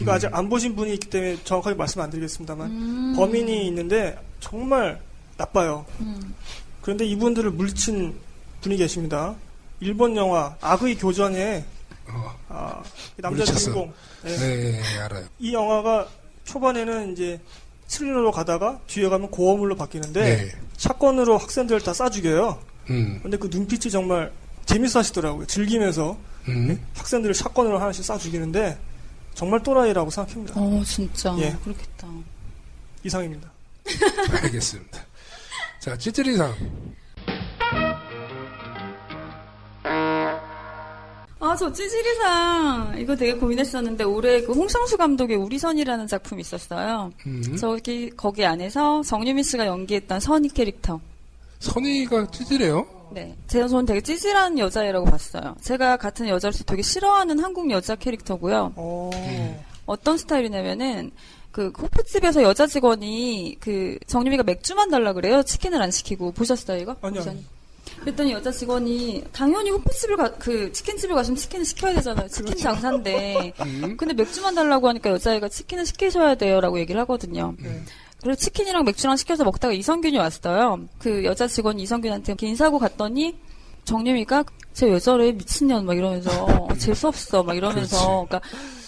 Speaker 2: 이거
Speaker 3: 음.
Speaker 2: 아직 안 보신 분이 있기 때문에 정확하게 말씀 안 드리겠습니다만
Speaker 1: 음.
Speaker 2: 범인이 있는데 정말 나빠요.
Speaker 1: 음.
Speaker 2: 그런데 이분들을 물리친 분이 계십니다. 일본 영화 악의 교전에
Speaker 3: 어.
Speaker 2: 아, 이 남자
Speaker 3: 물리쳤어.
Speaker 2: 주인공 예.
Speaker 3: 네, 예, 알아요.
Speaker 2: 이 영화가 초반에는 이제 스릴러로 가다가 뒤에 가면 고어물로 바뀌는데
Speaker 3: 네.
Speaker 2: 사건으로 학생들을 다 싸죽여요.
Speaker 3: 음.
Speaker 2: 근데 그 눈빛이 정말 재밌어 하시더라고요. 즐기면서
Speaker 3: 음.
Speaker 2: 학생들을 사건으로 하나씩 싸 죽이는데 정말 또라이라고 생각합니다.
Speaker 1: 어, 진짜.
Speaker 2: 예.
Speaker 1: 그렇겠다.
Speaker 2: 이상입니다.
Speaker 3: 알겠습니다. 자, 찌질이상.
Speaker 1: 아, 저 찌질이상. 이거 되게 고민했었는데, 올해 그 홍상수 감독의 우리선이라는 작품이 있었어요.
Speaker 3: 음.
Speaker 1: 저기, 거기 안에서 정유미 씨가 연기했던 선희 캐릭터.
Speaker 3: 선의가 찌질해요?
Speaker 1: 네. 제가 저는 되게 찌질한 여자애라고 봤어요. 제가 같은 여자로서 되게 싫어하는 한국 여자 캐릭터고요.
Speaker 2: 어.
Speaker 1: 음. 어떤 스타일이냐면은 그 호프집에서 여자 직원이 그 정유미가 맥주만 달라 그래요. 치킨을 안 시키고 보셨어요 이거?
Speaker 2: 아니요,
Speaker 1: 보셨-
Speaker 2: 아니요.
Speaker 1: 그랬더니 여자 직원이 당연히 호프집을 가, 그 치킨집을 가시면 치킨을 시켜야 되잖아요. 치킨
Speaker 2: 그렇죠.
Speaker 1: 장사인데.
Speaker 3: 음.
Speaker 2: 아,
Speaker 1: 근데 맥주만 달라고 하니까 여자애가 치킨을 시키셔야 돼요라고 얘기를 하거든요.
Speaker 2: 네.
Speaker 1: 그리고 치킨이랑 맥주랑 시켜서 먹다가 이성균이 왔어요. 그 여자 직원이 이성균한테 이렇게 인사하고 갔더니 정유미가 제 여자래 미친년 막 이러면서 재수없어 막 이러면서 그러니까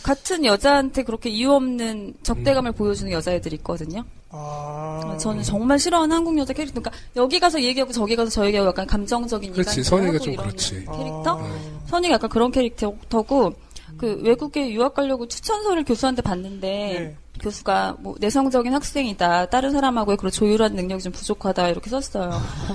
Speaker 1: 같은 여자한테 그렇게 이유 없는 적대감을
Speaker 3: 음.
Speaker 1: 보여주는 여자애들이 있거든요.
Speaker 2: 아.
Speaker 1: 저는 정말 싫어하는 한국 여자 캐릭터. 그러니까 여기 가서 이 얘기하고 저기 가서 저 얘기하고 약간 감정적인
Speaker 3: 그렇지,
Speaker 1: 인간적인
Speaker 3: 선이가
Speaker 1: 하고
Speaker 3: 좀
Speaker 1: 이런
Speaker 3: 그렇지.
Speaker 1: 캐릭터.
Speaker 3: 네.
Speaker 2: 아.
Speaker 1: 선이가 약간 그런 캐릭터고 그 외국에 유학 가려고 추천서를 교수한테 봤는데
Speaker 2: 네.
Speaker 1: 교수가 뭐 내성적인 학생이다 다른 사람하고의 그런 조율한 능력이 좀 부족하다 이렇게 썼어요.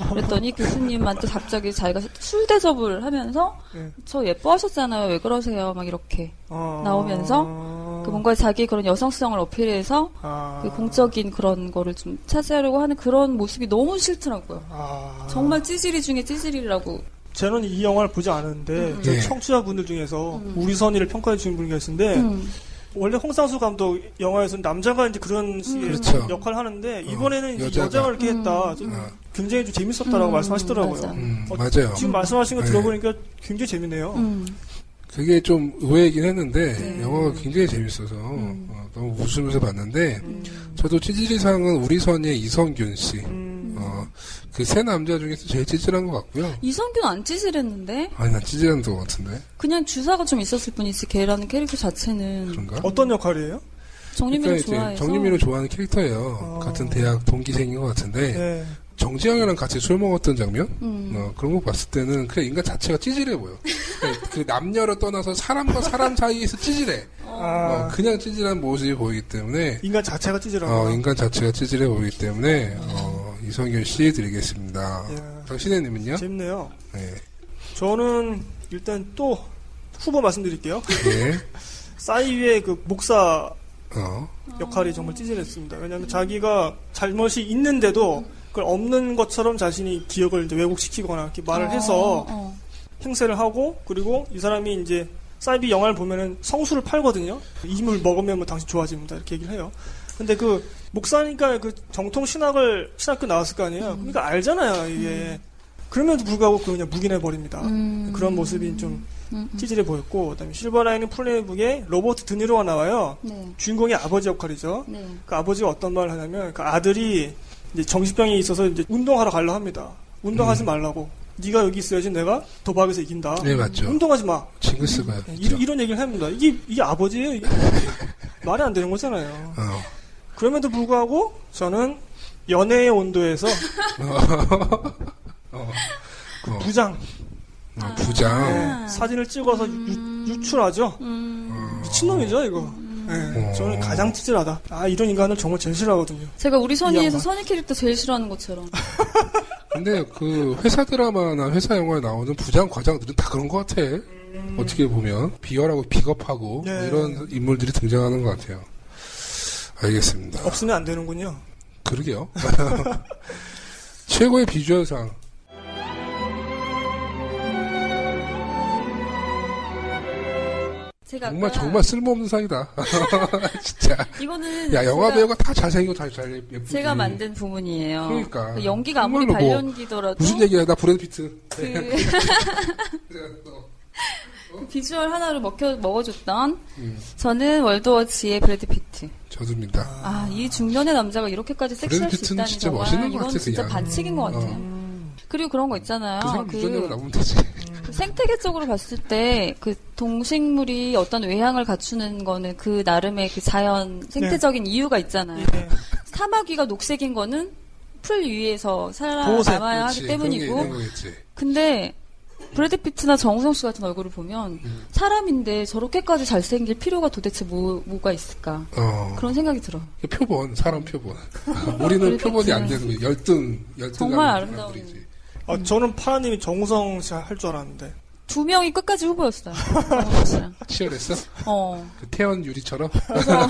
Speaker 1: 그랬더니 교수님한테 갑자기 자기가 술 대접을 하면서
Speaker 2: 네.
Speaker 1: 저 예뻐하셨잖아요 왜 그러세요 막 이렇게
Speaker 2: 아.
Speaker 1: 나오면서 그 뭔가 자기 그런 여성성을 어필해서
Speaker 2: 어. 아.
Speaker 1: 그 공적인 그런 거를 좀 차지하려고 하는 그런 모습이 너무 싫더라고요.
Speaker 2: 아.
Speaker 1: 정말 찌질이 중에 찌질이라고
Speaker 2: 저는 이 영화를 보지 않았는데
Speaker 1: 음.
Speaker 2: 저희
Speaker 3: 네.
Speaker 2: 청취자분들 중에서 우리 선이를 평가해 주신 분이 계신데
Speaker 1: 음.
Speaker 2: 원래 홍상수 감독 영화에서는 남자가 이제
Speaker 1: 음.
Speaker 2: 그런 식의
Speaker 3: 그렇죠.
Speaker 2: 역할을 하는데
Speaker 3: 어,
Speaker 2: 이번에는 이제
Speaker 3: 여자가.
Speaker 2: 여자가 이렇게 했다. 좀
Speaker 3: 아.
Speaker 2: 굉장히 좀 재밌었다라고
Speaker 1: 음,
Speaker 2: 말씀하시더라고요.
Speaker 1: 맞아.
Speaker 3: 음,
Speaker 2: 그- 어,
Speaker 3: 맞아요.
Speaker 2: 지금 말씀하신 거
Speaker 3: 네.
Speaker 2: 들어보니까 굉장히 재밌네요.
Speaker 1: 음.
Speaker 3: 그게 좀 의외이긴 했는데
Speaker 1: 네.
Speaker 3: 영화가 굉장히 재밌어서
Speaker 2: 음.
Speaker 3: 어, 너무 웃으면서 봤는데 저도 찌질이상은 우리 선의 이성균 씨.
Speaker 2: 음.
Speaker 3: 어, 그 세 남자 중에서 제일 찌질한 것 같고요.
Speaker 1: 이성균 안 찌질했는데
Speaker 3: 아니 난 찌질한 것 같은데
Speaker 1: 그냥 주사가 좀 있었을 뿐이지 걔라는 캐릭터 자체는
Speaker 3: 그런가?
Speaker 2: 어떤 역할이에요?
Speaker 1: 정유미를
Speaker 3: 그러니까 이제
Speaker 1: 좋아해서
Speaker 3: 정유미를 좋아하는 캐릭터예요.
Speaker 2: 어.
Speaker 3: 같은 대학 동기생인 것 같은데
Speaker 2: 네.
Speaker 3: 정지영이랑 같이 술 먹었던 장면?
Speaker 1: 음.
Speaker 3: 어, 그런 거 봤을 때는 그냥 인간 자체가 찌질해 보여. 그러니까 그 남녀를 떠나서 사람과 사람 사이에서 찌질해.
Speaker 2: 아,
Speaker 3: 어, 그냥 찌질한 모습이 보이기 때문에
Speaker 2: 인간 자체가 찌질하고.
Speaker 3: 어, 인간 자체가 찌질해 보이기 때문에 어, 이성균 씨 드리겠습니다.
Speaker 2: 예.
Speaker 3: 당신의님은요?
Speaker 2: 재밌네요.
Speaker 3: 네.
Speaker 2: 저는 일단 또 후보 말씀드릴게요.
Speaker 3: 예.
Speaker 2: 싸이위의 그 목사
Speaker 3: 어.
Speaker 2: 역할이 정말 찌질했습니다. 왜냐하면 자기가 잘못이 있는데도 그걸 없는 것처럼 자신이 기억을 이제 왜곡시키거나 이렇게 말을
Speaker 1: 어,
Speaker 2: 해서
Speaker 1: 어.
Speaker 2: 행세를 하고 그리고 이 사람이 이제 사이비 영화를 보면은 성수를 팔거든요. 이물 먹으면 뭐 당신 좋아집니다. 이렇게 얘기를 해요. 근데 그 목사니까 그 정통 신학을 신학교 나왔을 거
Speaker 1: 음.
Speaker 2: 아니에요. 그러니까 알잖아요 이게. 그럼에도 불구하고 그 그냥 묵인해 버립니다.
Speaker 1: 음.
Speaker 2: 아, 그런 모습이 좀
Speaker 1: 음, 음.
Speaker 2: 찌질해 보였고, 그다음에 실버라이는 플레이북에 로버트 드니로가 나와요.
Speaker 1: 네.
Speaker 2: 주인공이 아버지 역할이죠.
Speaker 1: 네.
Speaker 2: 그 아버지가 어떤 말을 하냐면 그 아들이 이제 정신병이 있어서 이제 운동하러 가려 합니다. 운동하지 말라고. 네가 여기 있어야지 내가 도박에서 이긴다.
Speaker 3: 음. 네 맞죠. 그렇죠.
Speaker 2: 운동하지 마.
Speaker 3: 징글스가
Speaker 2: 아, 네,
Speaker 3: 있죠.
Speaker 2: 이런, 이런 얘기를 합니다. 이게 이게 아버지예요. 이게 말이 안 되는 거잖아요.
Speaker 3: 어.
Speaker 2: 그럼에도 불구하고 저는 연애의 온도에서
Speaker 3: 어.
Speaker 2: 그 부장
Speaker 3: 어, 부장.
Speaker 2: 네, 사진을 찍어서 유, 유출하죠. 미친놈이죠 이거. 네,
Speaker 3: 어.
Speaker 2: 저는 가장 찌질하다. 아 이런 인간을 정말 제일 싫어하거든요.
Speaker 1: 제가 우리 선의에서
Speaker 2: 양반.
Speaker 1: 선의 캐릭터 제일 싫어하는 것처럼
Speaker 3: 아, 근데 그 회사 드라마나 회사 영화에 나오는 부장 과장들은 다 그런 것 같아. 어떻게 보면 비열하고 비겁하고
Speaker 2: 네.
Speaker 3: 뭐 이런 인물들이 등장하는 것 같아요. 알겠습니다.
Speaker 2: 없으면 안 되는군요.
Speaker 3: 그러게요. 최고의 비주얼상.
Speaker 1: 제가
Speaker 3: 정말
Speaker 1: 아까
Speaker 3: 정말 쓸모없는 상이다. 진짜.
Speaker 1: 이거는
Speaker 3: 야 영화
Speaker 1: 제가,
Speaker 3: 배우가 다 잘생기고 잘잘 예쁘지.
Speaker 1: 제가 만든 부분이에요.
Speaker 3: 그러니까.
Speaker 1: 그 연기가 아무리
Speaker 3: 정말로 뭐
Speaker 1: 발연기더라도
Speaker 3: 무슨 얘기야? 나 브래드 피트.
Speaker 1: 그 그 비주얼 하나로 먹혀 먹어줬던
Speaker 3: 음,
Speaker 1: 저는 월드워치의 브래드 피트.
Speaker 3: 저도입니다.
Speaker 1: 아, 이 중년의 남자가 이렇게까지 섹시할 수
Speaker 3: 피트는
Speaker 1: 있다니
Speaker 3: 진짜
Speaker 1: 정말
Speaker 3: 멋있는 것
Speaker 1: 이건
Speaker 3: 같아,
Speaker 1: 진짜
Speaker 3: 그냥. 어.
Speaker 1: 반칙인 것 같아요. 그리고 그런 거 있잖아요.
Speaker 3: 그 사람
Speaker 1: 그
Speaker 3: 유전자로 나오면 되지.
Speaker 1: 그 생태계적으로 봤을 때 그 동식물이 어떤 외향을 갖추는 거는 그 나름의 그 자연 생태적인
Speaker 3: 네.
Speaker 1: 이유가 있잖아요.
Speaker 2: 예.
Speaker 1: 사마귀가 녹색인 거는 풀 위에서
Speaker 2: 보호색,
Speaker 1: 살아남아야
Speaker 3: 그렇지.
Speaker 1: 하기
Speaker 3: 그런 게 있는
Speaker 1: 때문이고
Speaker 3: 거겠지.
Speaker 1: 근데 브래드 피트나 정우성 씨 같은 얼굴을 보면
Speaker 3: 음.
Speaker 1: 사람인데 저렇게까지 잘생길 필요가 도대체 뭐, 뭐가 있을까
Speaker 3: 어.
Speaker 1: 그런 생각이 들어.
Speaker 3: 그 표본, 사람 표본. 우리는
Speaker 1: 그렇겠지.
Speaker 3: 표본이 안 되는 거지. 열등, 열등.
Speaker 1: 정말 아름다운.
Speaker 2: 아, 저는 파라님이 정우성 씨 할 줄 알았는데
Speaker 1: 두 명이 끝까지 후보였어요. 정우성 씨랑.
Speaker 3: 치열했어?
Speaker 1: 어.
Speaker 3: 그 태연 유리처럼?
Speaker 1: 그래서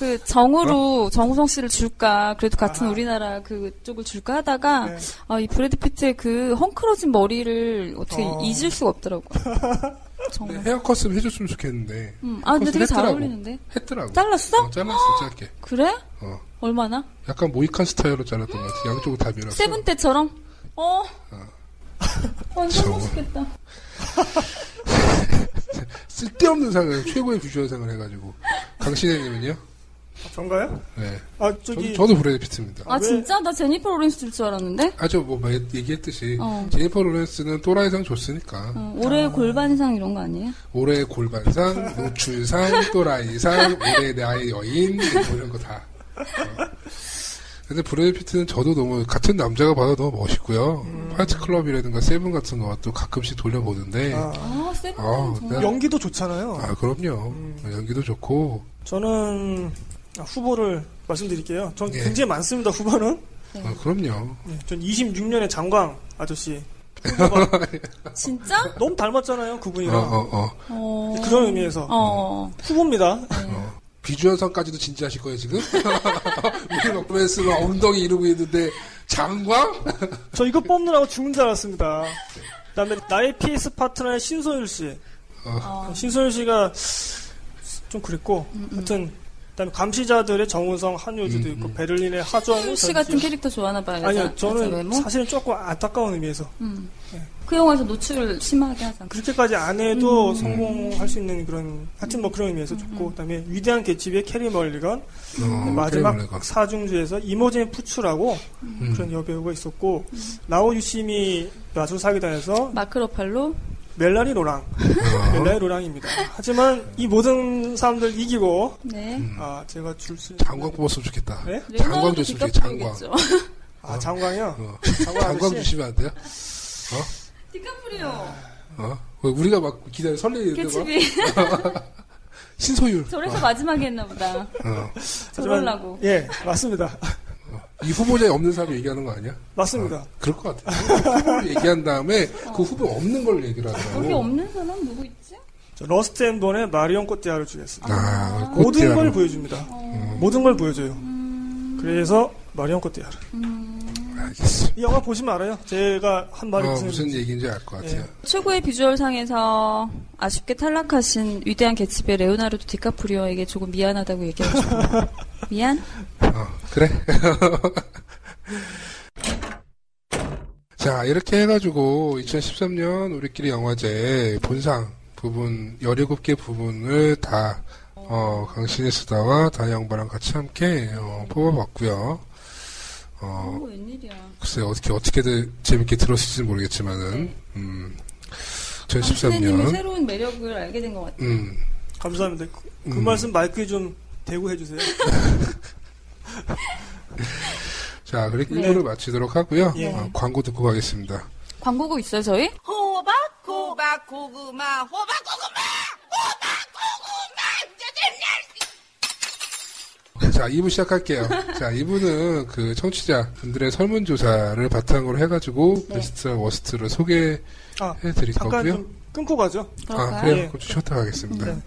Speaker 1: 그 정으로
Speaker 3: 어?
Speaker 1: 정우성 씨를 줄까 그래도 같은
Speaker 2: 아하.
Speaker 1: 우리나라 그쪽을 줄까 하다가
Speaker 2: 네.
Speaker 1: 아, 이 브래드 피트의 그 헝클어진 머리를 어떻게
Speaker 2: 어.
Speaker 1: 잊을 수가 없더라고요. 정말.
Speaker 3: 헤어컷 좀 해줬으면 좋겠는데.
Speaker 1: 음. 아, 근데 되게 잘
Speaker 3: 했더라고.
Speaker 1: 어울리는데.
Speaker 3: 했더라고.
Speaker 1: 잘랐어?
Speaker 3: 어, 잘랐어, 짧게.
Speaker 1: 그래?
Speaker 3: 어.
Speaker 1: 얼마나?
Speaker 3: 약간 모이칸 스타일로 잘랐던 것 같아. 양쪽을 다 밀었어.
Speaker 1: 세븐 때처럼? 어. 완전
Speaker 3: 정말.
Speaker 1: 멋있겠다.
Speaker 3: 쓸데없는 상을, 최고의 비주얼 상을 해가지고. 강신혜님은요?
Speaker 2: 아, 전가요?
Speaker 3: 네.
Speaker 2: 아
Speaker 3: 저도,
Speaker 2: 저기
Speaker 3: 저도 브래드 피트입니다.
Speaker 1: 아,
Speaker 2: 왜?
Speaker 1: 진짜? 나 제니퍼 로렌스 줄 줄 알았는데?
Speaker 3: 아주 뭐, 말- 얘기했듯이.
Speaker 1: 어.
Speaker 3: 제니퍼 로렌스는 또라이상 줬으니까.
Speaker 1: 어, 올해
Speaker 3: 아.
Speaker 1: 골반상 이런 거 아니에요?
Speaker 3: 올해 골반상, 노출상, 또라이상, 올해 나의 여인, 뭐 이런 거 다. 어. 근데 브래드 피트는 저도 너무 같은 남자가 봐도 너무 멋있고요.
Speaker 2: 음.
Speaker 3: 파이트 클럽이라든가 세븐 같은 것도 가끔씩 돌려보는데 아,
Speaker 2: 아,
Speaker 1: 아, 세븐
Speaker 3: 아,
Speaker 1: 정말.
Speaker 3: 나-
Speaker 2: 연기도 좋잖아요.
Speaker 3: 그럼요.
Speaker 2: 음.
Speaker 3: 네, 연기도 좋고
Speaker 2: 저는 아, 후보를 말씀드릴게요. 전
Speaker 3: 예.
Speaker 2: 굉장히 많습니다. 후보는
Speaker 3: 아, 그럼요.
Speaker 2: 예, 전 26년의 장광 아저씨 후보가
Speaker 3: 네.
Speaker 1: 진짜?
Speaker 2: 너무 닮았잖아요 그분이랑
Speaker 3: 어, 어, 어.
Speaker 1: 어.
Speaker 2: 그런 의미에서
Speaker 1: 어.
Speaker 2: 후보입니다.
Speaker 3: 비주얼상까지도 진지하실 거예요 지금? 우리 로맨스가 엉덩이 이러고 있는데 장광?
Speaker 2: 저 이거 뽑느라고 죽는 줄 알았습니다. 그다음에 나의 PS 파트너의 신소율 씨.
Speaker 1: 어.
Speaker 2: 신소율 씨가 좀 그랬고,
Speaker 1: 음,
Speaker 2: 하여튼 그다음에 감시자들의 정우성, 한효주도
Speaker 3: 음,
Speaker 2: 있고
Speaker 3: 음.
Speaker 2: 베를린의 하주하고
Speaker 1: 신우 씨 같은 캐릭터 좋아하나 봐요. 음,
Speaker 2: 아니요,
Speaker 1: 여자- 여자
Speaker 2: 저는
Speaker 1: 외모?
Speaker 2: 사실은 조금 안타까운 의미에서
Speaker 1: 음.
Speaker 2: 예.
Speaker 1: 그 영화에서 노출을 심하게 하잖아.
Speaker 2: 그렇게까지 안
Speaker 1: 음,
Speaker 2: 해도 성공할 수 있는 그런 하여튼 뭐 그런 의미에서 좋고 그다음에 위대한 개츠비의 캐리 멀리건
Speaker 3: 어,
Speaker 2: 마지막
Speaker 3: 그래, 그래.
Speaker 2: 사중주에서 이모젠 푸츠라고
Speaker 3: 음.
Speaker 2: 그런 여배우가 있었고 라오 유시미 마술사기단에서
Speaker 1: 마크로팔로
Speaker 2: 멜라리 로랑
Speaker 3: 어.
Speaker 2: 멜라의 그러니까 로랑입니다. 하지만 이 모든 사람들 이기고
Speaker 1: 네.
Speaker 2: 아 제가 줄 수 있는
Speaker 3: 장광 뽑았으면 좋겠다.
Speaker 2: 네?
Speaker 1: 그
Speaker 3: 장광
Speaker 1: 레오나르도
Speaker 3: 줬으면 좋겠다. 장광.
Speaker 1: 디카프리오겠죠.
Speaker 2: 아 장광이요?
Speaker 3: 어.
Speaker 2: 장광
Speaker 3: 장광
Speaker 2: 아저씨
Speaker 3: 주시면 안 돼요?
Speaker 1: 디카프리오.
Speaker 3: 어? 왜 우리가 막 기다려 설레는데 막
Speaker 1: 개츠비.
Speaker 3: 신소율.
Speaker 1: 그 저래서 마지막에 했나 보다.
Speaker 3: 어.
Speaker 2: 하지만-
Speaker 1: 저럴라고.
Speaker 2: 예 맞습니다
Speaker 3: 이 후보자에 없는 사람 얘기하는 거 아니야?
Speaker 2: 맞습니다.
Speaker 3: 그럴 것 같아. 후보를 얘기한 다음에 그 후보 없는 걸 얘기를
Speaker 1: 여기
Speaker 3: 하더라고.
Speaker 1: 없는 사람 누구 있지?
Speaker 2: 저 러스트 앤 본의 마리온 꼬띠아를 주겠습니다.
Speaker 3: 아,
Speaker 2: 모든
Speaker 3: 꽃이라는
Speaker 2: 걸
Speaker 3: 거. 음,
Speaker 2: 보여줍니다.
Speaker 1: 어.
Speaker 2: 모든 걸 보여줘요.
Speaker 1: 음.
Speaker 2: 그래서 마리온 꼬띠아르.
Speaker 3: 알겠어.
Speaker 2: 이 영화 보시면 알아요. 제가 한 말이
Speaker 3: 어,
Speaker 2: 무슨,
Speaker 3: 무슨 얘기인지 알 것 같아요.
Speaker 1: 최고의 비주얼상에서 아쉽게 탈락하신 위대한 개츠비의 레오나르도 디카프리오에게 조금 미안하다고 얘기하고 싶어요. 미안?
Speaker 3: 어, 그래? 자, 이렇게 해가지고 2013년 우리끼리 영화제 본상 부분 17개 부분을 다 어, 강신의 수다와 다영바랑 같이 함께 어, 뽑아봤고요. 어,
Speaker 1: 오, 웬일이야.
Speaker 3: 글쎄 어떻게 어떻게든 재밌게 들었을지 모르겠지만은 음,
Speaker 1: 강신혜님의
Speaker 3: 네, 2013년
Speaker 1: 새로운 매력을 알게 된 것 같아요.
Speaker 3: 음,
Speaker 2: 감사합니다. 그, 그
Speaker 3: 음.
Speaker 2: 말씀 마이크에 좀 대고 해주세요.
Speaker 3: 자 그렇게
Speaker 1: 네.
Speaker 3: 1부를 마치도록 하고요.
Speaker 2: 예.
Speaker 3: 어, 광고 듣고 가겠습니다.
Speaker 1: 광고고 있어요, 저희?
Speaker 4: 호박 호박 고구마 호박 고구마 호박 고구마
Speaker 3: 자, 2부 시작할게요. 자, 2부는 그 청취자 분들의 설문조사를 바탕으로 해가지고 베스트와 워스트를 소개해
Speaker 2: 아,
Speaker 3: 드릴
Speaker 2: 잠깐
Speaker 3: 거고요.
Speaker 2: 좀 끊고 가죠.
Speaker 1: 그럴까요?
Speaker 3: 아, 그래요?
Speaker 2: 예.
Speaker 3: 그럼 쉬었다 가겠습니다.
Speaker 2: 네.